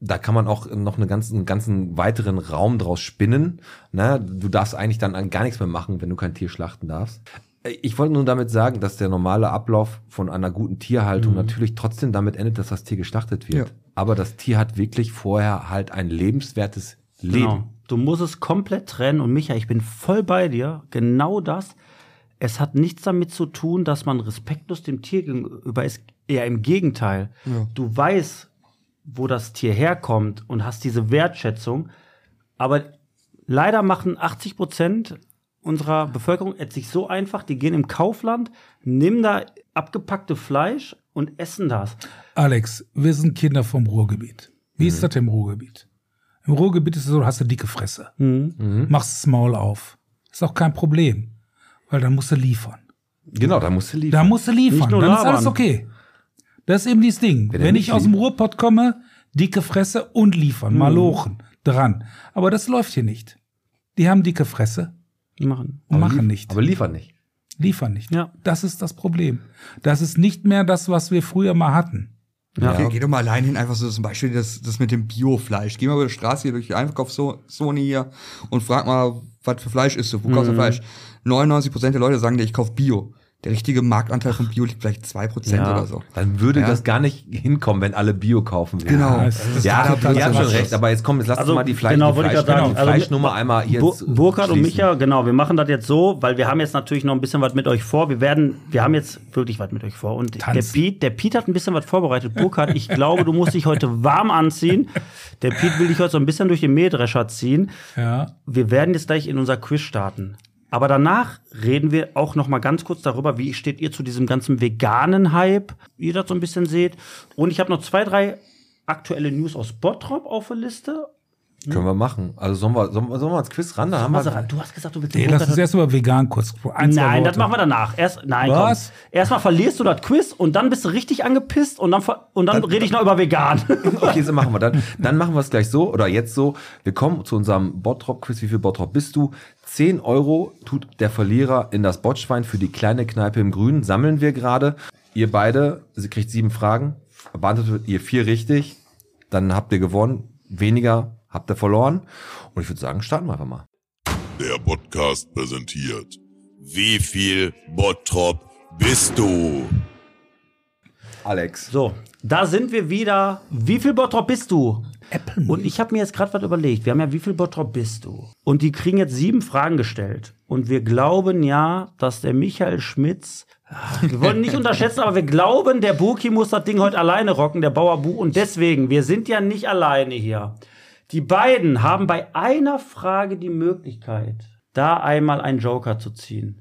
Speaker 3: Da kann man auch noch einen ganzen, einen ganzen weiteren Raum draus spinnen. Ne? Du darfst eigentlich dann gar nichts mehr machen, wenn du kein Tier schlachten darfst. Äh, Ich wollte nur damit sagen, dass der normale Ablauf von einer guten Tierhaltung natürlich trotzdem damit endet, dass das Tier geschlachtet wird.
Speaker 7: Ja.
Speaker 3: Aber das Tier hat wirklich vorher halt ein lebenswertes Leben.
Speaker 2: Genau. Du musst es komplett trennen. Und Micha, ich bin voll bei dir. Genau das. Es hat nichts damit zu tun, dass man respektlos dem Tier gegenüber ist. Eher im Gegenteil. Du weißt, wo das Tier herkommt und hast diese Wertschätzung. Aber leider machen 80 Prozent unserer Bevölkerung es sich so einfach. Die gehen im Kaufland, nehmen da abgepackte Fleisch und essen das.
Speaker 8: Alex, wir sind Kinder vom Ruhrgebiet. Wie
Speaker 3: Mhm.
Speaker 8: ist das denn im Ruhrgebiet? Im Ruhrgebiet ist es so, du hast eine dicke Fresse.
Speaker 3: Mhm.
Speaker 8: Machst das Maul auf. Ist auch kein Problem. Weil dann musst du liefern.
Speaker 3: Genau, da musst du liefern.
Speaker 8: Da musst du liefern.
Speaker 2: Nicht nur
Speaker 8: dann ist
Speaker 2: labern.
Speaker 8: alles okay. Das ist eben dieses Ding.
Speaker 3: Wenn
Speaker 8: Wenn,
Speaker 3: er nicht
Speaker 8: ich aus dem Ruhrpott komme, dicke Fresse und liefern. Malochen. Dran. Aber das läuft hier nicht. Die haben dicke Fresse
Speaker 2: Die machen.
Speaker 8: und
Speaker 3: Aber
Speaker 8: machen
Speaker 3: lief-
Speaker 8: nicht.
Speaker 3: Aber liefern nicht.
Speaker 8: liefern nicht.
Speaker 2: Ja.
Speaker 8: Das ist das Problem. Das ist nicht mehr das, was wir früher mal hatten.
Speaker 2: Ja.
Speaker 7: Geh, geh doch mal allein hin, einfach so zum Beispiel das, das mit dem Biofleisch. Geh mal über die Straße hier durch die Einkaufszone hier
Speaker 3: Mhm.
Speaker 7: und frag mal, was für Fleisch isst du, wo kaufst du Fleisch? 99% der Leute sagen dir, ich kauf Bio. Der richtige Marktanteil von Bio liegt vielleicht 2%
Speaker 3: Ja.
Speaker 7: oder so.
Speaker 3: Dann würde
Speaker 7: Ja.
Speaker 3: das gar nicht hinkommen, wenn alle Bio kaufen würden.
Speaker 7: Genau.
Speaker 3: Ja,
Speaker 8: Das ist
Speaker 3: ja da,
Speaker 8: total
Speaker 3: ihr habt schon
Speaker 8: Quatsch.
Speaker 3: recht, aber jetzt komm, jetzt lasst uns
Speaker 2: Also,
Speaker 3: mal die, Fleisch,
Speaker 2: genau,
Speaker 3: die,
Speaker 2: wollte ich
Speaker 3: Fleisch,
Speaker 2: gerade sagen.
Speaker 3: die
Speaker 2: Also,
Speaker 3: Fleischnummer einmal hier.
Speaker 8: äh,
Speaker 2: Bur Burkhard und Micha, genau, wir machen das jetzt so, weil wir haben jetzt natürlich noch ein bisschen was mit euch vor. Wir werden, wir haben jetzt wirklich was mit euch vor. Und der
Speaker 8: Tanz.
Speaker 2: Piet, der Piet hat ein bisschen was vorbereitet. Burkhard, ich glaube, du musst dich heute warm anziehen. Der Piet will dich heute so ein bisschen durch den Mähdrescher ziehen.
Speaker 8: Ja.
Speaker 2: Wir werden jetzt gleich in unser Quiz starten. Aber danach reden wir auch noch mal ganz kurz darüber, wie steht ihr zu diesem ganzen veganen Hype, wie ihr das so ein bisschen seht. Und ich habe noch zwei, drei aktuelle News aus Bottrop auf der Liste.
Speaker 3: Können wir machen. Also sollen wir, sollen wir, sollen wir ans Quiz ran? Da haben
Speaker 2: Also,
Speaker 3: wir
Speaker 2: du hast gesagt, du willst
Speaker 8: Nee,
Speaker 2: den
Speaker 8: lass
Speaker 2: Burkhard-
Speaker 8: uns erst über vegan kurz. Ein, zwei
Speaker 2: Nein,
Speaker 8: Worte.
Speaker 2: das machen wir danach. Erst, nein, komm.
Speaker 8: Was?
Speaker 2: Erstmal verlierst du das Quiz und dann bist du richtig angepisst und dann, ver- und dann rede ich noch über vegan.
Speaker 3: Okay, so machen wir dann. Dann machen wir es gleich so oder jetzt so. Wir kommen zu unserem Bottrop-Quiz. Wie viel Bottrop bist du? 10 Euro tut der Verlierer in das Botschwein für die kleine Kneipe im Grünen. Sammeln wir gerade. Ihr beide, sie kriegt sieben Fragen. Beantwortet ihr vier richtig. Dann habt ihr gewonnen. Weniger habt ihr verloren. Und ich würde sagen, starten wir einfach mal.
Speaker 4: Der Podcast präsentiert. Wie viel Bottrop bist du?
Speaker 3: Alex.
Speaker 2: so, da sind wir wieder. Wie viel Bottrop bist du? Und ich habe mir jetzt gerade was überlegt. Wir haben ja, wie viel Bottrop bist du? Und die kriegen jetzt sieben Fragen gestellt. Und wir glauben ja, dass der Michael Schmitz. Ah, Wir wollen nicht unterschätzen, aber wir glauben, der Burki muss das Ding heute alleine rocken, der Bauer Bu. Und deswegen, wir sind ja nicht alleine hier. Die beiden haben bei einer Frage die Möglichkeit, da einmal einen Joker zu ziehen.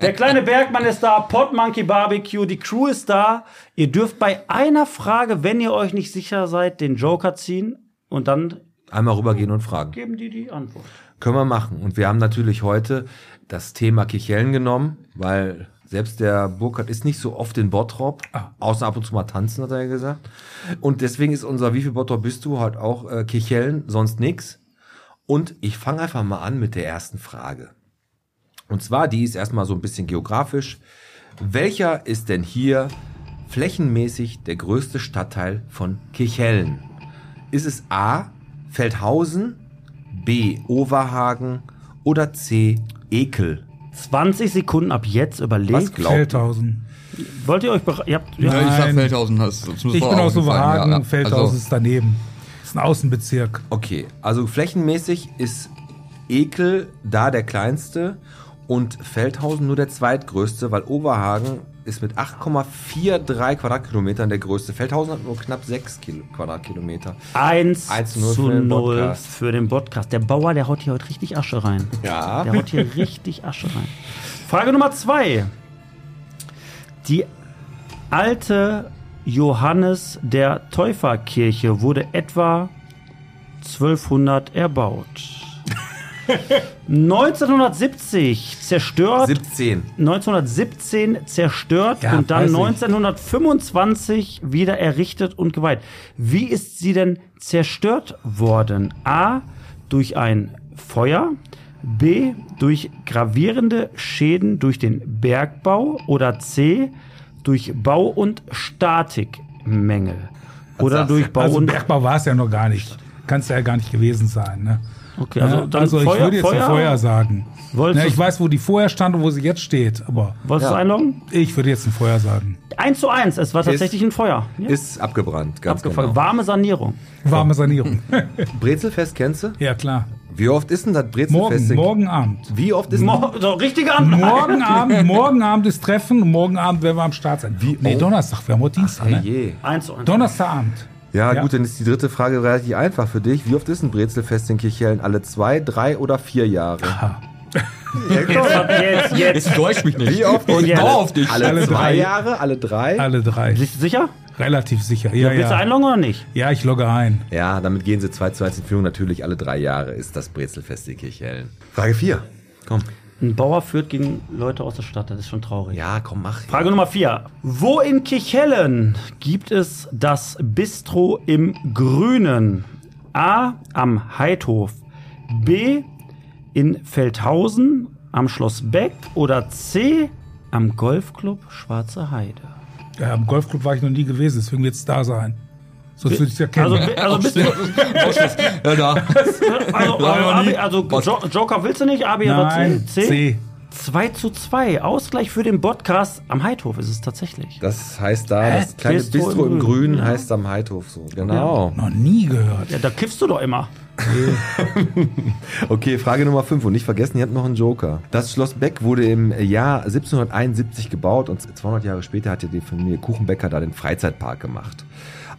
Speaker 2: Der kleine Bergmann ist da, Podmonkey Barbecue, die Crew ist da. Ihr dürft bei einer Frage, wenn ihr euch nicht sicher seid, den Joker ziehen und dann
Speaker 3: Einmal rübergehen und fragen.
Speaker 2: geben die die Antwort.
Speaker 3: Können wir machen. Und wir haben natürlich heute das Thema Kichellen genommen, weil selbst der Burkhardt ist nicht so oft in Bottrop, außer ab und zu mal tanzen, hat er ja gesagt. Und deswegen ist unser Wie viel Bottrop bist du halt auch äh, Kichellen, sonst nix. Und ich fange einfach mal an mit der ersten Frage. Und zwar, die ist erstmal so ein bisschen geografisch. Welcher ist denn hier flächenmäßig der größte Stadtteil von Kichellen? Ist es A, Feldhausen, B. Overhagen oder C. Ekel.
Speaker 2: 20 Sekunden ab jetzt
Speaker 3: Was
Speaker 2: überlegt.
Speaker 3: glaubt ihr?
Speaker 8: Feldhausen.
Speaker 2: Wollt ihr euch bere- ihr habt,
Speaker 7: Ja,
Speaker 2: ja,
Speaker 7: ich sag
Speaker 8: Nein.
Speaker 7: Feldhausen hast du.
Speaker 8: Ich bin aus Overhagen,
Speaker 7: Also,
Speaker 8: Feldhausen ist daneben. Ist ein Außenbezirk.
Speaker 3: Okay, also flächenmäßig ist Ekel da der kleinste und Feldhausen nur der zweitgrößte, weil Overhagen ist mit 8,43 Quadratkilometern der größte. Feldhausen hat nur knapp 6 Kil Quadratkilometer.
Speaker 2: 1,
Speaker 3: 1 zu null
Speaker 2: zu
Speaker 3: für den
Speaker 2: 0
Speaker 3: Podcast.
Speaker 2: für den Podcast. Der Bauer, der haut hier heute richtig Asche rein.
Speaker 3: Ja.
Speaker 2: Der haut hier richtig Asche rein. Frage Nummer zwei. Die alte Johannes der Täuferkirche wurde etwa 1200 erbaut. 1970 zerstört,
Speaker 3: 17.
Speaker 2: 1917 zerstört
Speaker 8: Ja,
Speaker 2: und dann
Speaker 8: weiß ich.
Speaker 2: 1925 wieder errichtet und geweiht. Wie ist sie denn zerstört worden? A. Durch ein Feuer. B. Durch gravierende Schäden durch den Bergbau. Oder C. Durch Bau- und Statikmängel. Oder
Speaker 3: sagst du?
Speaker 2: durch Bau-
Speaker 8: also
Speaker 2: und
Speaker 8: Bergbau war es ja noch gar nicht. Kannst ja gar nicht gewesen sein. Ne?
Speaker 2: Okay, also
Speaker 8: Ja,
Speaker 2: dann
Speaker 8: ich
Speaker 2: Feuer-
Speaker 8: würde jetzt Feuer,
Speaker 2: Feuer-
Speaker 8: Feuer sagen.
Speaker 2: Wolltest
Speaker 8: Ne, ich
Speaker 2: du-
Speaker 8: weiß, wo die vorher stand und wo sie jetzt steht, aber
Speaker 2: Wolltest du
Speaker 3: Ja.
Speaker 2: einloggen?
Speaker 8: ich würde jetzt ein Feuer sagen.
Speaker 2: 1 zu 1. Es war tatsächlich ein Feuer. Ja.
Speaker 3: Ist abgebrannt, ganz
Speaker 2: Abgefangen.
Speaker 3: genau.
Speaker 2: Warme Sanierung.
Speaker 8: Warme
Speaker 2: (laughs)
Speaker 8: Sanierung.
Speaker 3: Brezelfest kennst du?
Speaker 8: ja, klar.
Speaker 3: Wie oft ist denn das Brezelfest?
Speaker 8: Morgen,
Speaker 3: in-
Speaker 8: morgen Abend.
Speaker 3: Wie oft ist
Speaker 2: Mo so, richtige Antwort.
Speaker 8: Morgen Abend, morgen Abend ist Treffen und morgen Abend werden wir am Start sein. Wie?
Speaker 2: oh.
Speaker 8: Nee, Donnerstag, wir haben heute Dienstag.
Speaker 3: Hey,
Speaker 8: Ne?
Speaker 3: je.
Speaker 2: 1 zu 1.
Speaker 8: Donnerstagabend.
Speaker 3: Ja,
Speaker 8: Ja.
Speaker 3: gut, dann ist die dritte Frage relativ einfach für dich. Wie oft ist ein Brezelfest in Kirchhellen? Alle zwei, drei oder vier Jahre?
Speaker 8: (laughs)
Speaker 2: Jetzt, jetzt.
Speaker 7: Ich täusch mich nicht.
Speaker 3: Wie oft?
Speaker 2: Und jetzt.
Speaker 7: Hau auf dich.
Speaker 3: Alle,
Speaker 8: Alle
Speaker 3: zwei
Speaker 8: drei.
Speaker 3: Jahre? Alle drei?
Speaker 8: Alle drei.
Speaker 2: Bist du sicher?
Speaker 8: Relativ sicher. Ja,
Speaker 2: Willst du
Speaker 8: ja.
Speaker 2: einloggen oder nicht?
Speaker 8: ja ich logge ein.
Speaker 3: Ja, damit gehen sie 2 zu 1 in Führung. Natürlich alle drei Jahre ist das Brezelfest in Kirchhellen. Frage 4. Komm.
Speaker 2: Ein Bauer führt gegen Leute aus der Stadt, das ist schon traurig.
Speaker 3: Ja, komm, mach.
Speaker 2: Frage Nummer 4. Wo in Kichellen gibt es das Bistro im Grünen? A. Am Heidhof. B. In Feldhausen am Schloss Beck. Oder C. Am Golfclub Schwarze Heide.
Speaker 8: Ja, Im Golfclub war ich noch nie gewesen, deswegen wird es da sein. Sonst würde ich es ja kennen. (laughs)
Speaker 2: Also, also, bist du,
Speaker 7: (laughs) Ja, da.
Speaker 2: also,
Speaker 7: War noch nie. (laughs)
Speaker 2: äh, also, also Jo- Joker willst du nicht, A, B oder
Speaker 8: Nein,
Speaker 2: C?
Speaker 8: C.
Speaker 2: 2 zu 2. Ausgleich für den Podcast. Am Heidhof ist es tatsächlich.
Speaker 3: Das heißt da,
Speaker 2: Hä?
Speaker 3: das kleine
Speaker 2: Bistro
Speaker 3: Bistro,
Speaker 2: im
Speaker 3: im
Speaker 2: Grün,
Speaker 3: Grün heißt am Heidhof so. Genau.
Speaker 8: Noch nie gehört.
Speaker 2: Ja, da kiffst du doch immer.
Speaker 3: Okay, Frage Nummer 5. Und nicht vergessen, ihr habt noch einen Joker. Das Schloss Beck wurde im Jahr 1771 gebaut und 200 Jahre später hat ja die Familie Kuchenbecker da den Freizeitpark gemacht.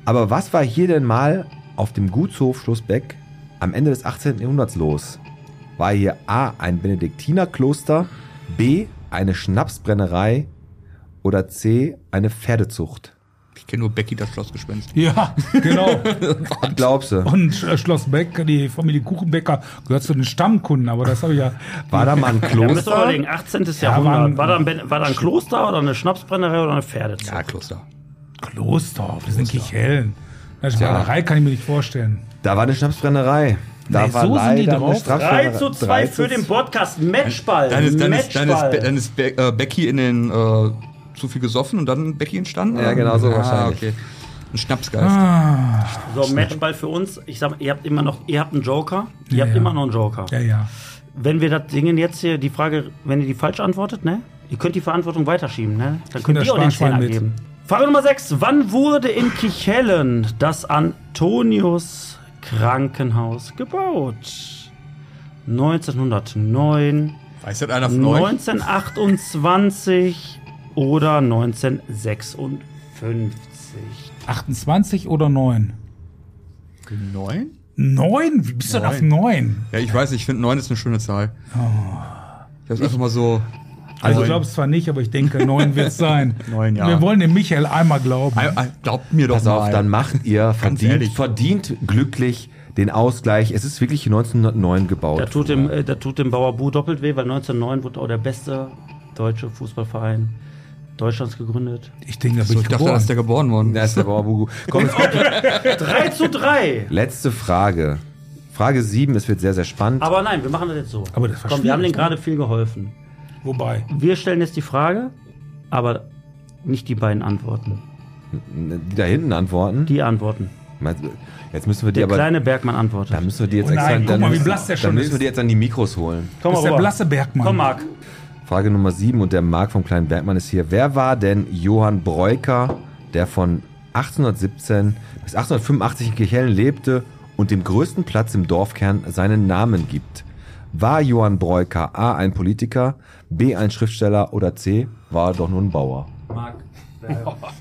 Speaker 3: Aber was war hier denn mal auf dem Gutshof Schloss Beck am Ende des 18. Jahrhunderts los? War hier A. ein Benediktinerkloster, B. eine Schnapsbrennerei oder C. eine Pferdezucht?
Speaker 7: Ich kenne nur Becky, das Schlossgespenst.
Speaker 8: Ja, genau.
Speaker 3: Was glaubst du?
Speaker 8: Und äh, Schloss Beck, die Familie Kuchenbecker gehört zu den Stammkunden, aber das habe ich ja.
Speaker 3: War da mal ein
Speaker 2: Da müsst ihr
Speaker 3: Kloster?
Speaker 2: überlegen, 18.
Speaker 8: war
Speaker 2: Jahrhundert.
Speaker 8: ein-
Speaker 2: War da, ein, Ben- war da ein Kloster oder eine Schnapsbrennerei oder eine Pferdezucht?
Speaker 7: Ja, Kloster.
Speaker 8: Kloster, das sind Kichellen. Das Malerei kann ich mir nicht vorstellen.
Speaker 3: Da war eine Schnapsbrennerei. Da
Speaker 8: Nee,
Speaker 3: war
Speaker 8: so sind die
Speaker 3: leider eine
Speaker 2: 3
Speaker 8: drauf.
Speaker 3: Strafbrennerei.
Speaker 2: zu 2 für den Podcast. Matchball.
Speaker 7: Dann ist, dann ist, dann ist,
Speaker 2: Matchball.
Speaker 7: Be- dann ist Be äh, Becky in den äh, zu viel gesoffen und dann Becky entstanden? Ah,
Speaker 3: Ja, genau so wahrscheinlich.
Speaker 7: Okay. Ein Schnapsgeist.
Speaker 2: so, Matchball für uns. Ich sag mal, ihr habt immer noch, ihr habt einen Joker. Ihr habt
Speaker 8: Ja.
Speaker 2: immer noch einen Joker.
Speaker 8: Ja, ja.
Speaker 2: Wenn wir das Ding jetzt hier, die Frage, wenn ihr die falsch antwortet, ne? Ihr könnt die Verantwortung weiterschieben, ne? Dann könnt
Speaker 8: das
Speaker 2: ihr auch den
Speaker 8: Sparschwein
Speaker 2: Zehner
Speaker 8: mit.
Speaker 2: geben. Frage Nummer 6. Wann wurde in Kichellen das Antonius Krankenhaus gebaut? 1909,
Speaker 7: Weiß das einer von euch?
Speaker 2: 1928 oder 1956?
Speaker 8: 28 oder 9?
Speaker 7: Neun?
Speaker 8: 9? Wie bist du denn auf
Speaker 7: Neun.
Speaker 8: 9?
Speaker 7: Ja, ich weiß nicht, ich finde neun ist eine schöne Zahl. Ich hab's einfach mal so.
Speaker 8: Also, ich
Speaker 7: Neun.
Speaker 8: glaube es zwar nicht, aber ich denke, 9 wird es sein.
Speaker 7: Neun, ja.
Speaker 8: Wir wollen dem Michael einmal glauben.
Speaker 7: Ei, ei, Glaubt mir doch
Speaker 3: Pass
Speaker 7: mal.
Speaker 3: auf, dann macht ihr verdient,
Speaker 7: ehrlich.
Speaker 3: verdient glücklich den Ausgleich. Es ist wirklich 1909 gebaut. (laughs)
Speaker 2: Da tut, dem, äh, da tut dem Bauer Bu doppelt weh, weil 1909 wurde auch der beste deutsche Fußballverein Deutschlands gegründet.
Speaker 8: Ich denke, da bin
Speaker 7: so,
Speaker 8: ich
Speaker 7: Also ich dachte, da
Speaker 8: geboren.
Speaker 7: ist der geboren worden.
Speaker 3: das ist der Bauer Bugu. Komm, jetzt-
Speaker 8: (laughs)
Speaker 2: 3 zu 3.
Speaker 3: letzte Frage. Frage 7, es wird sehr, sehr spannend.
Speaker 8: Ah.
Speaker 2: Aber nein, wir machen das jetzt so.
Speaker 8: Aber das war
Speaker 2: Komm, wir haben denen
Speaker 8: schwierig, ne?
Speaker 2: gerade viel geholfen.
Speaker 8: Wobei.
Speaker 2: Wir stellen jetzt die Frage, aber nicht die beiden Antworten.
Speaker 3: die da hinten antworten.
Speaker 2: Die Antworten.
Speaker 3: Meinst du, Jetzt müssen wir die
Speaker 2: Der
Speaker 3: aber.
Speaker 2: kleine Bergmann antwortet.
Speaker 3: Da müssen wir die jetzt
Speaker 8: Oh nein,
Speaker 3: extra.
Speaker 8: guck
Speaker 3: dann
Speaker 8: mal, wie
Speaker 3: müssen-
Speaker 8: blass der schon
Speaker 3: Dann müssen
Speaker 8: ist.
Speaker 3: wir die jetzt an die Mikros holen.
Speaker 2: Komm
Speaker 8: Das ist der
Speaker 2: rüber.
Speaker 8: blasse Bergmann.
Speaker 2: Komm, Marc.
Speaker 3: Frage Nummer 7 und der Marc vom kleinen Bergmann ist hier. Wer war denn Johann Breuker, der von 1817 bis 1885 in Kirchhellen lebte und dem größten Platz im Dorfkern seinen Namen gibt? War Johann Breuker A ein Politiker, B ein Schriftsteller oder C war er doch nur ein Bauer?
Speaker 2: Marc.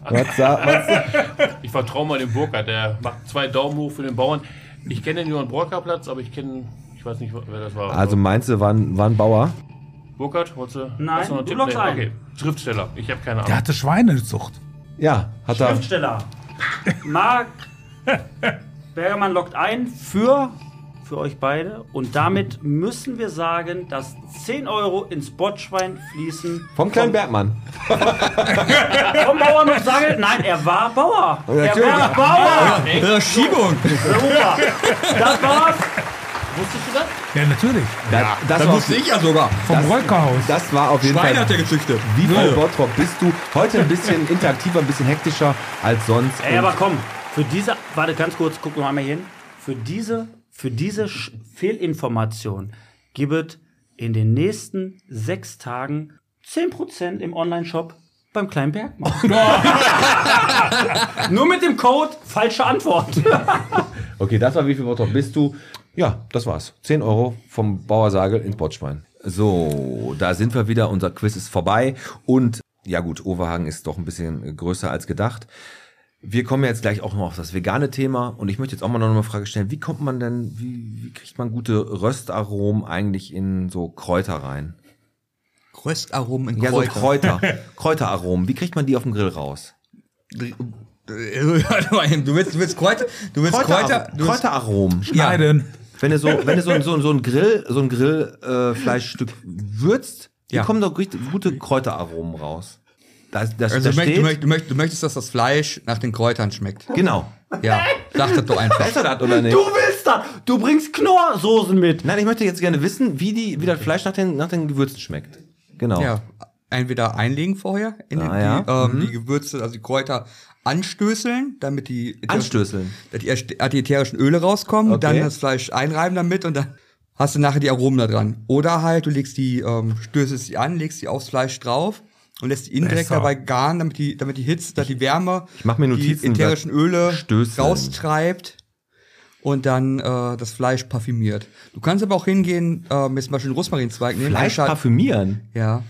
Speaker 3: Was sa- was sa-
Speaker 4: Ich vertraue mal dem Burkhardt, der macht zwei Daumen hoch für den Bauern. Ich kenne den Johann Brockerplatz, aber ich kenne, ich weiß nicht, wer das war.
Speaker 3: Also meinst du, war ein, war ein Bauer?
Speaker 4: Burkhardt, wolltest du?
Speaker 2: Nein,
Speaker 4: hast noch einen
Speaker 2: du
Speaker 4: Tipp?
Speaker 2: lockst ein.
Speaker 4: Okay, Schriftsteller, ich habe keine
Speaker 8: Der
Speaker 4: Ahnung.
Speaker 8: hatte Schweinezucht.
Speaker 3: Ja, hat er.
Speaker 2: Schriftsteller. Marc Bergmann lockt ein für, für euch beide. Und damit müssen wir sagen, dass 10 Euro ins Botschwein fließen.
Speaker 3: Vom kleinen Bergmann.
Speaker 2: Vom Bauern noch sage, nein, er war Bauer. Er
Speaker 3: natürlich.
Speaker 2: war Bauer.
Speaker 7: Äh, Schiebung!
Speaker 2: Super. Das war's. Wusstest du das?
Speaker 8: Ja, natürlich.
Speaker 3: Ja, das,
Speaker 7: Da
Speaker 3: war
Speaker 7: wusste ich ja sogar.
Speaker 8: Vom Rolkerhaus.
Speaker 3: das war auf jeden
Speaker 7: Schweine
Speaker 3: Fall.
Speaker 7: hat er gezüchtet.
Speaker 3: Wie Frau Bottrop bist du heute ein
Speaker 7: (laughs)
Speaker 3: bisschen interaktiver, ein bisschen hektischer als sonst?
Speaker 2: Ey,
Speaker 3: Und-
Speaker 2: aber komm, für diese, warte ganz kurz, guck noch einmal hier hin. Für diese, für diese Sch- Fehlinformation gibt in den nächsten sechs Tagen 10% im Online-Shop beim kleinen Bergmann. (laughs) Nur mit dem Code falsche Antwort.
Speaker 3: Okay, das war wie viel Bottrop bist du? Ja, das war's. 10 Euro vom Bauersagel ins Botschwein. So, da sind wir wieder. Unser Quiz ist vorbei. Und ja gut, Overhagen ist doch ein bisschen größer als gedacht. Wir kommen jetzt gleich auch noch auf das vegane Thema. Und ich möchte jetzt auch mal noch eine Frage stellen. Wie kommt man denn, wie, wie kriegt man gute Röstaromen eigentlich in so Kräuter rein?
Speaker 7: Röstaromen in
Speaker 3: Ja, so
Speaker 7: Kräuter.
Speaker 3: Kräuter. Kräuteraromen. Wie kriegt man die auf dem Grill raus?
Speaker 7: äh, (laughs) du willst, du willst Kräuter, du willst Kräuter, du willst,
Speaker 3: Kräuteraromen.
Speaker 8: Schneiden.
Speaker 3: Wenn du so, wenn du so, ein- so, ein- so ein Grill, so ein Grillfleischstück äh, Fleischstück würzt,
Speaker 7: Ja.
Speaker 3: da kommen doch richtig gute Kräuteraromen raus. Das, das,
Speaker 7: also
Speaker 3: da
Speaker 7: du, möcht,
Speaker 3: steht,
Speaker 7: du, möcht, du, möcht, du möchtest, dass das Fleisch nach den Kräutern schmeckt.
Speaker 3: genau.
Speaker 7: Ja, sag das doch
Speaker 3: (laughs)
Speaker 7: einfach.
Speaker 3: Weißt du das oder nicht?
Speaker 2: Du willst das! Du bringst Knorrsoßen mit.
Speaker 3: Nein, ich möchte jetzt gerne wissen, wie, die, wie das Fleisch nach den, nach den Gewürzen schmeckt. Genau.
Speaker 7: Ja, entweder einlegen vorher in den,
Speaker 3: Ah,
Speaker 7: die, ähm, die Gewürze, also die Kräuter anstößeln, damit die
Speaker 3: Anstößeln.
Speaker 7: dass die, erst- dass die ätherischen Öle rauskommen,
Speaker 3: Okay.
Speaker 7: dann das Fleisch einreiben damit und dann hast du nachher die Aromen da dran. Oder halt, du legst die, ähm, stößest sie an, legst sie aufs Fleisch drauf und lässt die indirekt
Speaker 3: Besser.
Speaker 7: dabei garen, damit die, damit die Hitze, dass die Wärme,
Speaker 3: Ich mach mir
Speaker 7: die
Speaker 3: Notizen,
Speaker 7: ätherischen
Speaker 3: das
Speaker 7: Öle
Speaker 3: Stößeln.
Speaker 7: raustreibt und dann äh, das Fleisch parfümiert. Du kannst aber auch hingehen, äh, mit zum Beispiel einen Rosmarinzweig nehmen.
Speaker 3: Fleisch
Speaker 7: Schal-
Speaker 3: parfümieren?
Speaker 7: Ja.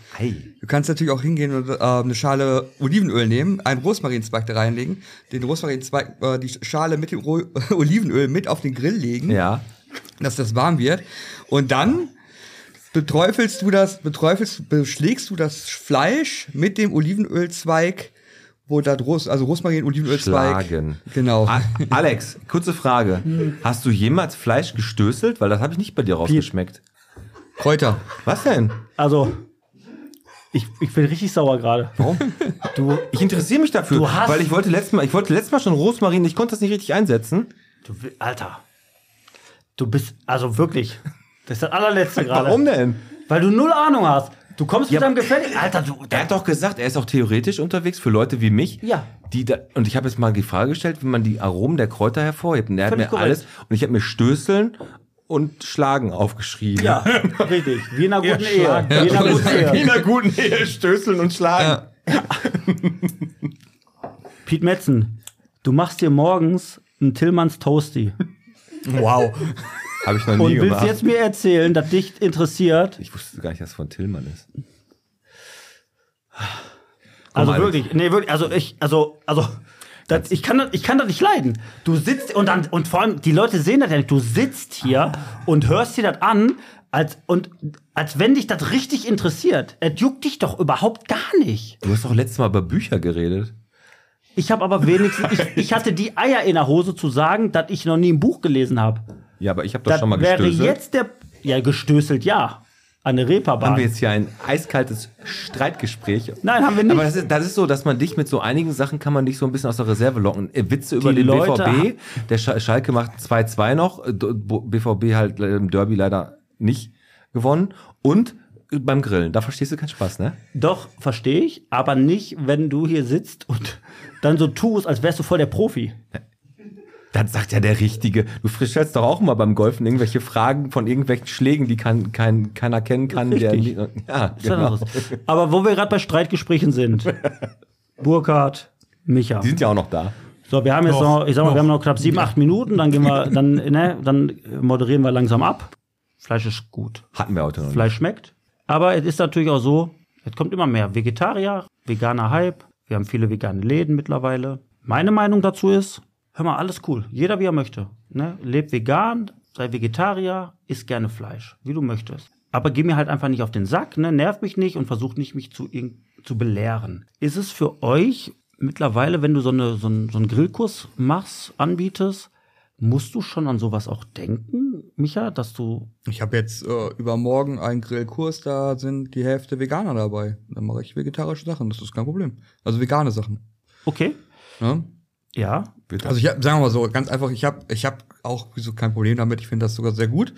Speaker 7: Du kannst natürlich auch hingehen und äh, eine Schale Olivenöl nehmen, einen Rosmarinzweig da reinlegen, den Rosmarinzweig, äh, die Schale mit dem Ro (laughs) Olivenöl mit auf den Grill legen.
Speaker 3: Ja.
Speaker 7: Dass das warm wird. Und dann beträufelst du das, beträufelst, beschlägst du das Fleisch mit dem Olivenölzweig, wo da Ros also Rosmarin, Olivenölzweig.
Speaker 3: Schlagen. Ah.
Speaker 7: Genau. Hm.
Speaker 3: A Alex, kurze Frage. Hast du jemals Fleisch gestößelt? Weil das habe ich nicht bei dir rausgeschmeckt.
Speaker 7: Kräuter.
Speaker 3: Was denn?
Speaker 2: Also, ich, ich bin richtig sauer gerade.
Speaker 3: Warum?
Speaker 2: Du,
Speaker 3: ich interessiere mich dafür,
Speaker 2: Du hast-
Speaker 3: weil ich wollte letztes Mal, ich wollte letztes Mal schon Rosmarin, ich konnte das nicht richtig einsetzen.
Speaker 2: Du, wi- Alter. Du bist, also wirklich. Das ist
Speaker 3: (laughs)
Speaker 2: das allerletzte gerade.
Speaker 3: Warum denn?
Speaker 2: Weil du null Ahnung hast. Du kommst mit deinem Gefällig. Alter, du.
Speaker 3: Er hat doch gesagt, er ist auch theoretisch unterwegs für Leute wie mich.
Speaker 2: Ja.
Speaker 3: Die da, und ich habe jetzt mal die Frage gestellt, wie man die Aromen der Kräuter hervorhebt. Und er hat mir
Speaker 2: Völlig korrekt.
Speaker 3: alles und ich habe mir Stößeln und Schlagen aufgeschrieben. (laughs)
Speaker 2: Ja, (laughs) richtig. Wie in einer guten Ehe.
Speaker 3: Schlagen.
Speaker 2: Wie in einer guten
Speaker 3: Wie in
Speaker 2: Ehe.
Speaker 3: einer guten Ehe stößeln und schlagen.
Speaker 2: Piet Metzen, du machst dir morgens einen Tillmanns Toasty.
Speaker 3: Wow. Habe ich noch nie
Speaker 2: Und willst
Speaker 3: gemacht.
Speaker 2: jetzt mir erzählen, dass dich interessiert.
Speaker 3: ich wusste gar nicht, dass es von Tillmann ist.
Speaker 2: Also
Speaker 3: Komm, Alex.
Speaker 2: wirklich, nee, wirklich, also ich, also, also, das, ich, kann, das- ich kann das nicht leiden. Du sitzt und dann, und vor allem, die Leute sehen das ja nicht. Du sitzt hier und hörst dir das an, als, und, als wenn dich das richtig interessiert. Es juckt dich doch überhaupt gar nicht.
Speaker 3: Du hast doch letztes Mal über Bücher geredet.
Speaker 2: Ich habe aber wenigstens, ich,
Speaker 3: (laughs)
Speaker 2: ich hatte die Eier in der Hose zu sagen, dass ich noch nie ein Buch gelesen habe.
Speaker 3: Ja, aber ich habe doch
Speaker 2: Das
Speaker 3: schon mal
Speaker 2: wäre
Speaker 3: gestößelt.
Speaker 2: jetzt der, ja, gestößelt, ja. An eine Reeperbahn.
Speaker 3: haben wir jetzt hier ein eiskaltes Streitgespräch.
Speaker 2: Nein, haben wir nicht.
Speaker 3: Aber das ist, das ist so, dass man dich mit so einigen Sachen kann man dich so ein bisschen aus der Reserve locken. Äh, Witze über
Speaker 2: Die
Speaker 3: den
Speaker 2: Leute
Speaker 3: BVB. Der Sch Schalke macht 2-2 noch. äh, D- Bo- BVB halt äh, im Derby leider nicht gewonnen. Und äh, beim Grillen. Da verstehst du keinen Spaß, ne?
Speaker 2: Doch, verstehe ich, aber nicht, wenn du hier sitzt und (laughs) dann so tust, als wärst du voll der Profi.
Speaker 3: Dann sagt ja der Richtige. Du stellst doch auch mal beim Golfen irgendwelche Fragen von irgendwelchen Schlägen, die kein, kein, keiner kennen kann. Der,
Speaker 2: Richtig.
Speaker 3: nie- ja,
Speaker 2: Ist was
Speaker 3: genau.
Speaker 2: anderes. Aber wo wir gerade bei
Speaker 3: (laughs)
Speaker 2: Streitgesprächen sind, Burkhard, Micha.
Speaker 3: Die sind ja auch noch da.
Speaker 2: So, wir haben jetzt
Speaker 8: Noch,
Speaker 2: noch, ich sag mal, wir
Speaker 8: noch.
Speaker 2: haben noch knapp sieben, acht Minuten, dann gehen wir, dann, ne, dann moderieren wir langsam ab. Fleisch ist gut.
Speaker 3: Hatten wir heute noch. nicht.
Speaker 2: Fleisch schmeckt. Aber es ist natürlich auch so, es kommt immer mehr Vegetarier, veganer Hype. Wir haben viele vegane Läden mittlerweile. Meine Meinung dazu ist, hör mal, alles cool. Jeder, wie er möchte. Ne? Leb vegan, sei Vegetarier, isst gerne Fleisch, wie du möchtest. Aber geh mir halt einfach nicht auf den Sack, ne? nerv mich nicht und versuch nicht, mich zu, irg- zu belehren. Ist es für euch mittlerweile, wenn du so, eine, so, einen, so einen Grillkurs machst, anbietest, musst du schon an sowas auch denken, Micha, dass du
Speaker 7: Ich habe jetzt äh, übermorgen einen Grillkurs, da sind die Hälfte Veganer dabei. Dann mache ich vegetarische Sachen, das ist kein Problem. Also vegane Sachen.
Speaker 2: Okay.
Speaker 7: Ne?
Speaker 2: Ja.
Speaker 7: Also ich hab, sagen wir mal so, ganz einfach, ich habe ich hab auch so kein Problem damit. Ich finde das sogar sehr gut.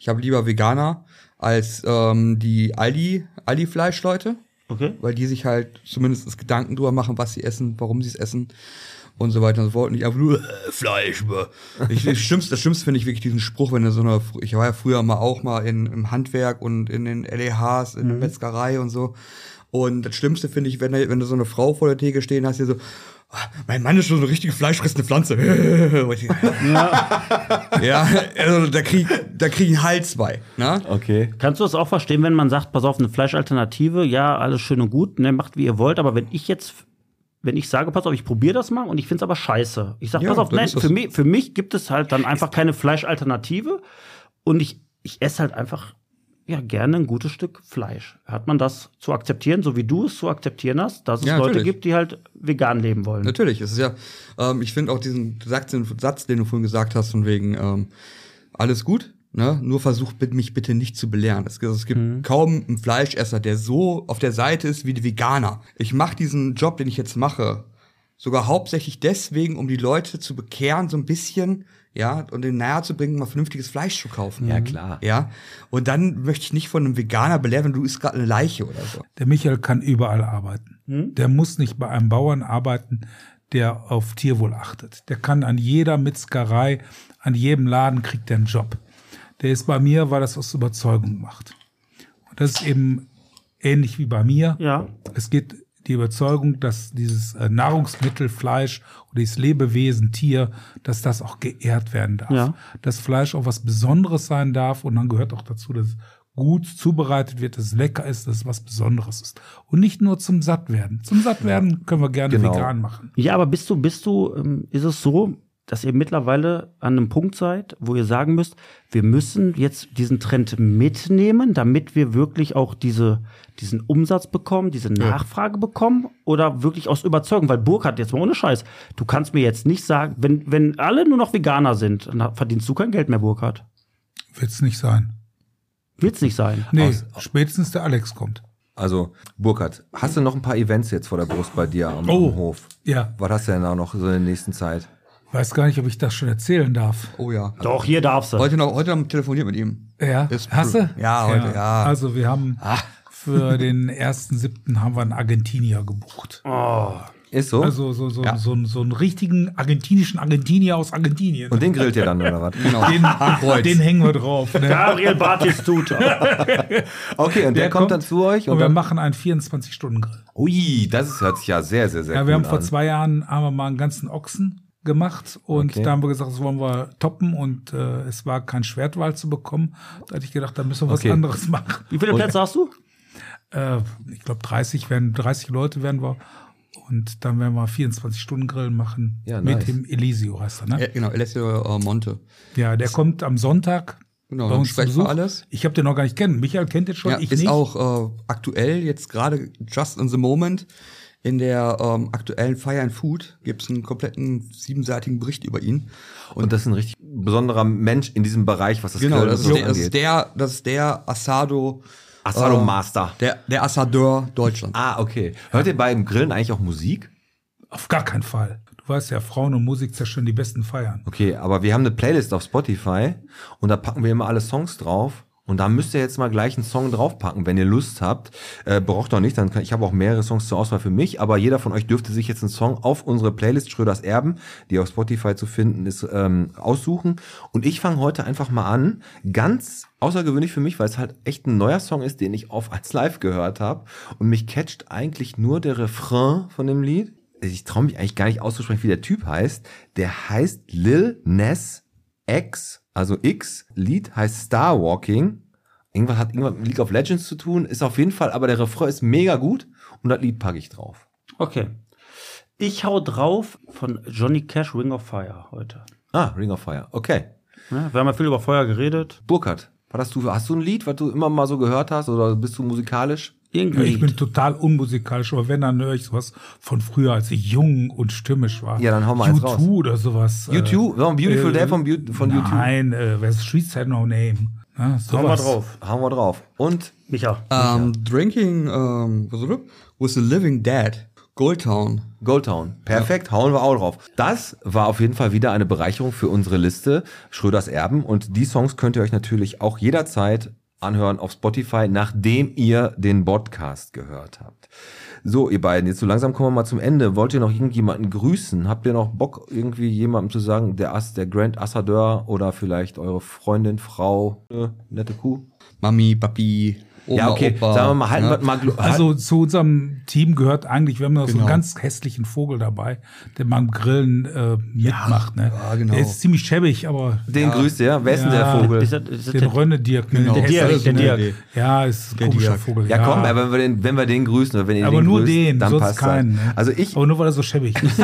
Speaker 7: Ich habe lieber Veganer als ähm, die Aldi, Aldi-Fleischleute,
Speaker 2: Okay.
Speaker 7: weil die sich halt zumindest Gedanken drüber machen, was sie essen, warum sie es essen und so weiter und so fort. Und nicht einfach nur äh, Fleisch. bäh. Ich, das Schlimmste, das Schlimmste finde ich wirklich diesen Spruch, wenn du so eine, ich war ja früher mal auch mal in, im Handwerk und in den LEHs, in der Metzgerei und so. Und das Schlimmste finde ich, wenn du, wenn du so eine Frau vor der Theke stehen hast, die so, "Ah, mein Mann ist schon so eine richtige fleischfressende Pflanze. (laughs) Und ich- (laughs) ja, also da krieg, da krieg ich einen Hals bei. Ne?
Speaker 3: Okay.
Speaker 2: Kannst du das auch verstehen, wenn man sagt, pass auf, eine Fleischalternative, ja, alles schön und gut, ne, macht wie ihr wollt, aber wenn ich jetzt, wenn ich sage, pass auf, ich probiere das mal und ich finde es aber scheiße. Ich sage,
Speaker 7: Ja,
Speaker 2: pass auf,
Speaker 7: dann
Speaker 2: ne,
Speaker 7: ist das-
Speaker 2: für, mich, für mich gibt es halt dann einfach keine Fleischalternative und ich, ich esse halt einfach ja, gerne ein gutes Stück Fleisch. Hat man das zu akzeptieren, so wie du es zu akzeptieren hast, dass es
Speaker 7: Ja,
Speaker 2: Leute
Speaker 7: natürlich.
Speaker 2: gibt, die halt vegan leben
Speaker 3: Mhm.
Speaker 2: wollen?
Speaker 7: Natürlich, es ist ja, ähm, ich finde auch diesen Satz, den, Satz, den du vorhin gesagt hast, von wegen, ähm, alles gut, ne? nur versuch bit- mich bitte nicht zu belehren. Es, es gibt
Speaker 3: Mhm.
Speaker 7: kaum einen Fleischesser, der so auf der Seite ist wie die Veganer. Ich mache diesen Job, den ich jetzt mache, sogar hauptsächlich deswegen, um die Leute zu bekehren, so ein bisschen, ja, und denen nahe zu bringen, mal vernünftiges Fleisch zu kaufen. Mhm.
Speaker 3: Ja, klar.
Speaker 7: Ja, und dann möchte ich nicht von einem Veganer belehrt werden, du isst gerade eine Leiche oder so.
Speaker 8: Der Michael kann überall arbeiten. Der muss nicht bei einem Bauern arbeiten, der auf Tierwohl achtet. Der kann an jeder Metzgerei, an jedem Laden kriegt er einen Job. der ist bei mir, weil das aus Überzeugung macht. Und das ist eben ähnlich wie bei mir.
Speaker 2: Ja.
Speaker 8: Es geht die Überzeugung, dass dieses äh, Nahrungsmittel, Fleisch oder dieses Lebewesen, Tier, dass das auch geehrt werden darf.
Speaker 2: Ja.
Speaker 8: Dass Fleisch auch was Besonderes sein darf und dann gehört auch dazu, dass es gut zubereitet wird, dass es lecker ist, dass es was Besonderes ist. Und nicht nur zum Sattwerden. Zum Sattwerden können wir gerne vegan machen.
Speaker 2: Ja, aber bist du, bist du, ähm, ist es so, dass ihr mittlerweile an einem Punkt seid, wo ihr sagen müsst, wir müssen jetzt diesen Trend mitnehmen, damit wir wirklich auch diese, diesen Umsatz bekommen, diese Nachfrage bekommen oder wirklich aus Überzeugung, weil Burkhardt, jetzt mal ohne Scheiß, du kannst mir jetzt nicht sagen, wenn, wenn alle nur noch Veganer sind, dann verdienst du kein Geld mehr, Burkhardt.
Speaker 8: Wird es nicht sein.
Speaker 2: Wird es nicht sein.
Speaker 8: Nee, spätestens der Alex kommt.
Speaker 3: Also, Burkhard, hast du noch ein paar Events jetzt vor der Brust bei dir am,
Speaker 8: Oh,
Speaker 3: am Hof?
Speaker 8: ja.
Speaker 3: Was hast du denn da noch so in der nächsten Zeit?
Speaker 8: Weiß gar nicht, ob ich das schon erzählen darf.
Speaker 7: Oh ja.
Speaker 2: Doch, hier darfst du.
Speaker 7: Heute noch, heute haben wir telefoniert mit ihm.
Speaker 8: Ja.
Speaker 7: Ist
Speaker 8: Hast du?
Speaker 7: Ja, heute, ja.
Speaker 8: Also wir haben
Speaker 3: Ah.
Speaker 8: für den 1.7. haben wir einen Argentinier gebucht.
Speaker 3: Ist so?
Speaker 8: Also so, so, so, einen- so einen richtigen argentinischen Argentinier aus Argentinien.
Speaker 3: Und den grillt ihr dann, oder was?
Speaker 7: Genau.
Speaker 3: (laughs)
Speaker 8: den,
Speaker 7: Hakenkreuz.
Speaker 8: den hängen wir drauf. Ne?
Speaker 2: Gabriel Batistuta.
Speaker 3: Okay, und der, kommt, dann zu euch
Speaker 8: und,
Speaker 3: und
Speaker 8: wir
Speaker 3: dann,
Speaker 8: machen einen 24-Stunden-Grill.
Speaker 3: Ui, das ist, hört sich ja sehr, sehr, sehr
Speaker 8: Ja,
Speaker 3: cool
Speaker 8: wir haben vor
Speaker 3: an.
Speaker 8: zwei Jahren haben wir mal einen ganzen Ochsen gemacht und
Speaker 3: Okay.
Speaker 8: da haben wir gesagt, das wollen wir toppen und äh, es war kein Schwertwahl zu bekommen. Da hatte ich gedacht, da müssen wir
Speaker 3: Okay.
Speaker 8: was anderes (laughs) machen.
Speaker 2: Wie viele Plätze hast du?
Speaker 8: Äh, ich glaube 30 werden, 30 Leute werden wir und dann werden wir 24 Stunden Grill machen
Speaker 3: Ja, nice.
Speaker 8: mit dem Elisio heißt er, ne?
Speaker 7: Äh, genau, Alessio äh, Monte.
Speaker 8: Ja, der kommt am Sonntag.
Speaker 7: Genau,
Speaker 8: bei
Speaker 7: dann
Speaker 8: uns zu
Speaker 7: sprechen wir
Speaker 8: Besuch.
Speaker 7: alles.
Speaker 8: Ich habe den noch gar nicht kennen. Michael kennt den schon,
Speaker 7: ja,
Speaker 8: ich
Speaker 7: ist
Speaker 8: nicht.
Speaker 7: auch äh, aktuell, jetzt gerade just in the moment, in der ähm, aktuellen Fire and Food gibt es einen kompletten siebenseitigen Bericht über ihn.
Speaker 3: Und das ist ein richtig besonderer Mensch in diesem Bereich, was das
Speaker 7: genau,
Speaker 3: Grillen
Speaker 7: das ist,
Speaker 3: und so
Speaker 7: der, das ist
Speaker 3: angeht.
Speaker 7: der, das ist der Asado,
Speaker 3: Asado
Speaker 7: äh,
Speaker 3: Master.
Speaker 7: der, der Assadeur Deutschland.
Speaker 3: Ah, okay. Hört ihr beim Grillen eigentlich auch Musik?
Speaker 8: Auf gar keinen Fall. Du weißt ja, Frauen und Musik zerstören die besten Feiern.
Speaker 3: Okay, aber wir haben eine Playlist auf Spotify und da packen wir immer alle Songs drauf. Und da müsst ihr jetzt mal gleich einen Song draufpacken, wenn ihr Lust habt. Äh, braucht doch nicht, dann kann, ich habe auch mehrere Songs zur Auswahl für mich, aber jeder von euch dürfte sich jetzt einen Song auf unsere Playlist Schröders Erben, die auf Spotify zu finden ist, ähm, aussuchen. Und ich fange heute einfach mal an, ganz außergewöhnlich für mich, weil es halt echt ein neuer Song ist, den ich auf als Live gehört habe. Und mich catcht eigentlich nur der Refrain von dem Lied ich traue mich eigentlich gar nicht auszusprechen, wie der Typ heißt. Der heißt Lil Ness X, also X. Lied heißt Star Walking. Irgendwas hat irgendwas mit League of Legends zu tun, ist auf jeden Fall, aber der Refrain ist mega gut und das Lied packe ich drauf.
Speaker 2: Okay. Ich hau drauf von Johnny Cash Ring of Fire heute.
Speaker 3: Ah, Ring of Fire. Okay.
Speaker 2: Ne? Wir haben ja viel über Feuer geredet.
Speaker 3: Burkhard, was hast du, hast du ein Lied, was du immer mal so gehört hast oder bist du musikalisch?
Speaker 8: Ja,
Speaker 2: Irgendwie.
Speaker 8: ich bin total unmusikalisch, aber wenn, dann höre ich sowas von früher, als ich jung und stimmisch war.
Speaker 3: Ja, dann hau mal eins
Speaker 8: YouTube
Speaker 3: raus.
Speaker 8: oder sowas. äh,
Speaker 3: U2? So ein Beautiful Day von Beau- von U2.
Speaker 8: Nein, äh, wer ist Streets Had No Name? Ja, sowas.
Speaker 2: Hau mal drauf.
Speaker 3: Haben wir drauf. Und
Speaker 2: Micha.
Speaker 7: Ähm, drinking ähm, was war das? with the living dead, Goldtown.
Speaker 3: Goldtown. Perfekt, hauen wir auch drauf. Das war auf jeden Fall wieder eine Bereicherung für unsere Liste Schröders Erben und die Songs könnt ihr euch natürlich auch jederzeit anhören auf Spotify, nachdem ihr den Podcast gehört habt. So, ihr beiden, jetzt so langsam kommen wir mal zum Ende. Wollt ihr noch irgendjemanden grüßen? Habt ihr noch Bock, irgendwie jemandem zu sagen, der Ass, der Grand Assadeur oder vielleicht eure Freundin, Frau, äh, nette Kuh?
Speaker 7: Mami, Papi, Oma,
Speaker 3: ja, okay,
Speaker 7: Opa. ne?
Speaker 3: sagen wir mal, halten
Speaker 7: Ja.
Speaker 3: wir mal, glo-
Speaker 8: Also zu unserem Team gehört eigentlich, wir haben noch so
Speaker 7: Genau.
Speaker 8: einen ganz hässlichen Vogel dabei, der beim Grillen äh, mitmacht. Ne?
Speaker 7: ja, genau.
Speaker 8: Der ist ziemlich schäbig, aber
Speaker 3: den grüßt ihr, wer ist denn
Speaker 8: Ja.
Speaker 3: der Vogel?
Speaker 2: Ist das, ist das Also
Speaker 8: den
Speaker 2: der,
Speaker 8: Rönne-Dirk. ne?
Speaker 7: Genau.
Speaker 8: Der
Speaker 2: Dirk,
Speaker 8: hässliche
Speaker 2: der
Speaker 8: Vogel.
Speaker 2: Dirk.
Speaker 8: Ja, ist ein komischer
Speaker 7: Dirk.
Speaker 8: Vogel.
Speaker 3: Ja, komm, aber wenn wir den, wenn wir den grüßen, oder wenn ihr
Speaker 8: Aber
Speaker 3: den
Speaker 8: nur
Speaker 3: grüßt,
Speaker 8: den,
Speaker 3: dann
Speaker 8: sonst
Speaker 3: passt das.
Speaker 8: keinen. Ne?
Speaker 3: Also ich,
Speaker 8: aber nur weil er so schäbig ist.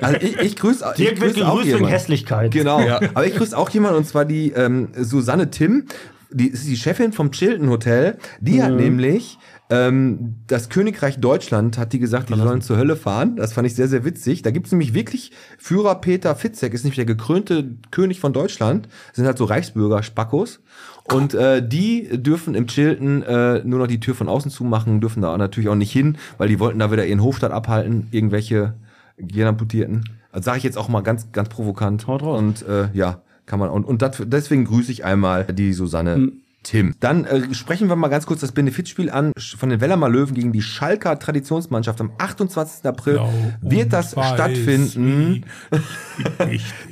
Speaker 3: also ich, ich grüße ich
Speaker 2: Dirk wird
Speaker 3: grüße auch
Speaker 2: gegrüßt wegen
Speaker 3: jemanden.
Speaker 2: Hässlichkeit.
Speaker 3: Genau, aber ich grüße auch jemanden und zwar die ähm, Susanne Tim, die ist die Chefin vom Chilton Hotel. Die hat nämlich ähm, das Königreich Deutschland, hat die gesagt, die sollen zur Hölle fahren. Das fand ich sehr, sehr witzig. Da gibt's nämlich wirklich Führer Peter Fitzek, ist nämlich der gekrönte König von Deutschland. Das sind halt so Reichsbürger, Spackos. Und äh, die dürfen im Chilton äh, nur noch die Tür von außen zumachen, dürfen da natürlich auch nicht hin, weil die wollten da wieder ihren Hofstaat abhalten, irgendwelche Gehirnamputierten. Also sage ich jetzt auch mal ganz, ganz provokant.
Speaker 2: Haut raus. Hm.
Speaker 3: Und äh, ja, kann man. Und, und dat, deswegen grüße ich einmal die Susanne Tim. Dann äh, sprechen wir mal ganz kurz das Benefizspiel an sch- von den Wellermer Löwen gegen die Schalker Traditionsmannschaft am 28. April.
Speaker 8: Genau.
Speaker 3: wird das
Speaker 8: weiß
Speaker 3: stattfinden?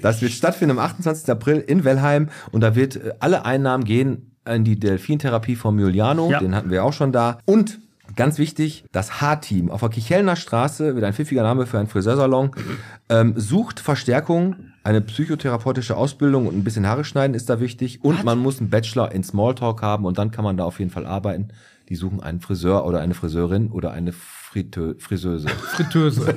Speaker 3: das wird stattfinden am 28. April in Wellheim und da wird äh, alle Einnahmen gehen in die Delfintherapie von Giuliano,
Speaker 2: Ja.
Speaker 3: den hatten wir auch schon da. Und ganz wichtig, das H-Team auf der Kichelner Straße, wieder ein pfiffiger Name für einen
Speaker 2: (clears throat)
Speaker 3: Friseursalon, ähm, sucht Verstärkung. Eine psychotherapeutische Ausbildung und ein bisschen Haare schneiden ist da wichtig. Und man muss einen Bachelor in Smalltalk haben und dann kann man da auf jeden Fall arbeiten. Die suchen einen Friseur oder eine Friseurin oder eine Frite Friseuse.
Speaker 8: Fritteuse.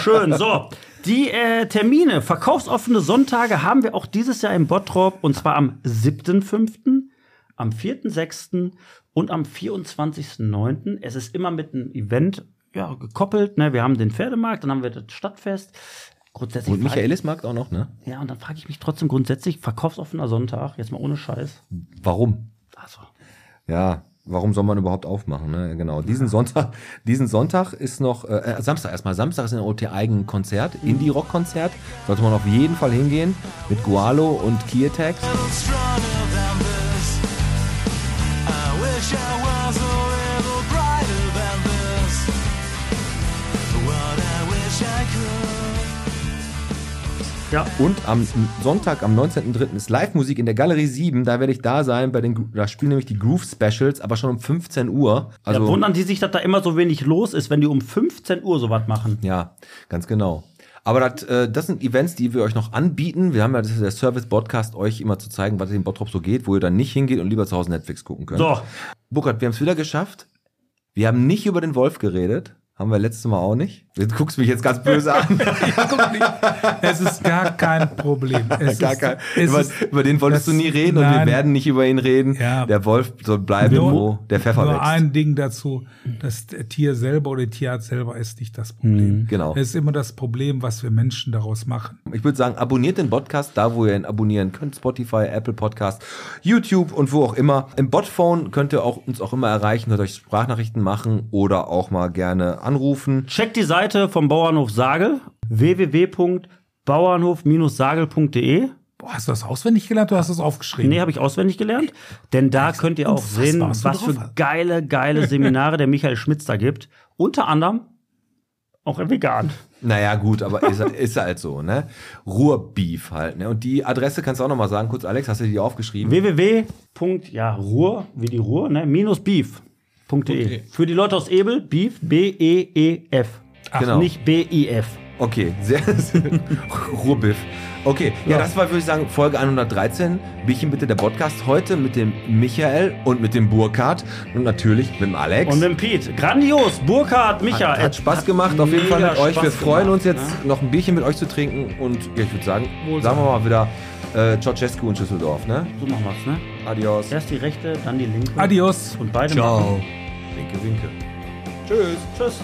Speaker 2: Schön, so. Die äh, Termine, verkaufsoffene Sonntage haben wir auch dieses Jahr im Bottrop und zwar am 7.5., am 4.6. und am 24.9. Es ist immer mit einem Event ja, gekoppelt. Ne? Wir haben den Pferdemarkt, dann haben wir das Stadtfest. Grundsätzlich
Speaker 3: Und
Speaker 2: frage-
Speaker 3: Michaelis mag auch noch, ne?
Speaker 2: Ja, und dann frage ich mich trotzdem grundsätzlich, verkaufsoffener Sonntag, jetzt mal ohne Scheiß.
Speaker 3: Warum?
Speaker 2: Also.
Speaker 3: Ja, warum soll man überhaupt aufmachen? Ne? Genau. Diesen Sonntag, diesen Sonntag ist noch äh, äh, Samstag erstmal. Samstag ist ein OT eigen Konzert, Indie Rock Konzert. Sollte man auf jeden Fall hingehen mit Gualo und Key Attacks.
Speaker 2: Ja.
Speaker 3: Und am Sonntag, am 19.03. ist Live-Musik in der Galerie 7. Da werde ich da sein. Bei den, Gro- da spielen nämlich die Groove Specials, aber schon um 15 Uhr. Also,
Speaker 2: ja, wundern die sich, dass da immer so wenig los ist, wenn die um 15 Uhr sowas machen.
Speaker 3: Ja, ganz genau. Aber das, äh, das sind Events, die wir euch noch anbieten. Wir haben ja das ist der Service-Podcast, euch immer zu zeigen, was in Bottrop so geht, wo ihr dann nicht hingeht und lieber zu Hause Netflix gucken könnt.
Speaker 2: So.
Speaker 3: Burkhard, wir haben es wieder geschafft. Wir haben nicht über den Wolf geredet. Haben wir letztes Mal auch nicht. Du guckst mich jetzt ganz böse an.
Speaker 8: Es ist gar kein Problem. (laughs) Es
Speaker 3: Gar
Speaker 8: ist,
Speaker 3: kein,
Speaker 8: es
Speaker 3: über,
Speaker 8: ist-
Speaker 3: über den wolltest
Speaker 8: das-
Speaker 3: du nie reden und
Speaker 8: nein.
Speaker 3: wir werden nicht über ihn reden.
Speaker 8: Ja.
Speaker 3: Der Wolf soll bleiben,
Speaker 8: Äh, Nur-
Speaker 3: wo der Pfeffer
Speaker 8: Nur
Speaker 3: wächst.
Speaker 8: ein Ding dazu, das Tier selber oder der Tierarzt selber ist nicht das Problem.
Speaker 3: Genau.
Speaker 8: Es ist immer das Problem, was wir Menschen daraus machen.
Speaker 3: Ich würde sagen, abonniert den Podcast, da wo ihr ihn abonnieren könnt. Spotify, Apple Podcast, YouTube und wo auch immer. Im Botphone könnt ihr auch, uns auch immer erreichen, könnt euch Sprachnachrichten machen oder auch mal gerne anrufen.
Speaker 2: Checkt die Seite vom Bauernhof Sagel www.bauernhof-sagel.de.
Speaker 8: Boah, hast du das auswendig gelernt oder hast du das aufgeschrieben?
Speaker 2: Nee, habe ich auswendig gelernt. Denn da könnt ihr auch
Speaker 8: unfassbar,
Speaker 2: sehen,
Speaker 8: was du
Speaker 2: was
Speaker 8: drauf
Speaker 2: für
Speaker 8: hast.
Speaker 2: geile, geile Seminare der Michael Schmitz da gibt. Unter anderem auch im vegan.
Speaker 3: Naja, gut, aber ist, ist halt so, ne? Ruhrbeef halt, ne? Und die Adresse kannst du auch nochmal sagen. Kurz, Alex, hast du die aufgeschrieben?
Speaker 2: www. Ja, Ruhr, wie die Ruhr, ne? Minus beef.de. Für die Leute aus Ebel, beef, B-E-E-F. Ach,
Speaker 3: Genau.
Speaker 2: Nicht B-I-F.
Speaker 3: Okay, sehr, (laughs) sehr Ruhrbiff. Okay, ja, das war, würde ich sagen, Folge 113. Bierchen bitte der Podcast heute mit dem Michael und mit dem Burkhardt und natürlich mit dem Alex.
Speaker 2: Und mit dem Pete. Grandios. Burkhard, Micha.
Speaker 3: Hat, hat Spaß gemacht, auf jeden Fall mit euch. wir freuen uns jetzt,
Speaker 2: ne?
Speaker 3: noch ein Bierchen mit euch zu trinken. Und ja, ich würde sagen, sagen wir mal wieder äh, Ceausescu und Schüsseldorf, ne?
Speaker 2: So machen wir's, ne?
Speaker 3: Adios.
Speaker 2: Erst
Speaker 8: Ah.
Speaker 2: die rechte, dann die linke.
Speaker 8: Adios.
Speaker 2: Und beide
Speaker 3: Winke, winke.
Speaker 2: Tschüss. Tschüss.